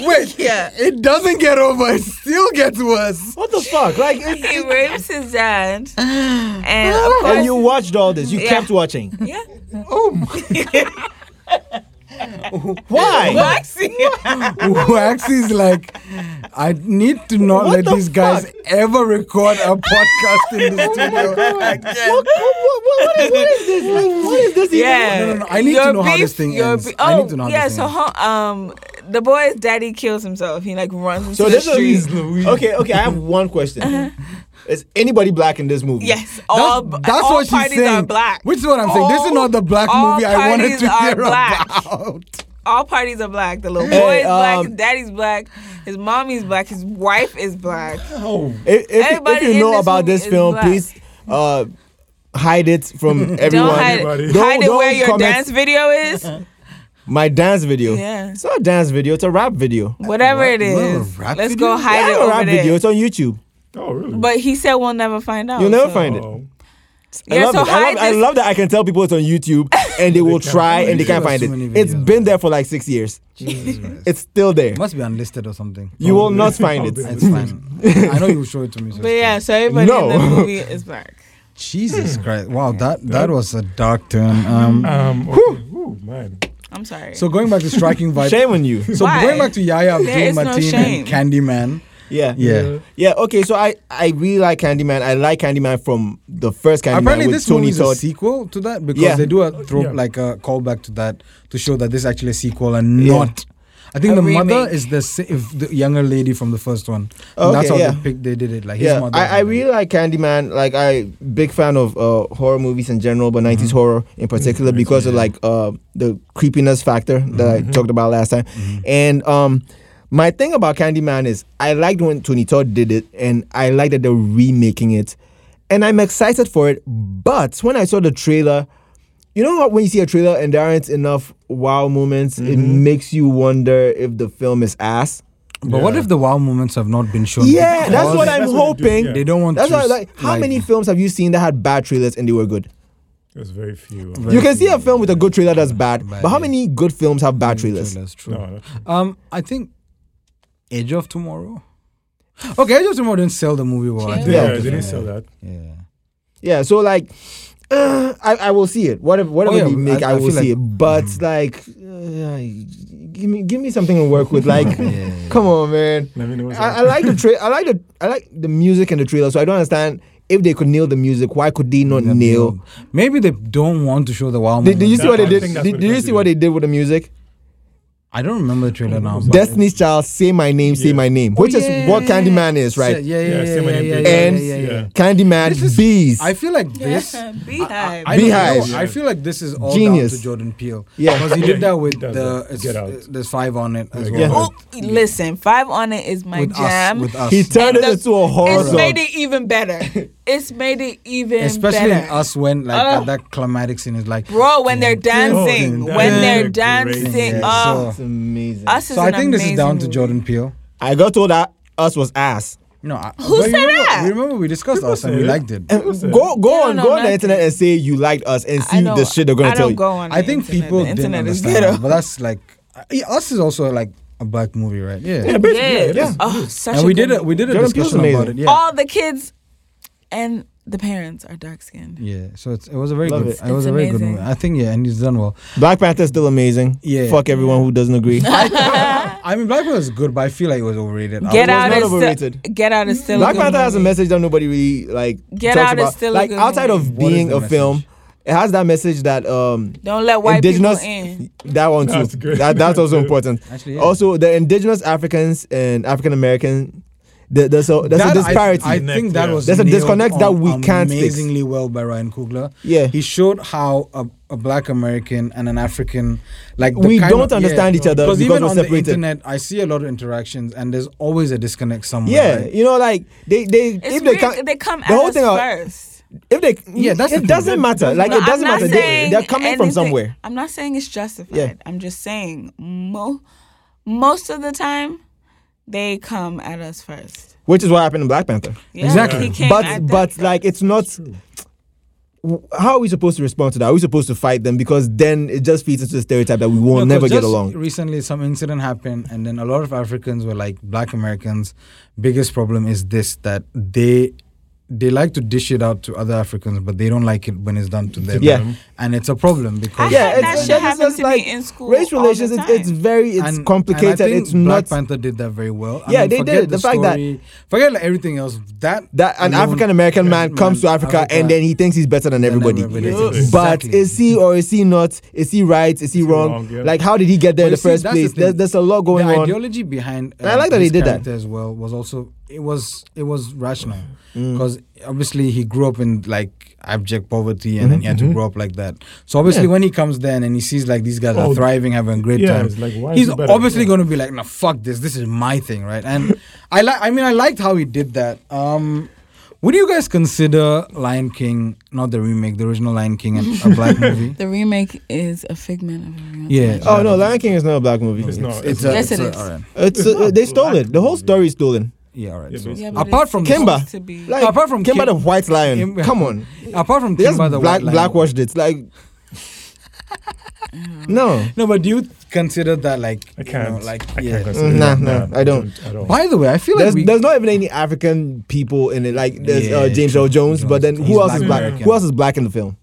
[SPEAKER 1] Wait,
[SPEAKER 4] Yeah.
[SPEAKER 1] it doesn't get over. It still gets worse.
[SPEAKER 2] What the fuck? Like, it,
[SPEAKER 4] He rapes his dad, and of course,
[SPEAKER 2] and you watched all this. You
[SPEAKER 4] Yeah.
[SPEAKER 2] kept watching.
[SPEAKER 4] yeah,
[SPEAKER 3] Oh
[SPEAKER 4] <laughs>
[SPEAKER 3] my
[SPEAKER 2] Why?
[SPEAKER 4] Waxy. <laughs>
[SPEAKER 1] Waxy's like, I need to not
[SPEAKER 2] What
[SPEAKER 1] let
[SPEAKER 2] the
[SPEAKER 1] these guys
[SPEAKER 2] fuck?
[SPEAKER 1] ever record a podcast in
[SPEAKER 4] <laughs>
[SPEAKER 1] this
[SPEAKER 4] Oh
[SPEAKER 1] studio again.
[SPEAKER 2] What, what, what, what, is, what is this? Like, what is this? even?
[SPEAKER 4] Yeah.
[SPEAKER 1] No, no, no, I need to know how this thing
[SPEAKER 4] your
[SPEAKER 1] ends.
[SPEAKER 4] be-
[SPEAKER 1] I need
[SPEAKER 4] oh,
[SPEAKER 1] to know how
[SPEAKER 4] yeah,
[SPEAKER 1] this thing
[SPEAKER 4] so ho- um, the boy's daddy kills himself. He like runs into
[SPEAKER 2] So
[SPEAKER 4] the
[SPEAKER 2] this
[SPEAKER 4] street.
[SPEAKER 2] is
[SPEAKER 3] Jeez Louise.
[SPEAKER 2] okay. Okay, I have one question. Is anybody black in this movie?
[SPEAKER 4] Uh-huh. Yes, all b-
[SPEAKER 1] that's
[SPEAKER 4] all
[SPEAKER 1] what she's
[SPEAKER 4] parties
[SPEAKER 1] saying.
[SPEAKER 4] are black.
[SPEAKER 1] Which is what I'm saying. This is
[SPEAKER 4] All-
[SPEAKER 1] not the black
[SPEAKER 4] all
[SPEAKER 1] movie I wanted
[SPEAKER 4] parties
[SPEAKER 1] to
[SPEAKER 4] are
[SPEAKER 1] hear
[SPEAKER 4] black.
[SPEAKER 1] about.
[SPEAKER 4] all parties are black. The little boy
[SPEAKER 2] Hey,
[SPEAKER 4] is black. His
[SPEAKER 2] um,
[SPEAKER 4] daddy's black. His mommy's black. His wife is black.
[SPEAKER 3] Oh,
[SPEAKER 2] If, if, if
[SPEAKER 4] Everybody in
[SPEAKER 2] you know
[SPEAKER 4] this
[SPEAKER 2] about
[SPEAKER 4] movie
[SPEAKER 2] this
[SPEAKER 4] is
[SPEAKER 2] film,
[SPEAKER 4] black.
[SPEAKER 2] please uh, hide it from everyone.
[SPEAKER 4] <laughs> don't hide it.
[SPEAKER 3] everybody.
[SPEAKER 4] hide it
[SPEAKER 2] Don't-
[SPEAKER 4] where
[SPEAKER 2] don't
[SPEAKER 4] your
[SPEAKER 2] comment.
[SPEAKER 4] dance video is.
[SPEAKER 2] My dance video.
[SPEAKER 4] Yeah.
[SPEAKER 2] It's not a dance video. It's a rap video.
[SPEAKER 4] Whatever
[SPEAKER 1] What?
[SPEAKER 4] it
[SPEAKER 1] You have a
[SPEAKER 4] is,
[SPEAKER 1] rap
[SPEAKER 4] let's
[SPEAKER 1] video?
[SPEAKER 4] go hide
[SPEAKER 2] Yeah,
[SPEAKER 4] it
[SPEAKER 2] a
[SPEAKER 4] over
[SPEAKER 2] rap
[SPEAKER 4] there.
[SPEAKER 2] video. It's on YouTube.
[SPEAKER 3] oh really?
[SPEAKER 4] But he said we'll never find out.
[SPEAKER 2] You'll never
[SPEAKER 4] so-
[SPEAKER 2] find it.
[SPEAKER 3] Oh.
[SPEAKER 2] I
[SPEAKER 4] Yeah,
[SPEAKER 2] love
[SPEAKER 4] so
[SPEAKER 2] it. I love,
[SPEAKER 4] hide
[SPEAKER 2] I
[SPEAKER 4] this-
[SPEAKER 2] love that I can tell people it's on
[SPEAKER 4] <laughs>
[SPEAKER 2] YouTube and they will
[SPEAKER 3] can't
[SPEAKER 2] try
[SPEAKER 3] find
[SPEAKER 2] and they
[SPEAKER 3] it.
[SPEAKER 2] can't
[SPEAKER 1] There's
[SPEAKER 2] find
[SPEAKER 1] too
[SPEAKER 2] it.
[SPEAKER 1] many
[SPEAKER 2] It's
[SPEAKER 1] videos.
[SPEAKER 2] been there for like six years. It's still there.
[SPEAKER 1] It must be unlisted or something.
[SPEAKER 2] You will not find
[SPEAKER 3] I'll
[SPEAKER 2] it.
[SPEAKER 1] <laughs>
[SPEAKER 3] be
[SPEAKER 1] It's fine. I know you will show it to me. so
[SPEAKER 4] But
[SPEAKER 1] it's
[SPEAKER 4] yeah,
[SPEAKER 1] fine.
[SPEAKER 4] so everybody in the
[SPEAKER 2] No.
[SPEAKER 4] <laughs> movie is black.
[SPEAKER 2] Hmm.
[SPEAKER 1] Jesus Christ! Wow, that that was a dark turn. Um,
[SPEAKER 3] Um, okay. Ooh, man.
[SPEAKER 4] I'm sorry.
[SPEAKER 1] so going back to striking vibe.
[SPEAKER 2] Shame on you.
[SPEAKER 1] So
[SPEAKER 4] Why?
[SPEAKER 1] going back to Yaya Abdul
[SPEAKER 4] There is no
[SPEAKER 1] Mateen and
[SPEAKER 4] shame.
[SPEAKER 1] Candyman.
[SPEAKER 2] Yeah.
[SPEAKER 1] Yeah.
[SPEAKER 2] Yeah, okay, so I, I really like Candyman. I like Candyman from the first Candyman
[SPEAKER 1] Apparently,
[SPEAKER 2] with
[SPEAKER 1] this
[SPEAKER 2] Tony
[SPEAKER 1] movie is a
[SPEAKER 2] Todd.
[SPEAKER 1] sequel to that because
[SPEAKER 2] Yeah.
[SPEAKER 1] they do a throw
[SPEAKER 3] Yeah.
[SPEAKER 1] like a callback to that to show that this is actually a sequel and
[SPEAKER 2] Yeah.
[SPEAKER 1] not. I think
[SPEAKER 4] A
[SPEAKER 1] the mother
[SPEAKER 4] remake.
[SPEAKER 1] is the sa- if the younger lady from the first one.
[SPEAKER 2] Okay,
[SPEAKER 1] that's how
[SPEAKER 2] yeah.
[SPEAKER 1] they picked, they did it. Like his
[SPEAKER 2] yeah,
[SPEAKER 1] mother.
[SPEAKER 2] I, I really like Candyman. Like I big fan of uh, horror movies in general, but 90s
[SPEAKER 3] Mm-hmm.
[SPEAKER 2] horror in particular because of like uh, the creepiness factor that
[SPEAKER 3] Mm-hmm.
[SPEAKER 2] I talked about last time. And um, my thing about Candyman is I liked when Tony Todd did it, and I like that they're remaking it, and I'm excited for it. But when I saw the trailer, you know what? When you see a trailer and there aren't enough wow moments, it
[SPEAKER 3] Mm-hmm.
[SPEAKER 2] makes you wonder if the film is ass.
[SPEAKER 1] But what
[SPEAKER 3] Yeah.
[SPEAKER 1] if the wow moments have not been shown?
[SPEAKER 2] Yeah, that's
[SPEAKER 1] because
[SPEAKER 2] what I'm
[SPEAKER 3] That's what they do,
[SPEAKER 2] hoping.
[SPEAKER 3] yeah.
[SPEAKER 1] They don't want.
[SPEAKER 2] That's
[SPEAKER 1] to
[SPEAKER 2] why, like, how many films have you seen that had bad trailers and they were good?
[SPEAKER 3] There's very few.
[SPEAKER 2] You can see a film with a good trailer that's bad,
[SPEAKER 1] Bad,
[SPEAKER 2] but how
[SPEAKER 1] yeah.
[SPEAKER 2] many good films have bad
[SPEAKER 1] trailers?
[SPEAKER 2] trailers?
[SPEAKER 1] true.
[SPEAKER 3] No, no.
[SPEAKER 1] Um, I think Edge of Tomorrow. Okay, Edge of Tomorrow didn't sell the movie well. I
[SPEAKER 4] Yeah.
[SPEAKER 1] think.
[SPEAKER 3] Yeah,
[SPEAKER 2] Yeah.
[SPEAKER 3] they didn't sell that.
[SPEAKER 1] Yeah.
[SPEAKER 2] Yeah, so like, uh, I, I will see it. Whatever whatever
[SPEAKER 1] yeah,
[SPEAKER 2] they make,
[SPEAKER 1] I-
[SPEAKER 2] I,
[SPEAKER 1] I
[SPEAKER 2] will
[SPEAKER 1] feel
[SPEAKER 2] see
[SPEAKER 1] like-
[SPEAKER 2] it. But like, uh, give me give me something to work with. Like, come on, man.
[SPEAKER 3] Let me know what's
[SPEAKER 2] I, I
[SPEAKER 3] up.
[SPEAKER 2] like the tra- I like the I like the music and the trailer. So I don't understand if they could nail the music, why could they not
[SPEAKER 1] Yeah,
[SPEAKER 2] nail?
[SPEAKER 1] Maybe they don't want to show the wow
[SPEAKER 2] Did, did you
[SPEAKER 1] moments.
[SPEAKER 2] see what they
[SPEAKER 3] I
[SPEAKER 2] did?
[SPEAKER 3] think
[SPEAKER 2] Did,
[SPEAKER 3] that's what
[SPEAKER 2] did you
[SPEAKER 3] they
[SPEAKER 2] see
[SPEAKER 3] did.
[SPEAKER 2] what they did with the music?
[SPEAKER 1] I don't remember the trailer now. but-
[SPEAKER 2] Destiny's Child, say my name, say
[SPEAKER 3] Yeah.
[SPEAKER 2] my name,
[SPEAKER 1] Oh,
[SPEAKER 2] which
[SPEAKER 1] yeah.
[SPEAKER 2] is what Candyman is, right?
[SPEAKER 1] Yeah, yeah, yeah,
[SPEAKER 3] Yeah,
[SPEAKER 1] yeah,
[SPEAKER 3] same
[SPEAKER 1] yeah,
[SPEAKER 3] with
[SPEAKER 1] yeah,
[SPEAKER 3] the
[SPEAKER 1] yeah,
[SPEAKER 2] And-
[SPEAKER 1] yeah, yeah, yeah.
[SPEAKER 2] Candyman,
[SPEAKER 1] This is-
[SPEAKER 2] bees.
[SPEAKER 1] I feel like
[SPEAKER 4] <laughs>
[SPEAKER 1] this.
[SPEAKER 4] <laughs> yeah,
[SPEAKER 1] I,
[SPEAKER 4] beehive.
[SPEAKER 1] I don't
[SPEAKER 2] Beehive.
[SPEAKER 1] know. I feel like this is all down
[SPEAKER 2] Genius.
[SPEAKER 1] to Jordan Peele.
[SPEAKER 2] Yeah.
[SPEAKER 1] because he
[SPEAKER 3] Yeah,
[SPEAKER 1] did
[SPEAKER 3] he
[SPEAKER 1] that with
[SPEAKER 3] does
[SPEAKER 1] the
[SPEAKER 3] that.
[SPEAKER 1] it's-
[SPEAKER 3] Get Out.
[SPEAKER 1] There's five on it as
[SPEAKER 3] Yeah,
[SPEAKER 1] well.
[SPEAKER 2] Get
[SPEAKER 4] oh, listen, five on it is my
[SPEAKER 1] With us,
[SPEAKER 4] jam.
[SPEAKER 1] with us.
[SPEAKER 2] he turned
[SPEAKER 4] And
[SPEAKER 2] it
[SPEAKER 4] the-
[SPEAKER 2] into a horror
[SPEAKER 4] it's
[SPEAKER 2] song.
[SPEAKER 4] made it even better. <laughs> It's made it even
[SPEAKER 1] Especially
[SPEAKER 4] better.
[SPEAKER 1] in us when like
[SPEAKER 4] Oh.
[SPEAKER 1] that, that climatic scene is like
[SPEAKER 4] Bro, when they're dancing,
[SPEAKER 3] Oh,
[SPEAKER 4] when
[SPEAKER 3] yeah.
[SPEAKER 4] they're
[SPEAKER 3] Great.
[SPEAKER 4] dancing,
[SPEAKER 1] Yeah,
[SPEAKER 4] oh,
[SPEAKER 2] It's amazing.
[SPEAKER 4] us is
[SPEAKER 1] So I
[SPEAKER 4] an
[SPEAKER 1] think this is
[SPEAKER 4] amazing
[SPEAKER 1] down to
[SPEAKER 4] movie.
[SPEAKER 1] Jordan Peele.
[SPEAKER 2] I got told that us was ass.
[SPEAKER 1] No, I,
[SPEAKER 4] Who
[SPEAKER 1] but
[SPEAKER 4] said
[SPEAKER 1] you remember,
[SPEAKER 4] that?
[SPEAKER 1] We remember we discussed us and we
[SPEAKER 3] said it.
[SPEAKER 1] liked it.
[SPEAKER 3] it?
[SPEAKER 2] Go go
[SPEAKER 4] Yeah,
[SPEAKER 2] on
[SPEAKER 4] no,
[SPEAKER 2] go on the
[SPEAKER 4] nothing.
[SPEAKER 2] internet and say you liked us and
[SPEAKER 4] I
[SPEAKER 2] see
[SPEAKER 4] know.
[SPEAKER 2] the shit they're
[SPEAKER 4] I
[SPEAKER 2] gonna
[SPEAKER 4] don't
[SPEAKER 2] tell you.
[SPEAKER 4] go on.
[SPEAKER 1] I
[SPEAKER 4] the
[SPEAKER 1] think
[SPEAKER 4] internet.
[SPEAKER 1] people
[SPEAKER 4] the
[SPEAKER 1] didn't
[SPEAKER 4] internet is
[SPEAKER 1] understand, that,
[SPEAKER 4] ghetto.
[SPEAKER 1] but that's like uh, yeah, us is also like a black movie, right? Yeah.
[SPEAKER 3] Yeah, basically, yeah,
[SPEAKER 4] <laughs> Yeah,
[SPEAKER 3] it is.
[SPEAKER 4] Oh, such
[SPEAKER 1] And
[SPEAKER 4] a
[SPEAKER 1] we
[SPEAKER 4] good
[SPEAKER 1] did a
[SPEAKER 4] movie.
[SPEAKER 1] we did a
[SPEAKER 2] Jordan Peele's
[SPEAKER 1] discussion about it.
[SPEAKER 2] amazing.
[SPEAKER 1] Yeah.
[SPEAKER 4] All the kids and the parents are dark skinned.
[SPEAKER 1] yeah. So it's, it was a very
[SPEAKER 2] Love
[SPEAKER 1] good.
[SPEAKER 2] it.
[SPEAKER 1] It, was
[SPEAKER 4] It's
[SPEAKER 1] a very good
[SPEAKER 4] amazing.
[SPEAKER 1] movie. I think yeah, and he's done
[SPEAKER 4] <laughs>
[SPEAKER 1] well.
[SPEAKER 2] Black Panther's still amazing.
[SPEAKER 1] Yeah.
[SPEAKER 2] Fuck everyone who doesn't agree.
[SPEAKER 1] I mean, Black Panther is good, but I feel like it was overrated. I was
[SPEAKER 4] Get
[SPEAKER 2] not
[SPEAKER 4] out is still,
[SPEAKER 2] overrated.
[SPEAKER 4] Get out is still. a
[SPEAKER 2] Black
[SPEAKER 4] good
[SPEAKER 2] Panther has a
[SPEAKER 4] movie.
[SPEAKER 2] message that nobody really like
[SPEAKER 4] Get
[SPEAKER 2] talks
[SPEAKER 4] Out is
[SPEAKER 2] about.
[SPEAKER 4] still a
[SPEAKER 2] like
[SPEAKER 4] good
[SPEAKER 2] outside
[SPEAKER 4] movie.
[SPEAKER 2] of
[SPEAKER 1] What is
[SPEAKER 2] being
[SPEAKER 1] the
[SPEAKER 2] a film,
[SPEAKER 1] message?
[SPEAKER 2] it has that message that um
[SPEAKER 4] Don't let white
[SPEAKER 2] indigenous
[SPEAKER 4] people in.
[SPEAKER 2] that one too.
[SPEAKER 3] That's good.
[SPEAKER 2] That, that's also important.
[SPEAKER 1] Actually, yeah.
[SPEAKER 2] Also, the indigenous Africans and African American, the, there's a there's
[SPEAKER 1] That
[SPEAKER 2] a disparity.
[SPEAKER 1] I, I think that
[SPEAKER 3] Yeah.
[SPEAKER 1] was
[SPEAKER 2] There's a
[SPEAKER 1] nailed
[SPEAKER 2] disconnect that
[SPEAKER 1] on
[SPEAKER 2] we can't fix.
[SPEAKER 1] amazingly well by Ryan Coogler.
[SPEAKER 2] Yeah.
[SPEAKER 1] he showed how a, a Black American and an African like the
[SPEAKER 2] We
[SPEAKER 1] kind
[SPEAKER 2] don't
[SPEAKER 1] of- yeah.
[SPEAKER 2] understand each other because
[SPEAKER 1] even
[SPEAKER 2] we're
[SPEAKER 1] on the
[SPEAKER 2] separated.
[SPEAKER 1] internet, I see a lot of interactions, and there's always a disconnect somewhere.
[SPEAKER 2] yeah,
[SPEAKER 1] right?
[SPEAKER 2] you know, like they they
[SPEAKER 4] It's
[SPEAKER 2] if they
[SPEAKER 4] weird.
[SPEAKER 2] can't
[SPEAKER 4] they come
[SPEAKER 2] the
[SPEAKER 4] at
[SPEAKER 2] whole
[SPEAKER 4] us
[SPEAKER 2] thing about-
[SPEAKER 4] first.
[SPEAKER 2] if they
[SPEAKER 1] Yeah, that's the
[SPEAKER 2] it
[SPEAKER 1] thing.
[SPEAKER 2] doesn't matter. Like
[SPEAKER 4] No,
[SPEAKER 2] it doesn't
[SPEAKER 4] I'm not
[SPEAKER 2] matter. They,
[SPEAKER 4] saying
[SPEAKER 2] they're coming from
[SPEAKER 4] anything-
[SPEAKER 2] somewhere.
[SPEAKER 4] I'm not saying it's justified.
[SPEAKER 2] Yeah.
[SPEAKER 4] I'm just saying mo- most of the time they come at us first.
[SPEAKER 2] Which is what happened in Black Panther.
[SPEAKER 4] Yeah,
[SPEAKER 1] Exactly.
[SPEAKER 4] he came
[SPEAKER 2] but
[SPEAKER 4] at them
[SPEAKER 2] but
[SPEAKER 4] first.
[SPEAKER 2] like it's not how are we supposed to respond to that? Are we supposed to fight them? Because then it just feeds into the stereotype that we will not
[SPEAKER 1] No, 'cause
[SPEAKER 2] never get
[SPEAKER 1] just
[SPEAKER 2] along.
[SPEAKER 1] Recently, some incident happened, and then a lot of Africans were like, "Black Americans, biggest problem is this that they they like to dish it out to other Africans, but they don't like it when it's done to them.
[SPEAKER 2] Yeah.
[SPEAKER 1] and it's a problem because
[SPEAKER 4] I
[SPEAKER 2] Yeah,
[SPEAKER 4] had
[SPEAKER 2] it's-
[SPEAKER 4] that
[SPEAKER 2] it's
[SPEAKER 4] shit
[SPEAKER 2] just
[SPEAKER 4] happen to
[SPEAKER 2] like
[SPEAKER 4] me in school.
[SPEAKER 2] Race
[SPEAKER 4] all
[SPEAKER 2] relations,
[SPEAKER 4] the
[SPEAKER 2] it's, it's
[SPEAKER 4] time.
[SPEAKER 2] very it's
[SPEAKER 1] and-
[SPEAKER 2] complicated.
[SPEAKER 1] And I think
[SPEAKER 2] it's not
[SPEAKER 1] Black Panther did that very well. I
[SPEAKER 2] Yeah,
[SPEAKER 1] mean,
[SPEAKER 2] they
[SPEAKER 1] forget
[SPEAKER 2] did. The fact that-
[SPEAKER 1] story, forget like everything else. That
[SPEAKER 2] that an
[SPEAKER 1] alone-
[SPEAKER 2] African American man comes to Africa, and then he thinks he's better than everybody.
[SPEAKER 1] everybody.
[SPEAKER 3] Yes.
[SPEAKER 2] But
[SPEAKER 1] Exactly.
[SPEAKER 2] is he or is he not? Is he right? Is he
[SPEAKER 3] he
[SPEAKER 2] wrong?
[SPEAKER 3] wrong? Yeah.
[SPEAKER 2] Like how did he get there in
[SPEAKER 1] But
[SPEAKER 2] the
[SPEAKER 1] you see,
[SPEAKER 2] first
[SPEAKER 1] that's the
[SPEAKER 2] place?
[SPEAKER 1] thing.
[SPEAKER 2] there's, there's a lot going
[SPEAKER 1] the
[SPEAKER 2] on.
[SPEAKER 1] ideology behind um,
[SPEAKER 2] And I like that he
[SPEAKER 1] his
[SPEAKER 2] did that.
[SPEAKER 1] character as well was also it was it was rational
[SPEAKER 2] Mm.
[SPEAKER 1] because obviously he grew up in like abject poverty and then he had to grow up like that so obviously
[SPEAKER 2] Mm-hmm. Yeah.
[SPEAKER 1] when he comes there and then he sees like these guys
[SPEAKER 3] Oh,
[SPEAKER 1] are thriving having a great
[SPEAKER 3] yeah,
[SPEAKER 1] time
[SPEAKER 3] it's like, why is
[SPEAKER 1] he's
[SPEAKER 3] he better?
[SPEAKER 1] obviously
[SPEAKER 3] Yeah.
[SPEAKER 1] going to be like nah fuck this this is my thing right and <laughs> I like I mean I liked how he did that um would you guys consider Lion King not the remake the original Lion King a, a black movie
[SPEAKER 4] The remake is a figment of your
[SPEAKER 1] yeah
[SPEAKER 2] Oh no, Lion King is not a black movie.
[SPEAKER 3] It's not.
[SPEAKER 1] it's a,
[SPEAKER 4] Yes,
[SPEAKER 1] it's
[SPEAKER 4] it
[SPEAKER 1] a-
[SPEAKER 4] is.
[SPEAKER 1] alright.
[SPEAKER 2] It's,
[SPEAKER 3] It's
[SPEAKER 2] uh,
[SPEAKER 3] not
[SPEAKER 2] they stole
[SPEAKER 3] black
[SPEAKER 2] it. The whole
[SPEAKER 3] movie.
[SPEAKER 2] story is stolen.
[SPEAKER 1] yeah alright
[SPEAKER 3] Yeah,
[SPEAKER 1] so-
[SPEAKER 3] basically.
[SPEAKER 4] Yeah, but
[SPEAKER 1] apart
[SPEAKER 4] it's
[SPEAKER 1] from
[SPEAKER 4] supposed
[SPEAKER 2] Kimba.
[SPEAKER 4] to be-
[SPEAKER 2] Like,
[SPEAKER 1] Apart from
[SPEAKER 2] Kimba
[SPEAKER 1] Kim-
[SPEAKER 2] the White Lion.
[SPEAKER 1] Kim-
[SPEAKER 2] Come on,
[SPEAKER 1] apart from
[SPEAKER 2] they just
[SPEAKER 1] Kimba the White
[SPEAKER 2] black
[SPEAKER 1] Lion.
[SPEAKER 2] blackwashed it. Like <laughs> no,
[SPEAKER 1] No, but do you consider that like
[SPEAKER 3] I
[SPEAKER 1] You know,
[SPEAKER 3] can't.
[SPEAKER 1] like
[SPEAKER 3] I
[SPEAKER 1] yeah.
[SPEAKER 3] can't consider
[SPEAKER 2] Nah,
[SPEAKER 3] that.
[SPEAKER 2] nah, I don't.
[SPEAKER 3] I don't.
[SPEAKER 1] By the way, I feel
[SPEAKER 2] there's,
[SPEAKER 1] like we,
[SPEAKER 2] there's not even any African people in it. Like there's
[SPEAKER 1] Yeah,
[SPEAKER 2] uh, James
[SPEAKER 1] true.
[SPEAKER 2] Earl Jones, but then
[SPEAKER 1] He's
[SPEAKER 2] who else
[SPEAKER 1] black
[SPEAKER 2] is black?
[SPEAKER 1] American.
[SPEAKER 2] Who else is black in the film?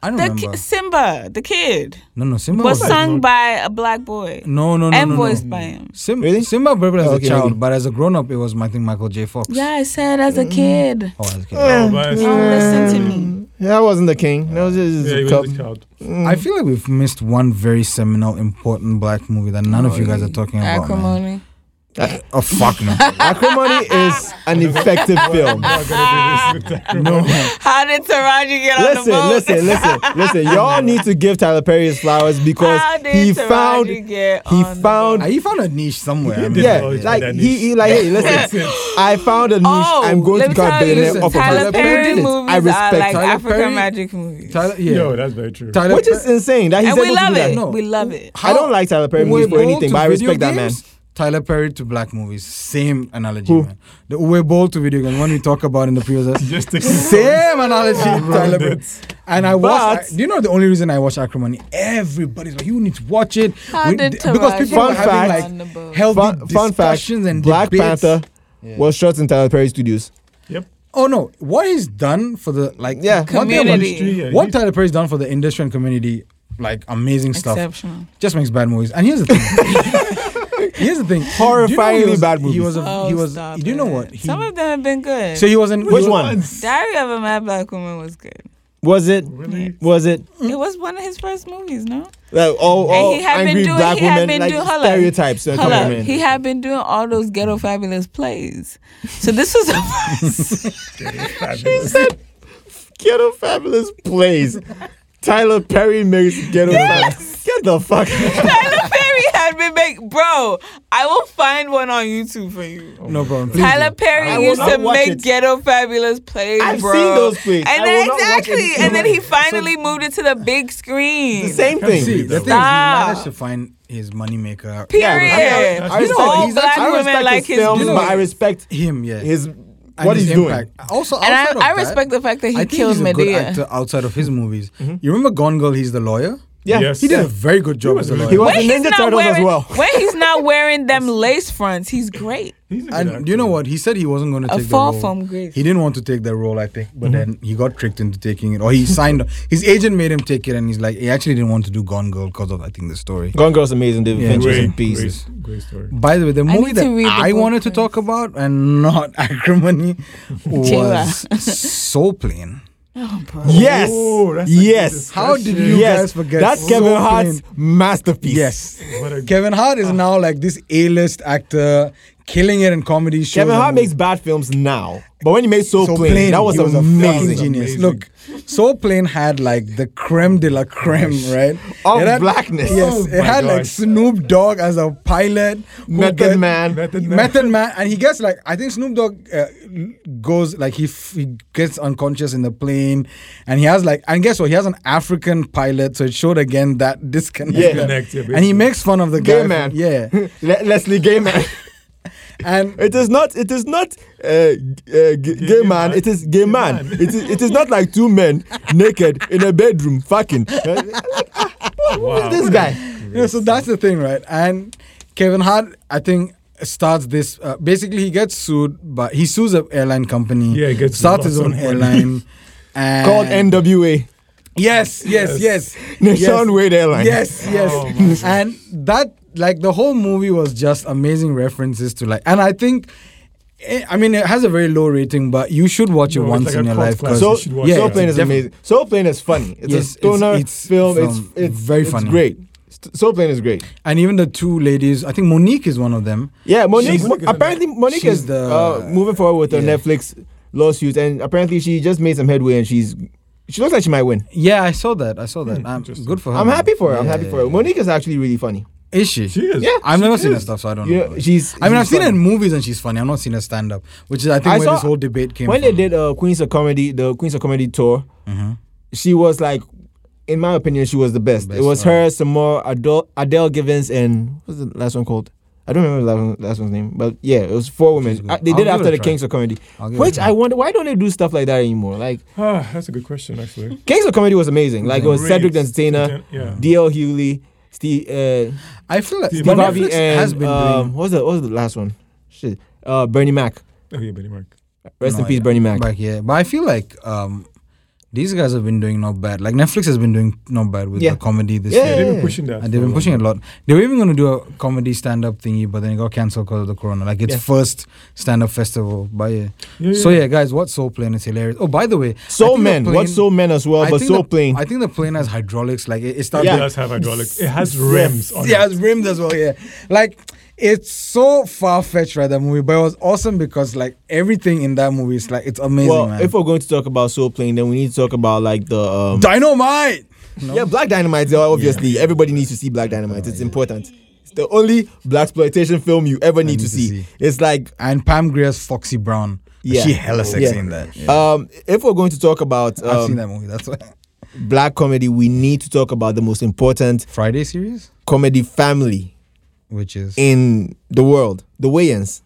[SPEAKER 1] I don't
[SPEAKER 4] The
[SPEAKER 1] remember.
[SPEAKER 4] ki- Simba, the kid,
[SPEAKER 1] no, no, Simba
[SPEAKER 4] was
[SPEAKER 1] was
[SPEAKER 4] sung by a black boy
[SPEAKER 1] no, no, no,
[SPEAKER 4] and
[SPEAKER 1] no, no.
[SPEAKER 4] voiced by him.
[SPEAKER 1] Sim-
[SPEAKER 2] Really?
[SPEAKER 1] Simba Brebel as
[SPEAKER 2] Oh, okay,
[SPEAKER 1] a
[SPEAKER 2] okay.
[SPEAKER 1] child, but as a grown up, it was I think Michael J. Fox.
[SPEAKER 4] Yeah, I said as a kid.
[SPEAKER 1] Oh, okay.
[SPEAKER 3] Oh, but it's-
[SPEAKER 4] Don't listen to me.
[SPEAKER 2] Yeah, that wasn't the king. That was just
[SPEAKER 3] yeah,
[SPEAKER 2] a
[SPEAKER 3] he was
[SPEAKER 2] cup.
[SPEAKER 3] a child.
[SPEAKER 1] I
[SPEAKER 2] Mm.
[SPEAKER 1] feel like we've missed one very seminal, important black movie that
[SPEAKER 2] Oh,
[SPEAKER 1] none of you guys are talking
[SPEAKER 4] Ah,
[SPEAKER 1] about. man.
[SPEAKER 4] Acrimony.
[SPEAKER 1] Oh fuck
[SPEAKER 2] <laughs>
[SPEAKER 1] no!
[SPEAKER 2] Acrimony is an effective film.
[SPEAKER 3] I'm not gonna do this with that.
[SPEAKER 4] Ah, How did Taraji get on the
[SPEAKER 2] Listen,
[SPEAKER 4] boat?
[SPEAKER 2] listen, listen, listen. Y'all need to give Tyler Perry his flowers because
[SPEAKER 4] How did
[SPEAKER 2] he
[SPEAKER 4] Taraji
[SPEAKER 2] found
[SPEAKER 4] get
[SPEAKER 2] he
[SPEAKER 4] on the
[SPEAKER 2] found
[SPEAKER 1] Ah, he found a niche somewhere. I mean,
[SPEAKER 2] yeah,
[SPEAKER 3] Oh, he's
[SPEAKER 2] like
[SPEAKER 3] that
[SPEAKER 2] he,
[SPEAKER 3] niche.
[SPEAKER 2] he like hey, listen, I found a niche.
[SPEAKER 4] Oh,
[SPEAKER 2] I'm going
[SPEAKER 4] let
[SPEAKER 2] to
[SPEAKER 4] me
[SPEAKER 2] become a
[SPEAKER 4] tell you,
[SPEAKER 2] billionaire
[SPEAKER 1] listen,
[SPEAKER 2] off of
[SPEAKER 4] Tyler
[SPEAKER 1] Tyler Perry
[SPEAKER 4] Perry
[SPEAKER 1] did it.
[SPEAKER 4] movies
[SPEAKER 2] I respect
[SPEAKER 4] are like
[SPEAKER 1] Tyler
[SPEAKER 4] African
[SPEAKER 1] Perry.
[SPEAKER 4] magic movies,
[SPEAKER 1] Tyler, yeah,
[SPEAKER 3] Yo, that's very true.
[SPEAKER 1] Tyler
[SPEAKER 2] which is
[SPEAKER 1] Perry-
[SPEAKER 2] insane that he's
[SPEAKER 4] and we
[SPEAKER 2] able to do
[SPEAKER 4] love
[SPEAKER 2] that.
[SPEAKER 4] it.
[SPEAKER 1] No.
[SPEAKER 4] We love it.
[SPEAKER 2] I don't like Tyler Perry
[SPEAKER 1] Uwe
[SPEAKER 2] movies for
[SPEAKER 1] Boll
[SPEAKER 2] anything,
[SPEAKER 1] to
[SPEAKER 2] but I
[SPEAKER 1] video
[SPEAKER 2] respect that man.
[SPEAKER 1] games, Tyler Perry to black movies, same analogy,
[SPEAKER 2] Who?
[SPEAKER 1] man. The Uwe Boll to video games, one we talk about in the
[SPEAKER 2] <laughs>
[SPEAKER 1] previous. <laughs>
[SPEAKER 3] Just take
[SPEAKER 1] Same analogy, Tyler Perry. And I watched.
[SPEAKER 2] But-
[SPEAKER 1] I- do you know the only reason I watch Acrimony? Everybody's like, you need to watch it.
[SPEAKER 4] How
[SPEAKER 1] We-
[SPEAKER 4] did
[SPEAKER 1] th- because
[SPEAKER 4] Taraji
[SPEAKER 1] people are
[SPEAKER 2] Fun fact-
[SPEAKER 1] having like healthy
[SPEAKER 2] Fun, fun fact:
[SPEAKER 1] discussions and
[SPEAKER 2] Black
[SPEAKER 1] debates.
[SPEAKER 2] Panther
[SPEAKER 1] Yeah.
[SPEAKER 2] was shot in Tyler Perry Studios.
[SPEAKER 3] Yep.
[SPEAKER 1] Oh no! What he's done for the like
[SPEAKER 2] Yeah.
[SPEAKER 1] one thing about-
[SPEAKER 4] Community.
[SPEAKER 3] Industry, yeah,
[SPEAKER 1] what
[SPEAKER 3] he-
[SPEAKER 1] Tyler Perry's done for the industry and community, like amazing stuff.
[SPEAKER 4] Exceptional.
[SPEAKER 1] Just makes bad movies. And here's the thing.
[SPEAKER 4] <laughs>
[SPEAKER 1] here's the thing.
[SPEAKER 2] Horrifyingly
[SPEAKER 1] Do he was-
[SPEAKER 2] bad movies.
[SPEAKER 1] He was. A,
[SPEAKER 4] Oh,
[SPEAKER 1] he was.
[SPEAKER 4] stop
[SPEAKER 1] you know
[SPEAKER 4] it.
[SPEAKER 1] what? He,
[SPEAKER 4] Some of them have been good.
[SPEAKER 1] so he was in.
[SPEAKER 2] Which
[SPEAKER 1] he-
[SPEAKER 2] one
[SPEAKER 4] Diary of a Mad Black Woman was good.
[SPEAKER 2] was it?
[SPEAKER 3] Really?
[SPEAKER 2] Was it
[SPEAKER 4] It was one of his first movies, no?
[SPEAKER 2] like all,
[SPEAKER 4] And
[SPEAKER 2] all
[SPEAKER 4] he had been
[SPEAKER 2] angry
[SPEAKER 4] doing-
[SPEAKER 2] black
[SPEAKER 4] he had
[SPEAKER 2] women
[SPEAKER 4] been
[SPEAKER 2] like
[SPEAKER 4] doing- hold up.
[SPEAKER 2] stereotypes? Uh, come
[SPEAKER 4] Hold
[SPEAKER 2] on,
[SPEAKER 4] up.
[SPEAKER 2] man.
[SPEAKER 4] He had been doing all those ghetto fabulous plays. So this was a first.
[SPEAKER 2] <laughs>
[SPEAKER 3] Fabulous.
[SPEAKER 2] Ghetto Fabulous plays. Tyler Perry makes Ghetto Fabulous. Get the fuck.
[SPEAKER 4] Tyler Perry had been make bro. I will find one on YouTube for you.
[SPEAKER 1] No problem. Please
[SPEAKER 4] Tyler
[SPEAKER 1] do.
[SPEAKER 4] Perry
[SPEAKER 2] I will
[SPEAKER 4] used to
[SPEAKER 2] not watch
[SPEAKER 4] make
[SPEAKER 2] it.
[SPEAKER 4] ghetto fabulous plays.
[SPEAKER 2] I've
[SPEAKER 4] bro.
[SPEAKER 2] seen those plays. I
[SPEAKER 4] And then
[SPEAKER 2] will not watch
[SPEAKER 4] exactly,
[SPEAKER 2] anything
[SPEAKER 4] and then
[SPEAKER 2] like
[SPEAKER 4] he finally moved it to the big screen.
[SPEAKER 2] The same thing.
[SPEAKER 1] See, the thing is, he
[SPEAKER 4] Stop.
[SPEAKER 1] managed to find his moneymaker.
[SPEAKER 2] Yeah,
[SPEAKER 4] Period.
[SPEAKER 2] I, I, I
[SPEAKER 4] You know
[SPEAKER 2] respect,
[SPEAKER 4] what?
[SPEAKER 2] his-
[SPEAKER 4] Black
[SPEAKER 2] I
[SPEAKER 4] women
[SPEAKER 2] respect
[SPEAKER 4] like
[SPEAKER 2] his
[SPEAKER 4] his
[SPEAKER 2] films,
[SPEAKER 1] music.
[SPEAKER 2] but I respect
[SPEAKER 1] Him, yeah.
[SPEAKER 2] his
[SPEAKER 1] and
[SPEAKER 2] what
[SPEAKER 1] his
[SPEAKER 2] he's
[SPEAKER 1] impact.
[SPEAKER 2] doing.
[SPEAKER 1] Also,
[SPEAKER 4] and
[SPEAKER 1] outside of
[SPEAKER 4] I, I
[SPEAKER 1] that,
[SPEAKER 4] respect the fact that he
[SPEAKER 1] I think
[SPEAKER 4] killed
[SPEAKER 1] he's a good
[SPEAKER 4] Medea.
[SPEAKER 1] actor outside of his movies.
[SPEAKER 2] Mm-hmm.
[SPEAKER 1] You remember Gone Girl? He's the lawyer.
[SPEAKER 2] Yeah,
[SPEAKER 3] Yes.
[SPEAKER 1] He did
[SPEAKER 3] Yeah.
[SPEAKER 1] a very good job as a
[SPEAKER 3] really
[SPEAKER 1] lawyer.
[SPEAKER 2] he was
[SPEAKER 4] When
[SPEAKER 2] in
[SPEAKER 4] he's
[SPEAKER 2] Ninja
[SPEAKER 4] not
[SPEAKER 2] Turtles
[SPEAKER 4] wearing,
[SPEAKER 2] as well.
[SPEAKER 4] when he's not
[SPEAKER 2] <laughs>
[SPEAKER 4] wearing them lace fronts, he's great.
[SPEAKER 3] He's a good
[SPEAKER 1] <laughs> And
[SPEAKER 3] actor.
[SPEAKER 1] you know what? He said he wasn't going to
[SPEAKER 4] A
[SPEAKER 1] take the
[SPEAKER 4] fall
[SPEAKER 1] role.
[SPEAKER 4] from grace.
[SPEAKER 1] He didn't want to take that role, I think. But then he got tricked into taking it, or he signed. his agent made him take it, and he's like, he actually didn't want to do Gone Girl because of I think the story.
[SPEAKER 2] Gone Girl's amazing. The
[SPEAKER 1] Yeah.
[SPEAKER 2] Adventures in
[SPEAKER 3] Great,
[SPEAKER 2] Peace.
[SPEAKER 3] great, great story.
[SPEAKER 1] By the way, the movie
[SPEAKER 4] need to read
[SPEAKER 1] that
[SPEAKER 4] the
[SPEAKER 1] I
[SPEAKER 4] book
[SPEAKER 1] wanted to
[SPEAKER 4] first.
[SPEAKER 1] talk about and not <laughs>
[SPEAKER 4] <laughs>
[SPEAKER 1] Acrimony was Soul Plane.
[SPEAKER 4] Oh, bro.
[SPEAKER 2] Yes.
[SPEAKER 3] Oh, that's a good
[SPEAKER 2] yes.
[SPEAKER 1] How did you guys
[SPEAKER 2] yes.
[SPEAKER 1] forget?
[SPEAKER 2] That's
[SPEAKER 1] Soul
[SPEAKER 2] Kevin
[SPEAKER 1] Plane?
[SPEAKER 2] Hart's masterpiece.
[SPEAKER 1] Yes.
[SPEAKER 3] What a
[SPEAKER 1] Kevin Hart is now like this A-list actor. killing it in comedy shows.
[SPEAKER 2] Kevin Hart
[SPEAKER 1] and-
[SPEAKER 2] makes bad films now, but when he made Soul,
[SPEAKER 1] so
[SPEAKER 2] Plane,
[SPEAKER 1] plain.
[SPEAKER 2] that was
[SPEAKER 1] he was a fucking
[SPEAKER 2] amazing.
[SPEAKER 1] genius.
[SPEAKER 3] Amazing.
[SPEAKER 1] Look, Soul Plane had like the creme de la creme, right?
[SPEAKER 2] Of
[SPEAKER 1] It had-
[SPEAKER 2] blackness.
[SPEAKER 1] Yes,
[SPEAKER 3] Oh
[SPEAKER 1] it
[SPEAKER 3] my
[SPEAKER 1] had like
[SPEAKER 3] God.
[SPEAKER 1] Snoop Dogg as a pilot. who
[SPEAKER 2] Method
[SPEAKER 1] could- <laughs>
[SPEAKER 2] Man.
[SPEAKER 3] Method Man.
[SPEAKER 1] Method Man, and he gets like I think Snoop Dogg uh, goes like he, f- he gets unconscious in the plane, and he has like and guess what? He has an African pilot, so it showed again that disconnect.
[SPEAKER 2] Yeah.
[SPEAKER 3] Disconnect, yeah,
[SPEAKER 1] and he
[SPEAKER 3] basically.
[SPEAKER 1] makes fun of the guy.
[SPEAKER 2] Gay
[SPEAKER 1] for-
[SPEAKER 2] man.
[SPEAKER 1] yeah,
[SPEAKER 2] <laughs> Le- Leslie Gay Man. <laughs>
[SPEAKER 1] and
[SPEAKER 2] It is not. It is not uh, uh, g- gay,
[SPEAKER 3] gay
[SPEAKER 2] man.
[SPEAKER 3] man.
[SPEAKER 2] It is gay man.
[SPEAKER 3] man.
[SPEAKER 2] It is. It is not like
[SPEAKER 1] <laughs>
[SPEAKER 2] two men naked in a bedroom fucking.
[SPEAKER 3] Wow.
[SPEAKER 2] This guy.
[SPEAKER 1] Yeah, so that's the thing, right? And Kevin Hart, I think, starts this. Uh, basically, he gets sued, but he sues an airline company.
[SPEAKER 3] Yeah, he gets
[SPEAKER 1] starts his
[SPEAKER 3] lots
[SPEAKER 1] own
[SPEAKER 3] of money. <laughs>
[SPEAKER 1] airline. and
[SPEAKER 2] called <laughs> NWA,
[SPEAKER 1] Yes, yes, yes.
[SPEAKER 2] Nation Wade Airline.
[SPEAKER 1] Yes, yes.
[SPEAKER 3] Oh,
[SPEAKER 1] and that, like, the whole movie was just amazing references to, like, and I think. eh, I mean, it has a very low rating, but you should watch it
[SPEAKER 3] No, it's
[SPEAKER 1] once
[SPEAKER 3] like
[SPEAKER 1] in
[SPEAKER 3] a
[SPEAKER 1] your
[SPEAKER 3] cult
[SPEAKER 1] life. 'cause-
[SPEAKER 3] classic.
[SPEAKER 2] So
[SPEAKER 3] You should watch
[SPEAKER 1] yeah,
[SPEAKER 2] Soul
[SPEAKER 3] it.
[SPEAKER 2] Plane is
[SPEAKER 1] defi-
[SPEAKER 2] amazing. Soul Plane is funny. It's
[SPEAKER 1] Yes,
[SPEAKER 2] a
[SPEAKER 1] it's-
[SPEAKER 2] stoner
[SPEAKER 1] it's
[SPEAKER 2] film.
[SPEAKER 1] film.
[SPEAKER 2] It's it's
[SPEAKER 1] Very
[SPEAKER 2] it's
[SPEAKER 1] funny.
[SPEAKER 2] great. S- Soul Plane is great.
[SPEAKER 1] And even the two ladies, I think Monique is one of them.
[SPEAKER 2] Yeah, Monique.
[SPEAKER 3] She's-
[SPEAKER 2] Mo- apparently, Monique
[SPEAKER 1] She's
[SPEAKER 2] is
[SPEAKER 1] the-
[SPEAKER 2] uh, moving forward with her
[SPEAKER 1] yeah.
[SPEAKER 2] Netflix lawsuit, and apparently she just made some headway, and she's she looks like she might win.
[SPEAKER 1] Yeah, I saw that. I saw that. Um,
[SPEAKER 3] Hmm, interesting.
[SPEAKER 1] good for her.
[SPEAKER 2] I'm
[SPEAKER 1] man.
[SPEAKER 2] happy for her. I'm
[SPEAKER 1] Uh-huh. Yeah,
[SPEAKER 2] happy
[SPEAKER 1] yeah,
[SPEAKER 2] for her.
[SPEAKER 1] yeah.
[SPEAKER 2] Monique is actually really funny.
[SPEAKER 1] Is she?
[SPEAKER 3] She is.
[SPEAKER 2] Yeah.
[SPEAKER 1] I've never
[SPEAKER 2] she
[SPEAKER 1] seen her
[SPEAKER 2] is.
[SPEAKER 1] stuff, so I don't
[SPEAKER 2] You
[SPEAKER 1] know.
[SPEAKER 2] know,
[SPEAKER 1] about it.
[SPEAKER 2] she's.
[SPEAKER 1] I mean,
[SPEAKER 2] she's
[SPEAKER 1] I've seen her
[SPEAKER 2] funny.
[SPEAKER 1] in movies and she's funny. I've not seen her stand up, which is I think
[SPEAKER 2] I
[SPEAKER 1] where
[SPEAKER 2] saw-
[SPEAKER 1] this whole debate came
[SPEAKER 2] when
[SPEAKER 1] from. Mm-hmm.
[SPEAKER 2] they did uh, Queens of Comedy, the Queens of Comedy tour, she was like, in my opinion, she was the best.
[SPEAKER 1] Best,
[SPEAKER 2] it was
[SPEAKER 1] right.
[SPEAKER 2] her, some more Adele, Adele Givens, and what's the last one called? I don't remember the last, one, last one's name, but yeah, it was four
[SPEAKER 1] She's
[SPEAKER 2] women.
[SPEAKER 1] good.
[SPEAKER 2] I, they
[SPEAKER 1] I'll
[SPEAKER 2] did
[SPEAKER 1] give it
[SPEAKER 2] after
[SPEAKER 1] a
[SPEAKER 2] the
[SPEAKER 1] try.
[SPEAKER 2] Kings of Comedy,
[SPEAKER 1] I'll give it a
[SPEAKER 2] which
[SPEAKER 1] try.
[SPEAKER 2] I wonder why don't they do stuff like that anymore? Like
[SPEAKER 3] Ah, that's a good question, actually.
[SPEAKER 2] Kings of Comedy was amazing. Like it was
[SPEAKER 3] Great.
[SPEAKER 2] Cedric the Entertainer,
[SPEAKER 3] Yeah.
[SPEAKER 2] D.L. Hewley, Steve, uh,
[SPEAKER 1] I feel like
[SPEAKER 3] Steve
[SPEAKER 2] Steve
[SPEAKER 1] but
[SPEAKER 2] Harvey,
[SPEAKER 1] Netflix
[SPEAKER 2] and
[SPEAKER 1] has been
[SPEAKER 2] um,
[SPEAKER 1] doing.
[SPEAKER 2] what was the what was the last one? Shit, uh, Bernie Mac.
[SPEAKER 3] Oh, yeah, Benny Mark.
[SPEAKER 2] Rest
[SPEAKER 1] No,
[SPEAKER 2] in peace,
[SPEAKER 1] I-
[SPEAKER 2] Bernie Mac.
[SPEAKER 1] Back here, but I feel like um, these guys have been doing not bad. Like Netflix has been doing not bad with
[SPEAKER 2] Yeah.
[SPEAKER 1] the comedy this
[SPEAKER 2] Yeah,
[SPEAKER 1] year,
[SPEAKER 3] They've
[SPEAKER 2] Yeah.
[SPEAKER 3] been pushing that.
[SPEAKER 1] and they've been pushing it a lot. They were even going to do a comedy stand up thingy, but then it got cancelled because of the corona. Like its
[SPEAKER 2] Yeah.
[SPEAKER 1] first stand up festival, but yeah.
[SPEAKER 3] Yeah,
[SPEAKER 1] So yeah, guys, what Soul Plane is hilarious. Oh, by the way, I
[SPEAKER 2] Soul
[SPEAKER 1] think the
[SPEAKER 2] Men,
[SPEAKER 1] plane-
[SPEAKER 2] what's Soul Men as well,
[SPEAKER 1] I
[SPEAKER 2] Oh, but
[SPEAKER 1] think
[SPEAKER 2] Soul
[SPEAKER 1] the-
[SPEAKER 2] Plane.
[SPEAKER 1] I think the plane has hydraulics. Like it, it starts.
[SPEAKER 2] Yeah.
[SPEAKER 3] It does have hydraulic. It has rims on
[SPEAKER 1] yeah,
[SPEAKER 3] it.
[SPEAKER 1] it's rims as well. Yeah, like it's so far fetched, right? That movie, but it was awesome because like everything in that movie is like it's amazing,
[SPEAKER 2] well,
[SPEAKER 1] man.
[SPEAKER 2] if we're going to talk about Soul Plane, then we need to talk about like the um,
[SPEAKER 1] Dynamite. No?
[SPEAKER 2] yeah, Black Dynamite. Obviously, everybody needs to see Black Dynamite. It's important. It's the only black exploitation film you ever need, to, see. It's like
[SPEAKER 1] And Pam Greer's Foxy Brown.
[SPEAKER 2] Yeah.
[SPEAKER 1] she hella sexy
[SPEAKER 2] Yeah.
[SPEAKER 1] in that. Yeah.
[SPEAKER 2] um, if we're going to talk about
[SPEAKER 1] I've seen
[SPEAKER 2] um,
[SPEAKER 1] that movie. That's why. <laughs>
[SPEAKER 2] black comedy, we need to talk about the most important
[SPEAKER 1] Friday series,
[SPEAKER 2] comedy family
[SPEAKER 1] which is
[SPEAKER 2] in the world, the Wayans.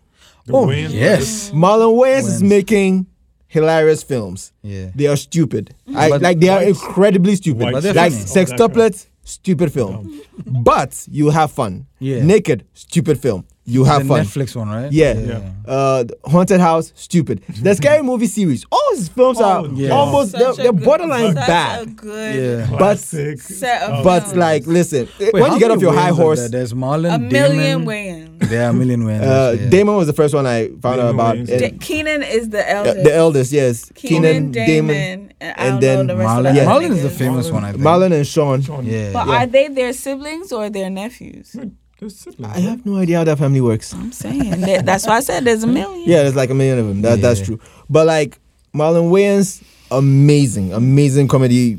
[SPEAKER 3] The
[SPEAKER 1] oh
[SPEAKER 3] wind-
[SPEAKER 1] yes,
[SPEAKER 2] Marlon Wayans is
[SPEAKER 1] Wayans.
[SPEAKER 2] making hilarious films.
[SPEAKER 1] yeah.
[SPEAKER 2] They are stupid. I,
[SPEAKER 1] But-
[SPEAKER 2] like they are
[SPEAKER 3] White.
[SPEAKER 2] incredibly stupid.
[SPEAKER 3] White.
[SPEAKER 1] But they're
[SPEAKER 2] Like
[SPEAKER 1] funny.
[SPEAKER 3] Oh, that kind
[SPEAKER 2] sextuplets, stupid film. but you have fun.
[SPEAKER 1] Yeah.
[SPEAKER 2] Naked, stupid film. You have
[SPEAKER 1] the
[SPEAKER 2] fun.
[SPEAKER 1] Netflix one, right?
[SPEAKER 2] Yeah.
[SPEAKER 3] Yeah.
[SPEAKER 2] Uh, the Haunted House, stupid. The scary movie series. All his films are
[SPEAKER 3] Oh, yeah.
[SPEAKER 2] almost
[SPEAKER 4] Such
[SPEAKER 2] they're,
[SPEAKER 4] a
[SPEAKER 2] they're
[SPEAKER 4] good-
[SPEAKER 2] borderline
[SPEAKER 4] such A
[SPEAKER 2] bad.
[SPEAKER 4] good
[SPEAKER 1] Yeah.
[SPEAKER 3] Classic.
[SPEAKER 4] set of
[SPEAKER 2] But
[SPEAKER 4] films.
[SPEAKER 2] like, listen,
[SPEAKER 1] Wait,
[SPEAKER 2] when
[SPEAKER 1] how
[SPEAKER 2] you get
[SPEAKER 1] many
[SPEAKER 2] off your
[SPEAKER 1] Wayans
[SPEAKER 2] high
[SPEAKER 1] are
[SPEAKER 2] horse,
[SPEAKER 1] there? there's Marlon
[SPEAKER 4] a million
[SPEAKER 1] Damon.
[SPEAKER 4] Wayans.
[SPEAKER 1] There are a million Wayans.
[SPEAKER 2] uh,
[SPEAKER 1] yeah.
[SPEAKER 2] Damon was the first one I found out
[SPEAKER 3] Damon
[SPEAKER 2] about.
[SPEAKER 3] Wayans.
[SPEAKER 2] and-
[SPEAKER 4] Da- Keenan is the
[SPEAKER 2] uh,
[SPEAKER 4] eldest.
[SPEAKER 2] the eldest, yes.
[SPEAKER 4] Keenan,
[SPEAKER 2] Keenan,
[SPEAKER 4] Damon,
[SPEAKER 2] Damon,
[SPEAKER 4] and, I
[SPEAKER 2] and
[SPEAKER 4] don't
[SPEAKER 2] then
[SPEAKER 4] know the rest of
[SPEAKER 1] Marlon.
[SPEAKER 4] the
[SPEAKER 2] Yeah.
[SPEAKER 4] other
[SPEAKER 1] Marlon is the
[SPEAKER 4] niggas.
[SPEAKER 1] famous one, I think.
[SPEAKER 2] Marlon, and Sean.
[SPEAKER 3] Sean.
[SPEAKER 1] Yeah.
[SPEAKER 4] But
[SPEAKER 2] Yeah.
[SPEAKER 4] are they their siblings or their nephews?
[SPEAKER 3] They're siblings.
[SPEAKER 2] I have no idea how that family works.
[SPEAKER 4] I'm saying that, that's why I said there's a million.
[SPEAKER 2] Yeah, there's like a million of them. That, That's
[SPEAKER 1] Yeah.
[SPEAKER 2] true. But like Marlon Wayans, amazing, amazing comedy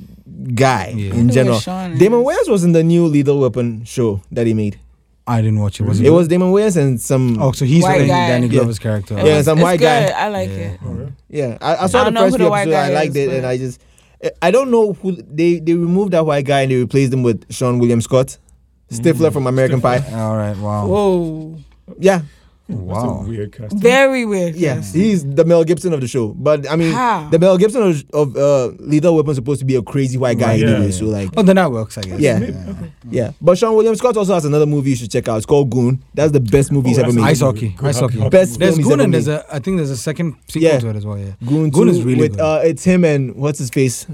[SPEAKER 2] guy
[SPEAKER 1] Yeah.
[SPEAKER 2] in
[SPEAKER 4] Wonder
[SPEAKER 2] general.
[SPEAKER 4] where Sean
[SPEAKER 2] Damon
[SPEAKER 4] is.
[SPEAKER 2] Wayans was in the new Lethal Weapon show that he made.
[SPEAKER 1] I didn't watch it. Was it?
[SPEAKER 2] It was Damon Wayans and some.
[SPEAKER 1] Oh, so he's
[SPEAKER 4] White
[SPEAKER 1] playing
[SPEAKER 4] guy.
[SPEAKER 1] Danny
[SPEAKER 2] Yeah.
[SPEAKER 1] Glover's character.
[SPEAKER 4] It
[SPEAKER 2] Yeah,
[SPEAKER 4] was-
[SPEAKER 2] some
[SPEAKER 4] it's
[SPEAKER 2] white
[SPEAKER 4] good.
[SPEAKER 2] guy.
[SPEAKER 4] I like
[SPEAKER 1] Yeah.
[SPEAKER 4] it.
[SPEAKER 3] Oh, yeah.
[SPEAKER 2] Yeah, I, I
[SPEAKER 4] I
[SPEAKER 2] saw
[SPEAKER 4] don't
[SPEAKER 2] the
[SPEAKER 4] know
[SPEAKER 2] first
[SPEAKER 4] who the
[SPEAKER 2] few
[SPEAKER 4] white
[SPEAKER 2] episodes.
[SPEAKER 4] guy
[SPEAKER 2] I liked
[SPEAKER 4] is,
[SPEAKER 2] it, and
[SPEAKER 4] but-
[SPEAKER 2] I just I don't know who they they removed that white guy and they replaced him with Sean William Scott,
[SPEAKER 1] Mm.
[SPEAKER 2] Stifler from American Pie.
[SPEAKER 1] All right. Wow.
[SPEAKER 4] Whoa.
[SPEAKER 2] Yeah,
[SPEAKER 3] That's
[SPEAKER 1] Oh, Wow.
[SPEAKER 3] a weird casting.
[SPEAKER 4] Very weird.
[SPEAKER 2] yeah,
[SPEAKER 4] Yes.
[SPEAKER 2] he's the Mel Gibson of the show. But I mean,
[SPEAKER 4] How?
[SPEAKER 2] the Mel Gibson of, of uh, Lethal Weapon supposed to be a crazy white guy
[SPEAKER 3] Right, yeah.
[SPEAKER 2] anyway. So like,
[SPEAKER 1] Oh, then that works, I guess.
[SPEAKER 2] Yeah. Yeah, but Sean William Scott also has another movie you should check out. It's called Goon. That's the best movie he's
[SPEAKER 3] Oh,
[SPEAKER 2] ever
[SPEAKER 3] that's
[SPEAKER 2] made.
[SPEAKER 1] Ice hockey.
[SPEAKER 3] Good
[SPEAKER 1] Ice
[SPEAKER 3] hockey,
[SPEAKER 1] hockey.
[SPEAKER 3] hockey
[SPEAKER 2] Best
[SPEAKER 1] There's
[SPEAKER 2] film he's
[SPEAKER 1] Goon
[SPEAKER 2] ever
[SPEAKER 1] and there's
[SPEAKER 2] made.
[SPEAKER 1] a I think there's a second sequel
[SPEAKER 2] Yeah.
[SPEAKER 1] to it as well. Yeah.
[SPEAKER 2] Goon,
[SPEAKER 1] Goon
[SPEAKER 2] 2
[SPEAKER 1] is really
[SPEAKER 2] with,
[SPEAKER 1] good.
[SPEAKER 2] Uh, it's him and what's his face,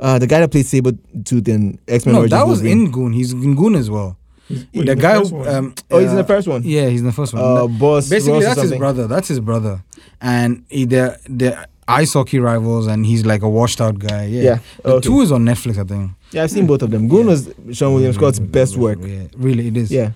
[SPEAKER 2] uh, the guy that played Sabretooth in X Men.
[SPEAKER 1] no, that was in Goon. He's in Goon as well.
[SPEAKER 3] Wait,
[SPEAKER 1] the
[SPEAKER 3] the
[SPEAKER 1] guy
[SPEAKER 3] first
[SPEAKER 1] who.
[SPEAKER 3] one?
[SPEAKER 1] Um,
[SPEAKER 2] Oh, he's in the
[SPEAKER 1] uh,
[SPEAKER 2] first one.
[SPEAKER 1] Yeah, he's in the first one.
[SPEAKER 2] Uh,
[SPEAKER 1] That-
[SPEAKER 2] boss.
[SPEAKER 1] Basically,
[SPEAKER 2] Ross or
[SPEAKER 1] that's his
[SPEAKER 2] something.
[SPEAKER 1] brother. That's his brother, and he, they're they're ice hockey rivals, and he's like a washed out guy. Yeah.
[SPEAKER 2] Yeah,
[SPEAKER 1] The
[SPEAKER 2] okay.
[SPEAKER 1] two is on Netflix, I think.
[SPEAKER 2] Yeah, I've seen both of them. Goon was Sean William Scott's best work.
[SPEAKER 1] Yeah, really, it is.
[SPEAKER 2] Yeah,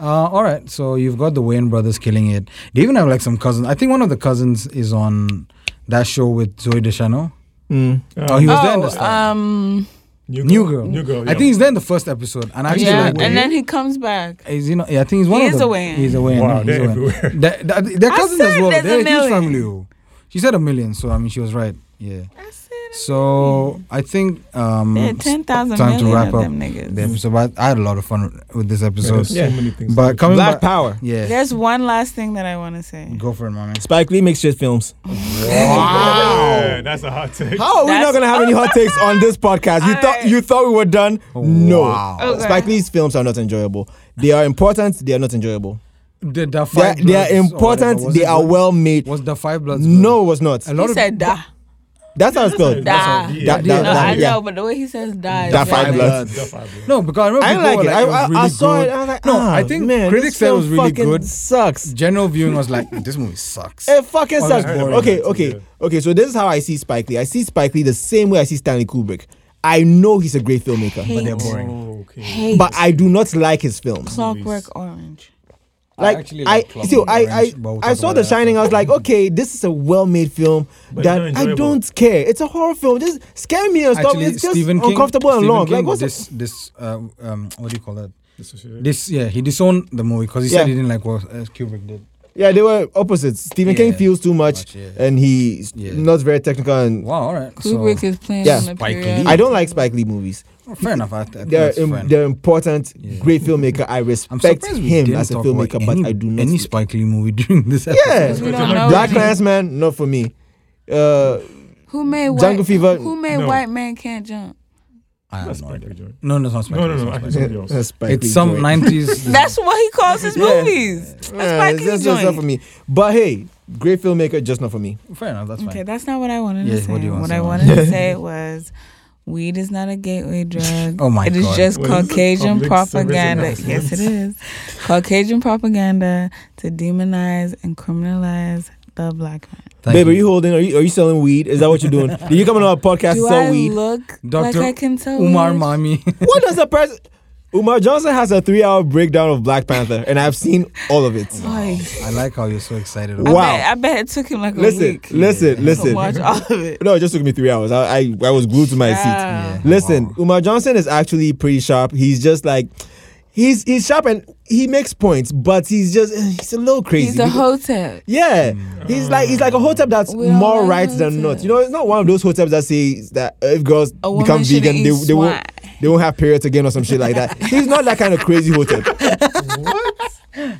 [SPEAKER 1] Uh, all right, so you've got the Wayne brothers killing it. They even have like some cousins. I think one of the cousins is on that show with Zoe Deschanel.
[SPEAKER 2] Mm.
[SPEAKER 1] Oh, he was there in the
[SPEAKER 4] Oh,
[SPEAKER 1] start.
[SPEAKER 4] um,
[SPEAKER 1] New Girl.
[SPEAKER 3] New girl.
[SPEAKER 1] I think he's there in the first episode, and I actually
[SPEAKER 4] yeah,
[SPEAKER 1] like
[SPEAKER 4] and
[SPEAKER 1] that.
[SPEAKER 4] then he comes back.
[SPEAKER 1] Is he not? Yeah, I think he's one
[SPEAKER 4] He
[SPEAKER 1] of
[SPEAKER 4] is
[SPEAKER 1] the.
[SPEAKER 4] a Wayne.
[SPEAKER 1] He's a Wayne.
[SPEAKER 3] Wow,
[SPEAKER 1] he's
[SPEAKER 3] they're
[SPEAKER 1] a Wayne.
[SPEAKER 3] everywhere.
[SPEAKER 1] They're, they're- they're
[SPEAKER 4] I
[SPEAKER 1] cousins as
[SPEAKER 4] said
[SPEAKER 1] well.
[SPEAKER 4] there's
[SPEAKER 1] They're
[SPEAKER 4] a
[SPEAKER 1] a huge
[SPEAKER 4] million.
[SPEAKER 1] family. oh. She said a million, so I mean she was right. Yeah.
[SPEAKER 4] I said
[SPEAKER 1] So I think um,
[SPEAKER 4] there are ten thousand
[SPEAKER 1] time to
[SPEAKER 4] million
[SPEAKER 1] wrap
[SPEAKER 4] of
[SPEAKER 1] up
[SPEAKER 4] them niggas.
[SPEAKER 1] the episode. But I had a lot of fun with this
[SPEAKER 3] Yeah,
[SPEAKER 1] episode.
[SPEAKER 3] there's
[SPEAKER 2] Yeah.
[SPEAKER 3] so many things.
[SPEAKER 1] But coming
[SPEAKER 2] Black
[SPEAKER 1] back,
[SPEAKER 2] Power.
[SPEAKER 1] yeah,
[SPEAKER 4] There's one last thing that I want to say.
[SPEAKER 1] go for it, mommy.
[SPEAKER 2] Spike Lee makes shit films.
[SPEAKER 3] wow, that's a hot take.
[SPEAKER 2] How are we
[SPEAKER 4] That's-
[SPEAKER 2] not gonna have any hot takes on this podcast? You
[SPEAKER 4] All
[SPEAKER 2] thought
[SPEAKER 4] right.
[SPEAKER 2] you thought we were done? No.
[SPEAKER 1] Wow.
[SPEAKER 4] Okay.
[SPEAKER 2] Spike Lee's films are not enjoyable. They are important. They are not enjoyable.
[SPEAKER 1] The, the
[SPEAKER 2] They are,
[SPEAKER 1] five
[SPEAKER 2] they are
[SPEAKER 1] Bloods or whatever,
[SPEAKER 2] important.
[SPEAKER 1] was
[SPEAKER 2] They
[SPEAKER 1] it
[SPEAKER 2] are
[SPEAKER 1] good?
[SPEAKER 2] well made.
[SPEAKER 1] Was the five bloods? good?
[SPEAKER 2] No, it was not.
[SPEAKER 1] a lot
[SPEAKER 4] He
[SPEAKER 1] of
[SPEAKER 4] said da.
[SPEAKER 2] That's how it's spelled.
[SPEAKER 4] That's how-
[SPEAKER 3] Yeah.
[SPEAKER 2] That-
[SPEAKER 1] Yeah.
[SPEAKER 2] that-
[SPEAKER 4] No,
[SPEAKER 2] that-
[SPEAKER 4] I
[SPEAKER 2] yeah.
[SPEAKER 4] know, but the way he says da. is
[SPEAKER 2] Da five
[SPEAKER 4] very-
[SPEAKER 2] bloods.
[SPEAKER 1] No, because I remember
[SPEAKER 2] I
[SPEAKER 1] people
[SPEAKER 2] didn't like
[SPEAKER 1] were
[SPEAKER 2] it.
[SPEAKER 1] like,
[SPEAKER 2] I,
[SPEAKER 1] it was
[SPEAKER 2] I,
[SPEAKER 1] really
[SPEAKER 2] I saw
[SPEAKER 1] good.
[SPEAKER 2] it. I was like,
[SPEAKER 1] No,
[SPEAKER 2] ah,
[SPEAKER 1] I think
[SPEAKER 2] man,
[SPEAKER 1] critics
[SPEAKER 2] this
[SPEAKER 1] said it
[SPEAKER 2] film
[SPEAKER 1] was really
[SPEAKER 2] fucking
[SPEAKER 1] good.
[SPEAKER 2] Sucks.
[SPEAKER 1] General viewing was
[SPEAKER 2] <laughs>
[SPEAKER 1] like, this movie sucks.
[SPEAKER 2] It fucking sucks.
[SPEAKER 3] Oh, heard about
[SPEAKER 2] Okay,
[SPEAKER 3] that too,
[SPEAKER 2] okay,
[SPEAKER 3] yeah.
[SPEAKER 2] okay. So this is how I see Spike Lee. I see Spike Lee the same way I see Stanley Kubrick. I know he's a great filmmaker,
[SPEAKER 1] But they're
[SPEAKER 4] Hate.
[SPEAKER 1] boring.
[SPEAKER 3] Oh, okay.
[SPEAKER 4] Hate.
[SPEAKER 2] but I do not like his films.
[SPEAKER 4] Clockwork Orange.
[SPEAKER 2] Like I,
[SPEAKER 1] actually like Clockwork
[SPEAKER 2] see, I I,
[SPEAKER 1] Orange, but we'll
[SPEAKER 2] I
[SPEAKER 1] talk
[SPEAKER 2] saw
[SPEAKER 1] about
[SPEAKER 2] The
[SPEAKER 1] that
[SPEAKER 2] Shining. I was
[SPEAKER 1] after.
[SPEAKER 2] like, okay, this is a well-made film
[SPEAKER 3] But it's
[SPEAKER 2] that
[SPEAKER 3] not
[SPEAKER 2] I
[SPEAKER 3] enjoyable.
[SPEAKER 2] don't care. It's a horror film. Just scare me and stuff.
[SPEAKER 1] Actually,
[SPEAKER 2] It's just
[SPEAKER 1] Stephen King,
[SPEAKER 2] uncomfortable and
[SPEAKER 1] Stephen
[SPEAKER 2] long.
[SPEAKER 1] King
[SPEAKER 2] like what's
[SPEAKER 1] this? This uh, um, what do you call that?
[SPEAKER 3] Dissociated.
[SPEAKER 1] This yeah, he disowned the movie because he
[SPEAKER 2] Yeah.
[SPEAKER 1] said he didn't like what uh, Kubrick did.
[SPEAKER 2] yeah? They were opposites. Stephen King
[SPEAKER 1] Yeah,
[SPEAKER 2] feels too
[SPEAKER 1] much,
[SPEAKER 2] much,
[SPEAKER 1] yeah.
[SPEAKER 2] and he's
[SPEAKER 1] Yeah.
[SPEAKER 2] not very technical. And
[SPEAKER 1] Wow, all right.
[SPEAKER 4] Kubrick is playing
[SPEAKER 2] Yeah.
[SPEAKER 4] on the
[SPEAKER 1] Spike Lee.
[SPEAKER 4] period.
[SPEAKER 2] I don't like Spike Lee movies.
[SPEAKER 1] So fair enough. I, I think
[SPEAKER 2] they're
[SPEAKER 1] that's
[SPEAKER 2] im-
[SPEAKER 1] fine.
[SPEAKER 2] they're important,
[SPEAKER 1] Yeah.
[SPEAKER 2] great filmmaker. I
[SPEAKER 1] I'm
[SPEAKER 2] respect
[SPEAKER 1] surprised we
[SPEAKER 2] him
[SPEAKER 1] didn't
[SPEAKER 2] as a
[SPEAKER 1] talk about
[SPEAKER 2] filmmaker, but
[SPEAKER 1] any,
[SPEAKER 2] I do not.
[SPEAKER 1] any Spike Lee movie <laughs> during this.
[SPEAKER 2] <laughs> yeah,
[SPEAKER 4] Because
[SPEAKER 3] But
[SPEAKER 4] we
[SPEAKER 3] they're
[SPEAKER 4] don't know
[SPEAKER 3] not
[SPEAKER 2] Black
[SPEAKER 4] who-
[SPEAKER 2] Klansman, not for me. Uh,
[SPEAKER 4] Who made white,
[SPEAKER 2] Jungle Fever-
[SPEAKER 4] Who made
[SPEAKER 3] No.
[SPEAKER 4] white man can't jump?
[SPEAKER 1] I have
[SPEAKER 3] That's
[SPEAKER 1] no
[SPEAKER 3] Spike
[SPEAKER 1] idea.
[SPEAKER 3] Lee joint.
[SPEAKER 1] No, no, it's not Spike
[SPEAKER 3] No,
[SPEAKER 1] Lee,
[SPEAKER 3] no,
[SPEAKER 1] it's
[SPEAKER 3] no.
[SPEAKER 1] not
[SPEAKER 3] I
[SPEAKER 1] Spike
[SPEAKER 3] think
[SPEAKER 1] Lee.
[SPEAKER 3] somebody else.
[SPEAKER 2] that's <laughs> Spike
[SPEAKER 1] It's
[SPEAKER 2] Lee
[SPEAKER 1] some
[SPEAKER 2] joint. <laughs>
[SPEAKER 1] nineties.
[SPEAKER 4] That's what he calls his
[SPEAKER 2] Yeah.
[SPEAKER 4] movies. That's
[SPEAKER 2] Yeah,
[SPEAKER 4] Spike
[SPEAKER 2] it's
[SPEAKER 4] Lee
[SPEAKER 2] just not
[SPEAKER 4] joint.
[SPEAKER 2] for me. But hey, great filmmaker, just not for me.
[SPEAKER 1] fair enough. That's
[SPEAKER 4] Okay,
[SPEAKER 1] fine.
[SPEAKER 4] that's not what I wanted
[SPEAKER 1] Yeah,
[SPEAKER 4] to say.
[SPEAKER 1] what
[SPEAKER 4] What,
[SPEAKER 1] do you want to
[SPEAKER 4] I
[SPEAKER 1] say?
[SPEAKER 4] wanted to
[SPEAKER 1] <laughs>
[SPEAKER 4] say was weed is not a gateway drug.
[SPEAKER 1] Oh my
[SPEAKER 4] It is
[SPEAKER 1] God.
[SPEAKER 4] just
[SPEAKER 3] Well, this is a
[SPEAKER 4] Caucasian
[SPEAKER 3] public service
[SPEAKER 4] propaganda.
[SPEAKER 3] announcement.
[SPEAKER 4] Yes, it is. Caucasian propaganda to demonize and criminalize the black man.
[SPEAKER 1] Thank
[SPEAKER 2] Babe, are you holding? Are you, are you selling weed? Is that what
[SPEAKER 1] <laughs>
[SPEAKER 2] you're doing? Did you come on our podcast
[SPEAKER 4] Do
[SPEAKER 2] to sell
[SPEAKER 4] I
[SPEAKER 2] weed?
[SPEAKER 4] look like
[SPEAKER 1] Dr.
[SPEAKER 4] I can tell?
[SPEAKER 1] Umar
[SPEAKER 4] you? <laughs>
[SPEAKER 1] Mami?
[SPEAKER 2] what does a person? Umar Johnson has a three-hour breakdown of Black Panther, and I've seen all of it.
[SPEAKER 4] Like,
[SPEAKER 1] I like how you're so excited.
[SPEAKER 4] I
[SPEAKER 1] About
[SPEAKER 2] Wow.
[SPEAKER 4] bet, I bet it took him like a
[SPEAKER 2] Listen,
[SPEAKER 4] week
[SPEAKER 2] listen,
[SPEAKER 4] to
[SPEAKER 2] listen.
[SPEAKER 4] watch all of it.
[SPEAKER 2] No, it just took me three hours. I I, I was glued to <laughs> my seat.
[SPEAKER 4] Yeah.
[SPEAKER 2] Listen,
[SPEAKER 1] Wow.
[SPEAKER 2] Umar Johnson is actually pretty sharp. He's just like, he's he's sharp and he makes points, but he's just <sighs> he's a little crazy.
[SPEAKER 4] He's a hotep.
[SPEAKER 2] yeah,
[SPEAKER 1] Mm.
[SPEAKER 2] he's like he's like a hotep that's
[SPEAKER 4] We all
[SPEAKER 2] more
[SPEAKER 4] like
[SPEAKER 2] right than not.
[SPEAKER 4] hoteps.
[SPEAKER 2] You know, it's not one of those hoteps that says that if girls
[SPEAKER 4] A woman
[SPEAKER 2] become
[SPEAKER 4] shouldn't
[SPEAKER 2] vegan, they,
[SPEAKER 4] eat
[SPEAKER 2] they won't
[SPEAKER 4] swine.
[SPEAKER 2] they won't have periods again or some shit like that. He's not that kind of crazy
[SPEAKER 1] <laughs>
[SPEAKER 2] hotep.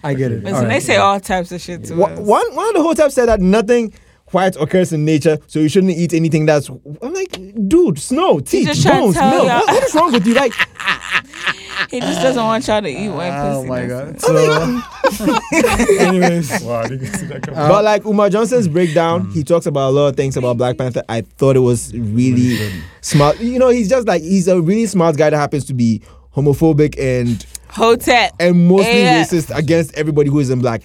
[SPEAKER 1] I get it.
[SPEAKER 4] Listen,
[SPEAKER 1] All right.
[SPEAKER 4] they say all types of shit to
[SPEAKER 2] Wha-
[SPEAKER 4] us.
[SPEAKER 2] one one of the hoteps said that nothing. White occurs in nature, so you shouldn't eat anything that's. I'm like, dude, snow, teeth,
[SPEAKER 4] just trying to
[SPEAKER 2] bones,
[SPEAKER 4] tell
[SPEAKER 2] milk.
[SPEAKER 4] y'all-
[SPEAKER 2] What- what is wrong
[SPEAKER 1] <laughs>
[SPEAKER 2] with you? Like,
[SPEAKER 4] He just doesn't want y'all to eat white
[SPEAKER 1] Oh
[SPEAKER 4] pussy.
[SPEAKER 1] my
[SPEAKER 4] that's
[SPEAKER 1] god.
[SPEAKER 4] it. <laughs>
[SPEAKER 2] um,
[SPEAKER 1] So <laughs>
[SPEAKER 3] Anyways, wow, I didn't see that coming.
[SPEAKER 1] Um, Uh,
[SPEAKER 2] but like Umar Johnson's breakdown,
[SPEAKER 1] mm.
[SPEAKER 2] he talks about a lot of things about Black Panther. I thought it was really smart. You know, he's just like he's a really smart guy that happens to be homophobic and
[SPEAKER 4] Hotep.
[SPEAKER 2] and mostly
[SPEAKER 4] Yeah.
[SPEAKER 2] racist against everybody who isn't black.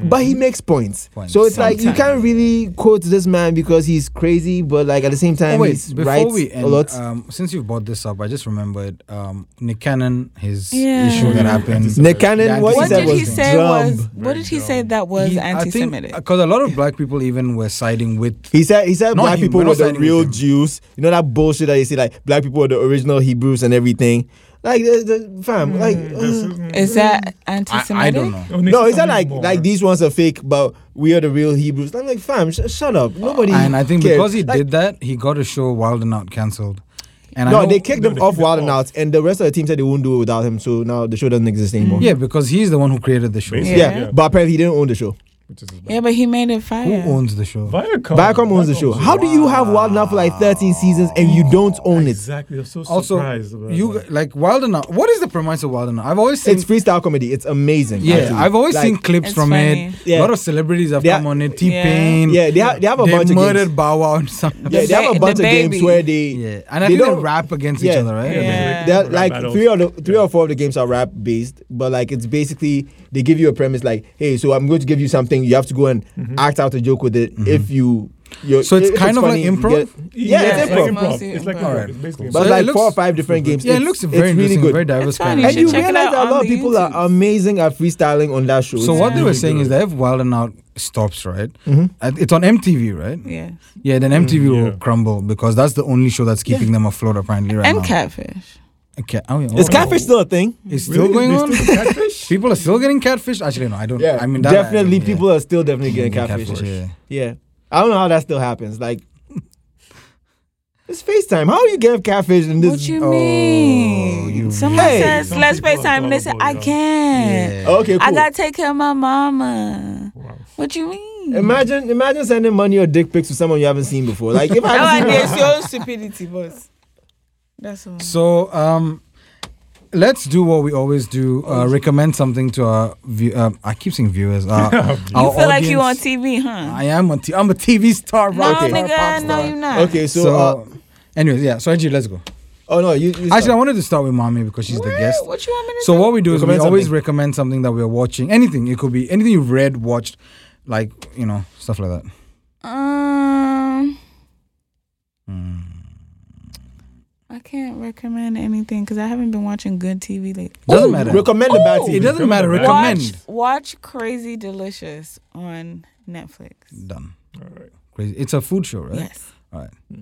[SPEAKER 2] But he makes points.
[SPEAKER 1] Mm. Points.
[SPEAKER 2] So it's like you
[SPEAKER 1] Sometimes.
[SPEAKER 2] can't really quote this man because he's crazy, but like at the same time
[SPEAKER 1] Oh, wait,
[SPEAKER 2] he's
[SPEAKER 1] before
[SPEAKER 2] right
[SPEAKER 1] we
[SPEAKER 2] a lot.
[SPEAKER 1] end, um, since you've brought this up, I just remembered um, Nick Cannon, his
[SPEAKER 4] Yeah.
[SPEAKER 1] issue that
[SPEAKER 3] Yeah.
[SPEAKER 1] happened.
[SPEAKER 2] Nick Cannon,
[SPEAKER 1] Yeah,
[SPEAKER 2] what,
[SPEAKER 4] What
[SPEAKER 2] he said
[SPEAKER 4] did
[SPEAKER 2] was
[SPEAKER 4] he say
[SPEAKER 2] dumb.
[SPEAKER 4] was? What
[SPEAKER 3] Very
[SPEAKER 4] did he
[SPEAKER 3] dumb.
[SPEAKER 4] say that was
[SPEAKER 1] He- I think
[SPEAKER 4] anti-Semitic?
[SPEAKER 1] because a lot of black people even were siding with.
[SPEAKER 2] He said he said
[SPEAKER 1] Not
[SPEAKER 2] black
[SPEAKER 1] him,
[SPEAKER 2] people
[SPEAKER 1] we're
[SPEAKER 2] were
[SPEAKER 1] not
[SPEAKER 2] the
[SPEAKER 1] siding
[SPEAKER 2] real
[SPEAKER 1] with him.
[SPEAKER 2] Jews. You know that bullshit that they say like black people were the original Hebrews and everything. Like the, the, fam,
[SPEAKER 1] Hmm.
[SPEAKER 2] like
[SPEAKER 3] <laughs> This
[SPEAKER 2] uh,
[SPEAKER 4] Is that
[SPEAKER 1] I,
[SPEAKER 4] anti-Semitic?
[SPEAKER 1] I don't know.
[SPEAKER 2] no,
[SPEAKER 3] oh, Nick,
[SPEAKER 2] it's not
[SPEAKER 3] tell me
[SPEAKER 2] like
[SPEAKER 3] more.
[SPEAKER 2] like these ones are fake, but we are the real Hebrews. I'm like fam, sh- shut up. Nobody.
[SPEAKER 1] And I think
[SPEAKER 2] cares.
[SPEAKER 1] because he
[SPEAKER 2] Like,
[SPEAKER 1] did that, he got a show Wild and Out cancelled. And I
[SPEAKER 2] No,
[SPEAKER 1] know-
[SPEAKER 2] they kicked
[SPEAKER 3] No,
[SPEAKER 2] him
[SPEAKER 3] they
[SPEAKER 2] off
[SPEAKER 3] kicked
[SPEAKER 2] wild
[SPEAKER 3] him
[SPEAKER 2] and
[SPEAKER 3] off.
[SPEAKER 2] out, and the rest of the team said they wouldn't do it without him. So now the show doesn't exist anymore.
[SPEAKER 1] Mm, Yeah, because he's the one who created the show.
[SPEAKER 3] Basically,
[SPEAKER 2] yeah,
[SPEAKER 4] Yeah.
[SPEAKER 2] But apparently he didn't own the show.
[SPEAKER 3] Which is
[SPEAKER 4] Yeah, but he made it fire.
[SPEAKER 1] Who owns the show?
[SPEAKER 3] Viacom.
[SPEAKER 2] Viacom owns the show.
[SPEAKER 3] Viacom's
[SPEAKER 2] How do you have Wild and Out for like 13 seasons and you don't own it?
[SPEAKER 3] Exactly. I'm so
[SPEAKER 1] Also,
[SPEAKER 3] surprised. about
[SPEAKER 1] you
[SPEAKER 3] that.
[SPEAKER 1] like Wild and Out. What is the premise of Wild and Out? I've always seen.
[SPEAKER 2] It's freestyle comedy. It's amazing.
[SPEAKER 1] yeah,
[SPEAKER 2] actually.
[SPEAKER 1] I've always
[SPEAKER 2] Like,
[SPEAKER 1] seen clips
[SPEAKER 4] It's
[SPEAKER 1] from
[SPEAKER 4] funny.
[SPEAKER 1] it. A
[SPEAKER 2] Yeah.
[SPEAKER 1] lot of celebrities have
[SPEAKER 2] They
[SPEAKER 1] come
[SPEAKER 2] ha-
[SPEAKER 1] on it. T Pain.
[SPEAKER 2] Yeah, they have they have a bunch of
[SPEAKER 1] murdered
[SPEAKER 2] games.
[SPEAKER 1] Bow Wow and something.
[SPEAKER 2] Yeah,
[SPEAKER 4] The
[SPEAKER 2] they have
[SPEAKER 4] ba-
[SPEAKER 2] a bunch
[SPEAKER 4] the
[SPEAKER 2] of games
[SPEAKER 4] baby.
[SPEAKER 2] where they
[SPEAKER 1] Yeah, and I
[SPEAKER 2] they
[SPEAKER 1] think they
[SPEAKER 2] don't-
[SPEAKER 1] rap against each
[SPEAKER 2] yeah.
[SPEAKER 1] other, right?
[SPEAKER 3] Yeah,
[SPEAKER 4] Yeah.
[SPEAKER 3] they-
[SPEAKER 2] They're
[SPEAKER 3] rap
[SPEAKER 2] like
[SPEAKER 3] battles.
[SPEAKER 2] three or the, three or four of the games are rap based, but like it's basically they give you a premise like, hey, so I'm going to give you something thing. You have to go and
[SPEAKER 3] Mm-hmm.
[SPEAKER 2] act out a joke with it if you.
[SPEAKER 1] Mm-hmm.
[SPEAKER 2] you're-
[SPEAKER 1] So it's
[SPEAKER 2] if
[SPEAKER 1] kind of like
[SPEAKER 2] you
[SPEAKER 1] improv?
[SPEAKER 2] get- yeah,
[SPEAKER 4] Yeah,
[SPEAKER 2] it's
[SPEAKER 4] it's like
[SPEAKER 2] improv.
[SPEAKER 4] improv.
[SPEAKER 3] It's like improv.
[SPEAKER 4] Alright,
[SPEAKER 1] cool.
[SPEAKER 3] It's basically
[SPEAKER 1] So
[SPEAKER 2] But
[SPEAKER 1] it
[SPEAKER 3] improv.
[SPEAKER 2] like
[SPEAKER 1] looks-
[SPEAKER 2] four or five different games.
[SPEAKER 1] Yeah, it
[SPEAKER 2] It's-
[SPEAKER 1] looks very
[SPEAKER 2] it's really
[SPEAKER 1] interesting,
[SPEAKER 2] good.
[SPEAKER 1] very diverse
[SPEAKER 4] It's funny.
[SPEAKER 1] kind of
[SPEAKER 4] You
[SPEAKER 2] and
[SPEAKER 1] shit.
[SPEAKER 4] should
[SPEAKER 2] you
[SPEAKER 4] check it
[SPEAKER 2] realize
[SPEAKER 4] out
[SPEAKER 2] that a
[SPEAKER 4] on
[SPEAKER 2] lot of
[SPEAKER 4] the
[SPEAKER 2] people are
[SPEAKER 4] YouTubes.
[SPEAKER 2] amazing at freestyling on that show.
[SPEAKER 1] So what they were
[SPEAKER 3] really
[SPEAKER 1] saying
[SPEAKER 3] good.
[SPEAKER 1] is that if Wild and Out stops, right?
[SPEAKER 2] Mhm.
[SPEAKER 1] and It's on MTV, right?
[SPEAKER 4] Yeah.
[SPEAKER 1] Yeah, then
[SPEAKER 2] Mm,
[SPEAKER 1] MTV will
[SPEAKER 3] yeah.
[SPEAKER 1] crumble because that's the only show that's keeping them afloat apparently right
[SPEAKER 4] and
[SPEAKER 1] now.
[SPEAKER 4] catfish.
[SPEAKER 1] Okay. Oh, yeah.
[SPEAKER 2] is
[SPEAKER 1] Oh,
[SPEAKER 2] catfish still a thing?
[SPEAKER 1] It's still
[SPEAKER 3] Really?
[SPEAKER 1] going
[SPEAKER 3] They
[SPEAKER 1] on.
[SPEAKER 3] still
[SPEAKER 1] <laughs>
[SPEAKER 3] do catfish?
[SPEAKER 1] people are still getting catfish. Actually, no, I don't. I mean, that I
[SPEAKER 2] definitely
[SPEAKER 1] don't- yeah.
[SPEAKER 2] people are still definitely getting
[SPEAKER 1] Yeah,
[SPEAKER 2] catfish.
[SPEAKER 1] yeah.
[SPEAKER 2] Yeah. I don't know how that still happens. Like, <laughs> it's FaceTime. How you get catfish in
[SPEAKER 4] What
[SPEAKER 2] this?
[SPEAKER 4] you
[SPEAKER 1] oh,
[SPEAKER 4] mean?
[SPEAKER 1] you
[SPEAKER 4] Someone
[SPEAKER 2] mean.
[SPEAKER 4] says,
[SPEAKER 3] Some
[SPEAKER 4] let's
[SPEAKER 3] people are
[SPEAKER 4] FaceTime. They say,
[SPEAKER 3] gullible,
[SPEAKER 4] I
[SPEAKER 3] yeah.
[SPEAKER 4] can't.
[SPEAKER 1] Yeah.
[SPEAKER 2] Okay, cool.
[SPEAKER 4] I gotta take care of my mama.
[SPEAKER 3] Wow.
[SPEAKER 4] What you mean?
[SPEAKER 2] imagine, imagine sending money or dick pics to someone you haven't seen before. Like, if
[SPEAKER 4] <laughs>
[SPEAKER 2] I hadn't
[SPEAKER 4] That one
[SPEAKER 2] seen
[SPEAKER 4] is Oh, your stupidity, but that's all.
[SPEAKER 1] So um, let's do what we always do.
[SPEAKER 4] Oh.
[SPEAKER 1] Uh, recommend something to our view. Um, I keep saying viewers. Uh, our
[SPEAKER 4] You feel like you on
[SPEAKER 1] audience.
[SPEAKER 4] TV, huh?
[SPEAKER 1] I am on t- I'm a TV star.
[SPEAKER 4] No,
[SPEAKER 1] rock star, pop
[SPEAKER 4] nigga, no,
[SPEAKER 1] star.
[SPEAKER 4] you not.
[SPEAKER 2] okay, so,
[SPEAKER 1] So,
[SPEAKER 2] uh,
[SPEAKER 1] anyways, yeah. So Angie, let's go.
[SPEAKER 2] oh no, you, you
[SPEAKER 1] Actually, I wanted to start with mommy because she's the
[SPEAKER 4] What?
[SPEAKER 1] guest.
[SPEAKER 4] What you want me to
[SPEAKER 1] So
[SPEAKER 4] do?
[SPEAKER 1] what we do is we
[SPEAKER 2] Recommend
[SPEAKER 1] always
[SPEAKER 2] something.
[SPEAKER 1] recommend something that we're watching. Anything. It could be anything you've read, watched, like you know stuff like that.
[SPEAKER 4] Um,
[SPEAKER 1] Mm.
[SPEAKER 4] I can't recommend anything because I haven't been watching good TV lately.
[SPEAKER 1] Doesn't matter.
[SPEAKER 2] recommend the
[SPEAKER 3] Oh,
[SPEAKER 2] bad TV.
[SPEAKER 1] Oh, it doesn't matter.
[SPEAKER 4] Watch,
[SPEAKER 1] Recommend.
[SPEAKER 4] watch Crazy Delicious on Netflix.
[SPEAKER 1] Done.
[SPEAKER 3] All right.
[SPEAKER 1] Crazy. It's a food show, right?
[SPEAKER 4] Yes.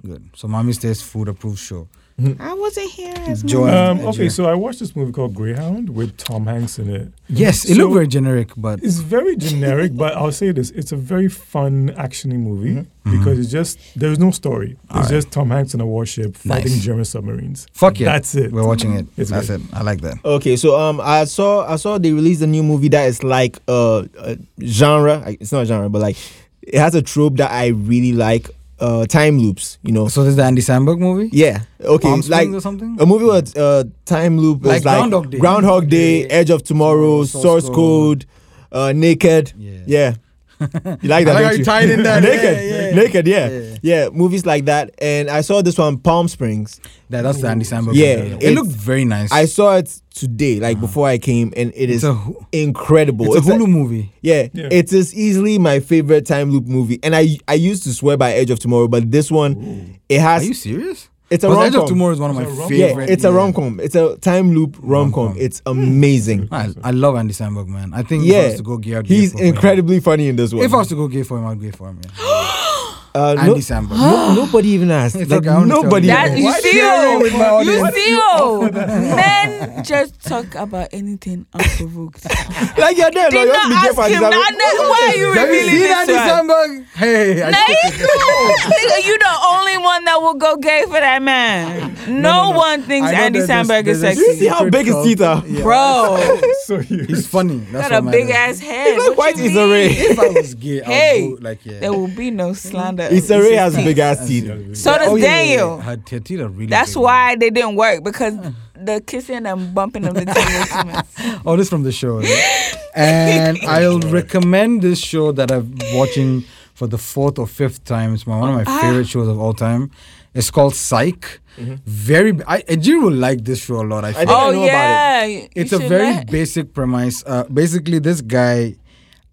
[SPEAKER 1] Good. So mommy stays food approved show.
[SPEAKER 3] Mm-hmm.
[SPEAKER 4] I wasn't here as
[SPEAKER 1] Joy.
[SPEAKER 4] much.
[SPEAKER 3] Um,
[SPEAKER 1] Yeah.
[SPEAKER 3] okay, so I watched this movie called Greyhound with Tom Hanks in it.
[SPEAKER 1] Yes, it
[SPEAKER 3] So-
[SPEAKER 1] looked very generic, but
[SPEAKER 3] It's very generic, but I'll say this: it's a very fun actiony movie
[SPEAKER 1] Mm-hmm.
[SPEAKER 3] because it's just there's no story. it's just Tom Hanks in a warship fighting
[SPEAKER 1] Nice. <laughs>
[SPEAKER 3] German submarines.
[SPEAKER 1] fuck yeah.
[SPEAKER 3] That's it.
[SPEAKER 1] We're watching it.
[SPEAKER 3] It's
[SPEAKER 1] That's
[SPEAKER 3] good.
[SPEAKER 1] it. I like that.
[SPEAKER 2] Okay, so um, I saw I saw they released a new movie that is like uh, a genre. I- It's not a genre, but like it has a trope that I really like. Uh, time loops. You know.
[SPEAKER 1] So this is the Andy Samberg movie.
[SPEAKER 2] Yeah. Okay.
[SPEAKER 1] Palm
[SPEAKER 2] like
[SPEAKER 1] Springs or something.
[SPEAKER 2] a movie with uh, time loop
[SPEAKER 1] Like
[SPEAKER 2] is like
[SPEAKER 1] Groundhog Day.
[SPEAKER 2] Groundhog Day,
[SPEAKER 1] Yeah.
[SPEAKER 2] Edge of Tomorrow,
[SPEAKER 1] Source
[SPEAKER 2] Source
[SPEAKER 1] Code.
[SPEAKER 2] Code, uh, Naked.
[SPEAKER 1] Yeah. <laughs>
[SPEAKER 2] Yeah. You like
[SPEAKER 1] I
[SPEAKER 2] that?
[SPEAKER 1] like how
[SPEAKER 2] don't
[SPEAKER 1] you tied in
[SPEAKER 2] <laughs>
[SPEAKER 1] that.
[SPEAKER 2] naked,
[SPEAKER 1] Yeah, yeah.
[SPEAKER 2] naked, yeah.
[SPEAKER 1] Yeah.
[SPEAKER 2] yeah, movies like that. And I saw this one, Palm Springs.
[SPEAKER 1] That, that's the Andy Samberg.
[SPEAKER 2] Yeah,
[SPEAKER 1] movie. it
[SPEAKER 2] it's-
[SPEAKER 1] looked very nice.
[SPEAKER 2] I saw it today, like before I came, and
[SPEAKER 1] Uh-huh.
[SPEAKER 2] it
[SPEAKER 1] it's
[SPEAKER 2] is
[SPEAKER 1] a hu-
[SPEAKER 2] incredible.
[SPEAKER 1] it's a
[SPEAKER 2] like-
[SPEAKER 1] Hulu movie.
[SPEAKER 2] Yeah,
[SPEAKER 3] Yeah.
[SPEAKER 2] it is easily my favorite time loop movie, and I I used to swear by Edge of Tomorrow, but this one, it
[SPEAKER 1] Are you
[SPEAKER 2] has
[SPEAKER 1] serious?
[SPEAKER 2] it's a
[SPEAKER 1] Because
[SPEAKER 2] rom
[SPEAKER 1] Edge of
[SPEAKER 2] com.
[SPEAKER 1] Tomorrow is one of my
[SPEAKER 3] It's a rom-com.
[SPEAKER 2] Yeah,
[SPEAKER 1] favorite.
[SPEAKER 2] it's a rom com. It's a time loop rom
[SPEAKER 1] Rom-com.
[SPEAKER 2] com. It's amazing.
[SPEAKER 1] I, I love Andy Samberg, man. I think if I
[SPEAKER 2] Yeah.
[SPEAKER 1] was to go gay, I'd gay
[SPEAKER 2] He's
[SPEAKER 1] for him.
[SPEAKER 2] incredibly funny in this one.
[SPEAKER 1] If I was to go gay for him, I'd gay for him. Yeah.
[SPEAKER 2] uh,
[SPEAKER 1] Andy
[SPEAKER 2] no-
[SPEAKER 1] Samberg.
[SPEAKER 2] no- nobody even asked.
[SPEAKER 1] It's
[SPEAKER 2] Like,
[SPEAKER 1] okay, I wanna tell
[SPEAKER 2] nobody.
[SPEAKER 1] you.
[SPEAKER 4] That
[SPEAKER 2] even
[SPEAKER 4] you
[SPEAKER 1] Why
[SPEAKER 2] asked.
[SPEAKER 1] did I roll
[SPEAKER 4] still,
[SPEAKER 1] with my
[SPEAKER 4] you
[SPEAKER 1] audience?
[SPEAKER 4] still. Men just talk about anything unprovoked.
[SPEAKER 2] Like you're there. no,
[SPEAKER 4] Did
[SPEAKER 2] you have to be
[SPEAKER 4] not
[SPEAKER 2] gay for
[SPEAKER 4] ask him.
[SPEAKER 2] Andy
[SPEAKER 4] Now,
[SPEAKER 2] Samberg.
[SPEAKER 4] that- why are you
[SPEAKER 1] Have you
[SPEAKER 4] revealing
[SPEAKER 1] seen
[SPEAKER 4] this
[SPEAKER 1] Andy
[SPEAKER 4] one?
[SPEAKER 1] Samberg? Hey, I
[SPEAKER 4] Now
[SPEAKER 1] took
[SPEAKER 4] you you the only one that will go gay for that man. No,
[SPEAKER 1] no.
[SPEAKER 4] one thinks
[SPEAKER 1] I know
[SPEAKER 4] Andy
[SPEAKER 1] that there's-
[SPEAKER 4] Samberg is
[SPEAKER 1] there's a
[SPEAKER 2] Do you see
[SPEAKER 4] sexy.
[SPEAKER 2] how big his teeth are?
[SPEAKER 1] Yeah.
[SPEAKER 4] Bro,
[SPEAKER 3] So you.
[SPEAKER 1] He's funny. That's
[SPEAKER 4] got a
[SPEAKER 1] what
[SPEAKER 4] big
[SPEAKER 1] matters.
[SPEAKER 4] ass head.
[SPEAKER 2] He's like
[SPEAKER 4] What
[SPEAKER 2] white
[SPEAKER 4] you
[SPEAKER 2] is a
[SPEAKER 4] mean?
[SPEAKER 2] ray.
[SPEAKER 1] If I was gay,
[SPEAKER 4] <laughs>
[SPEAKER 1] I
[SPEAKER 4] Hey,
[SPEAKER 1] would go like yeah.
[SPEAKER 4] There will be no slander. of
[SPEAKER 2] Issa Rae has
[SPEAKER 4] Issa's
[SPEAKER 2] big ass
[SPEAKER 1] That's-
[SPEAKER 2] teeth.
[SPEAKER 4] So does
[SPEAKER 1] Oh, yeah, yeah, yeah.
[SPEAKER 4] Daniel.
[SPEAKER 1] Her t- teeth are really
[SPEAKER 4] That's
[SPEAKER 1] big.
[SPEAKER 4] why they didn't work because
[SPEAKER 1] Hmm.
[SPEAKER 4] the kissing and bumping
[SPEAKER 1] <laughs>
[SPEAKER 4] of the teeth was too much.
[SPEAKER 1] Oh, this from the show. is
[SPEAKER 4] <laughs>
[SPEAKER 1] it? and I'll recommend this show that I'm watching for the fourth or fifth time. It's my, one
[SPEAKER 4] Ah.
[SPEAKER 1] of my favorite shows of all time. It's called Psych. Very. I Ajir will like this show a lot. I
[SPEAKER 2] I
[SPEAKER 1] feel.
[SPEAKER 2] think
[SPEAKER 4] Oh
[SPEAKER 2] know about
[SPEAKER 4] yeah, You
[SPEAKER 1] it's a
[SPEAKER 4] should
[SPEAKER 1] very
[SPEAKER 4] let- <laughs>
[SPEAKER 1] basic premise. Uh, basically, this guy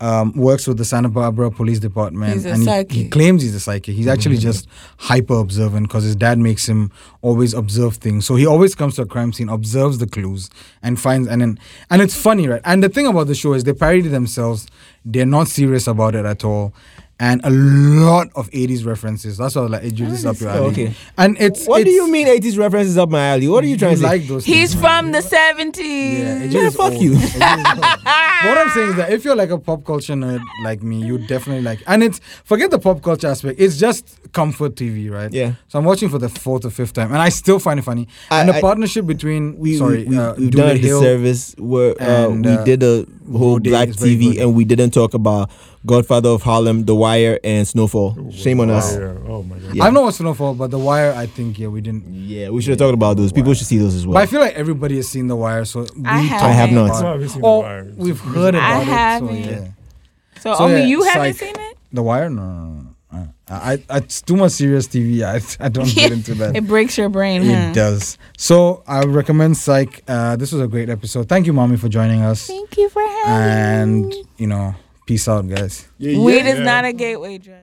[SPEAKER 1] um, works with the Santa Barbara Police Department,
[SPEAKER 4] He's a
[SPEAKER 1] and he- He,
[SPEAKER 4] psychic.
[SPEAKER 1] claims he's a psychic. He's actually
[SPEAKER 2] Mm-hmm.
[SPEAKER 1] just hyper observant because his dad makes him always observe things. So he always comes to a crime scene, observes the clues, and finds. And then, and it's funny, right? And the thing about the show is they parody themselves. They're not serious about it at all. And a lot of 80s references. That's why I was like, hey, Jude, this is up your alley.
[SPEAKER 2] Okay.
[SPEAKER 1] And it's.
[SPEAKER 2] What do
[SPEAKER 1] it's-
[SPEAKER 2] you mean 80s references up my alley? What are you trying to
[SPEAKER 1] like
[SPEAKER 2] say?
[SPEAKER 1] those
[SPEAKER 4] He's
[SPEAKER 1] things,
[SPEAKER 4] from the
[SPEAKER 1] yeah,
[SPEAKER 4] seventies. Ah.
[SPEAKER 1] Ajay is
[SPEAKER 2] fuck
[SPEAKER 1] old.
[SPEAKER 2] you.
[SPEAKER 1] Ajay is
[SPEAKER 4] <laughs>
[SPEAKER 1] old. what I'm saying is that if you're like a pop culture nerd like me, you definitely like, and it's forget the pop culture aspect. It's just comfort TV, right?
[SPEAKER 2] Yeah.
[SPEAKER 1] So I'm watching for the fourth or fifth time, and I still find it funny.
[SPEAKER 2] I-
[SPEAKER 1] and the
[SPEAKER 2] I-
[SPEAKER 1] partnership between
[SPEAKER 2] We,
[SPEAKER 1] sorry,
[SPEAKER 2] we,
[SPEAKER 1] uh,
[SPEAKER 2] we, have
[SPEAKER 1] Dula
[SPEAKER 2] done a
[SPEAKER 1] Hill,
[SPEAKER 2] disservice where uh,
[SPEAKER 1] and,
[SPEAKER 2] we
[SPEAKER 1] uh,
[SPEAKER 2] did a whole
[SPEAKER 1] Road Day
[SPEAKER 2] black
[SPEAKER 1] is very
[SPEAKER 2] TV
[SPEAKER 1] good.
[SPEAKER 2] and we didn't talk about Godfather of Harlem, The Wire, and Snowfall. Shame on us.
[SPEAKER 3] Yeah, Oh my god.
[SPEAKER 2] Yeah.
[SPEAKER 1] I've not watched Snowfall, but The Wire, I think, yeah, we didn't.
[SPEAKER 2] Yeah, we should have talked about those. People should see those as well.
[SPEAKER 1] But I feel like everybody has seen The Wire, so we
[SPEAKER 4] I
[SPEAKER 1] talked
[SPEAKER 4] I have
[SPEAKER 2] not.
[SPEAKER 1] about
[SPEAKER 3] That's why
[SPEAKER 1] it.
[SPEAKER 3] we've seen The
[SPEAKER 1] Or
[SPEAKER 3] Wire.
[SPEAKER 1] We've heard
[SPEAKER 4] I
[SPEAKER 1] about it.
[SPEAKER 4] haven't.
[SPEAKER 1] So, yeah.
[SPEAKER 4] So,
[SPEAKER 1] So,
[SPEAKER 4] only
[SPEAKER 1] yeah,
[SPEAKER 4] you haven't
[SPEAKER 1] psych.
[SPEAKER 4] seen it.
[SPEAKER 1] The Wire, no, no, no. no. I, I, it's too much serious TV. I, I don't get into that.
[SPEAKER 4] It breaks your brain, huh?
[SPEAKER 1] It does. So I recommend Psych. Uh, this was a great episode. Thank you, mommy, for joining us.
[SPEAKER 4] Thank you for having me.
[SPEAKER 1] And you know, Peace out, guys.
[SPEAKER 2] Yeah,
[SPEAKER 4] Weed
[SPEAKER 2] yeah.
[SPEAKER 4] is not a gateway drug.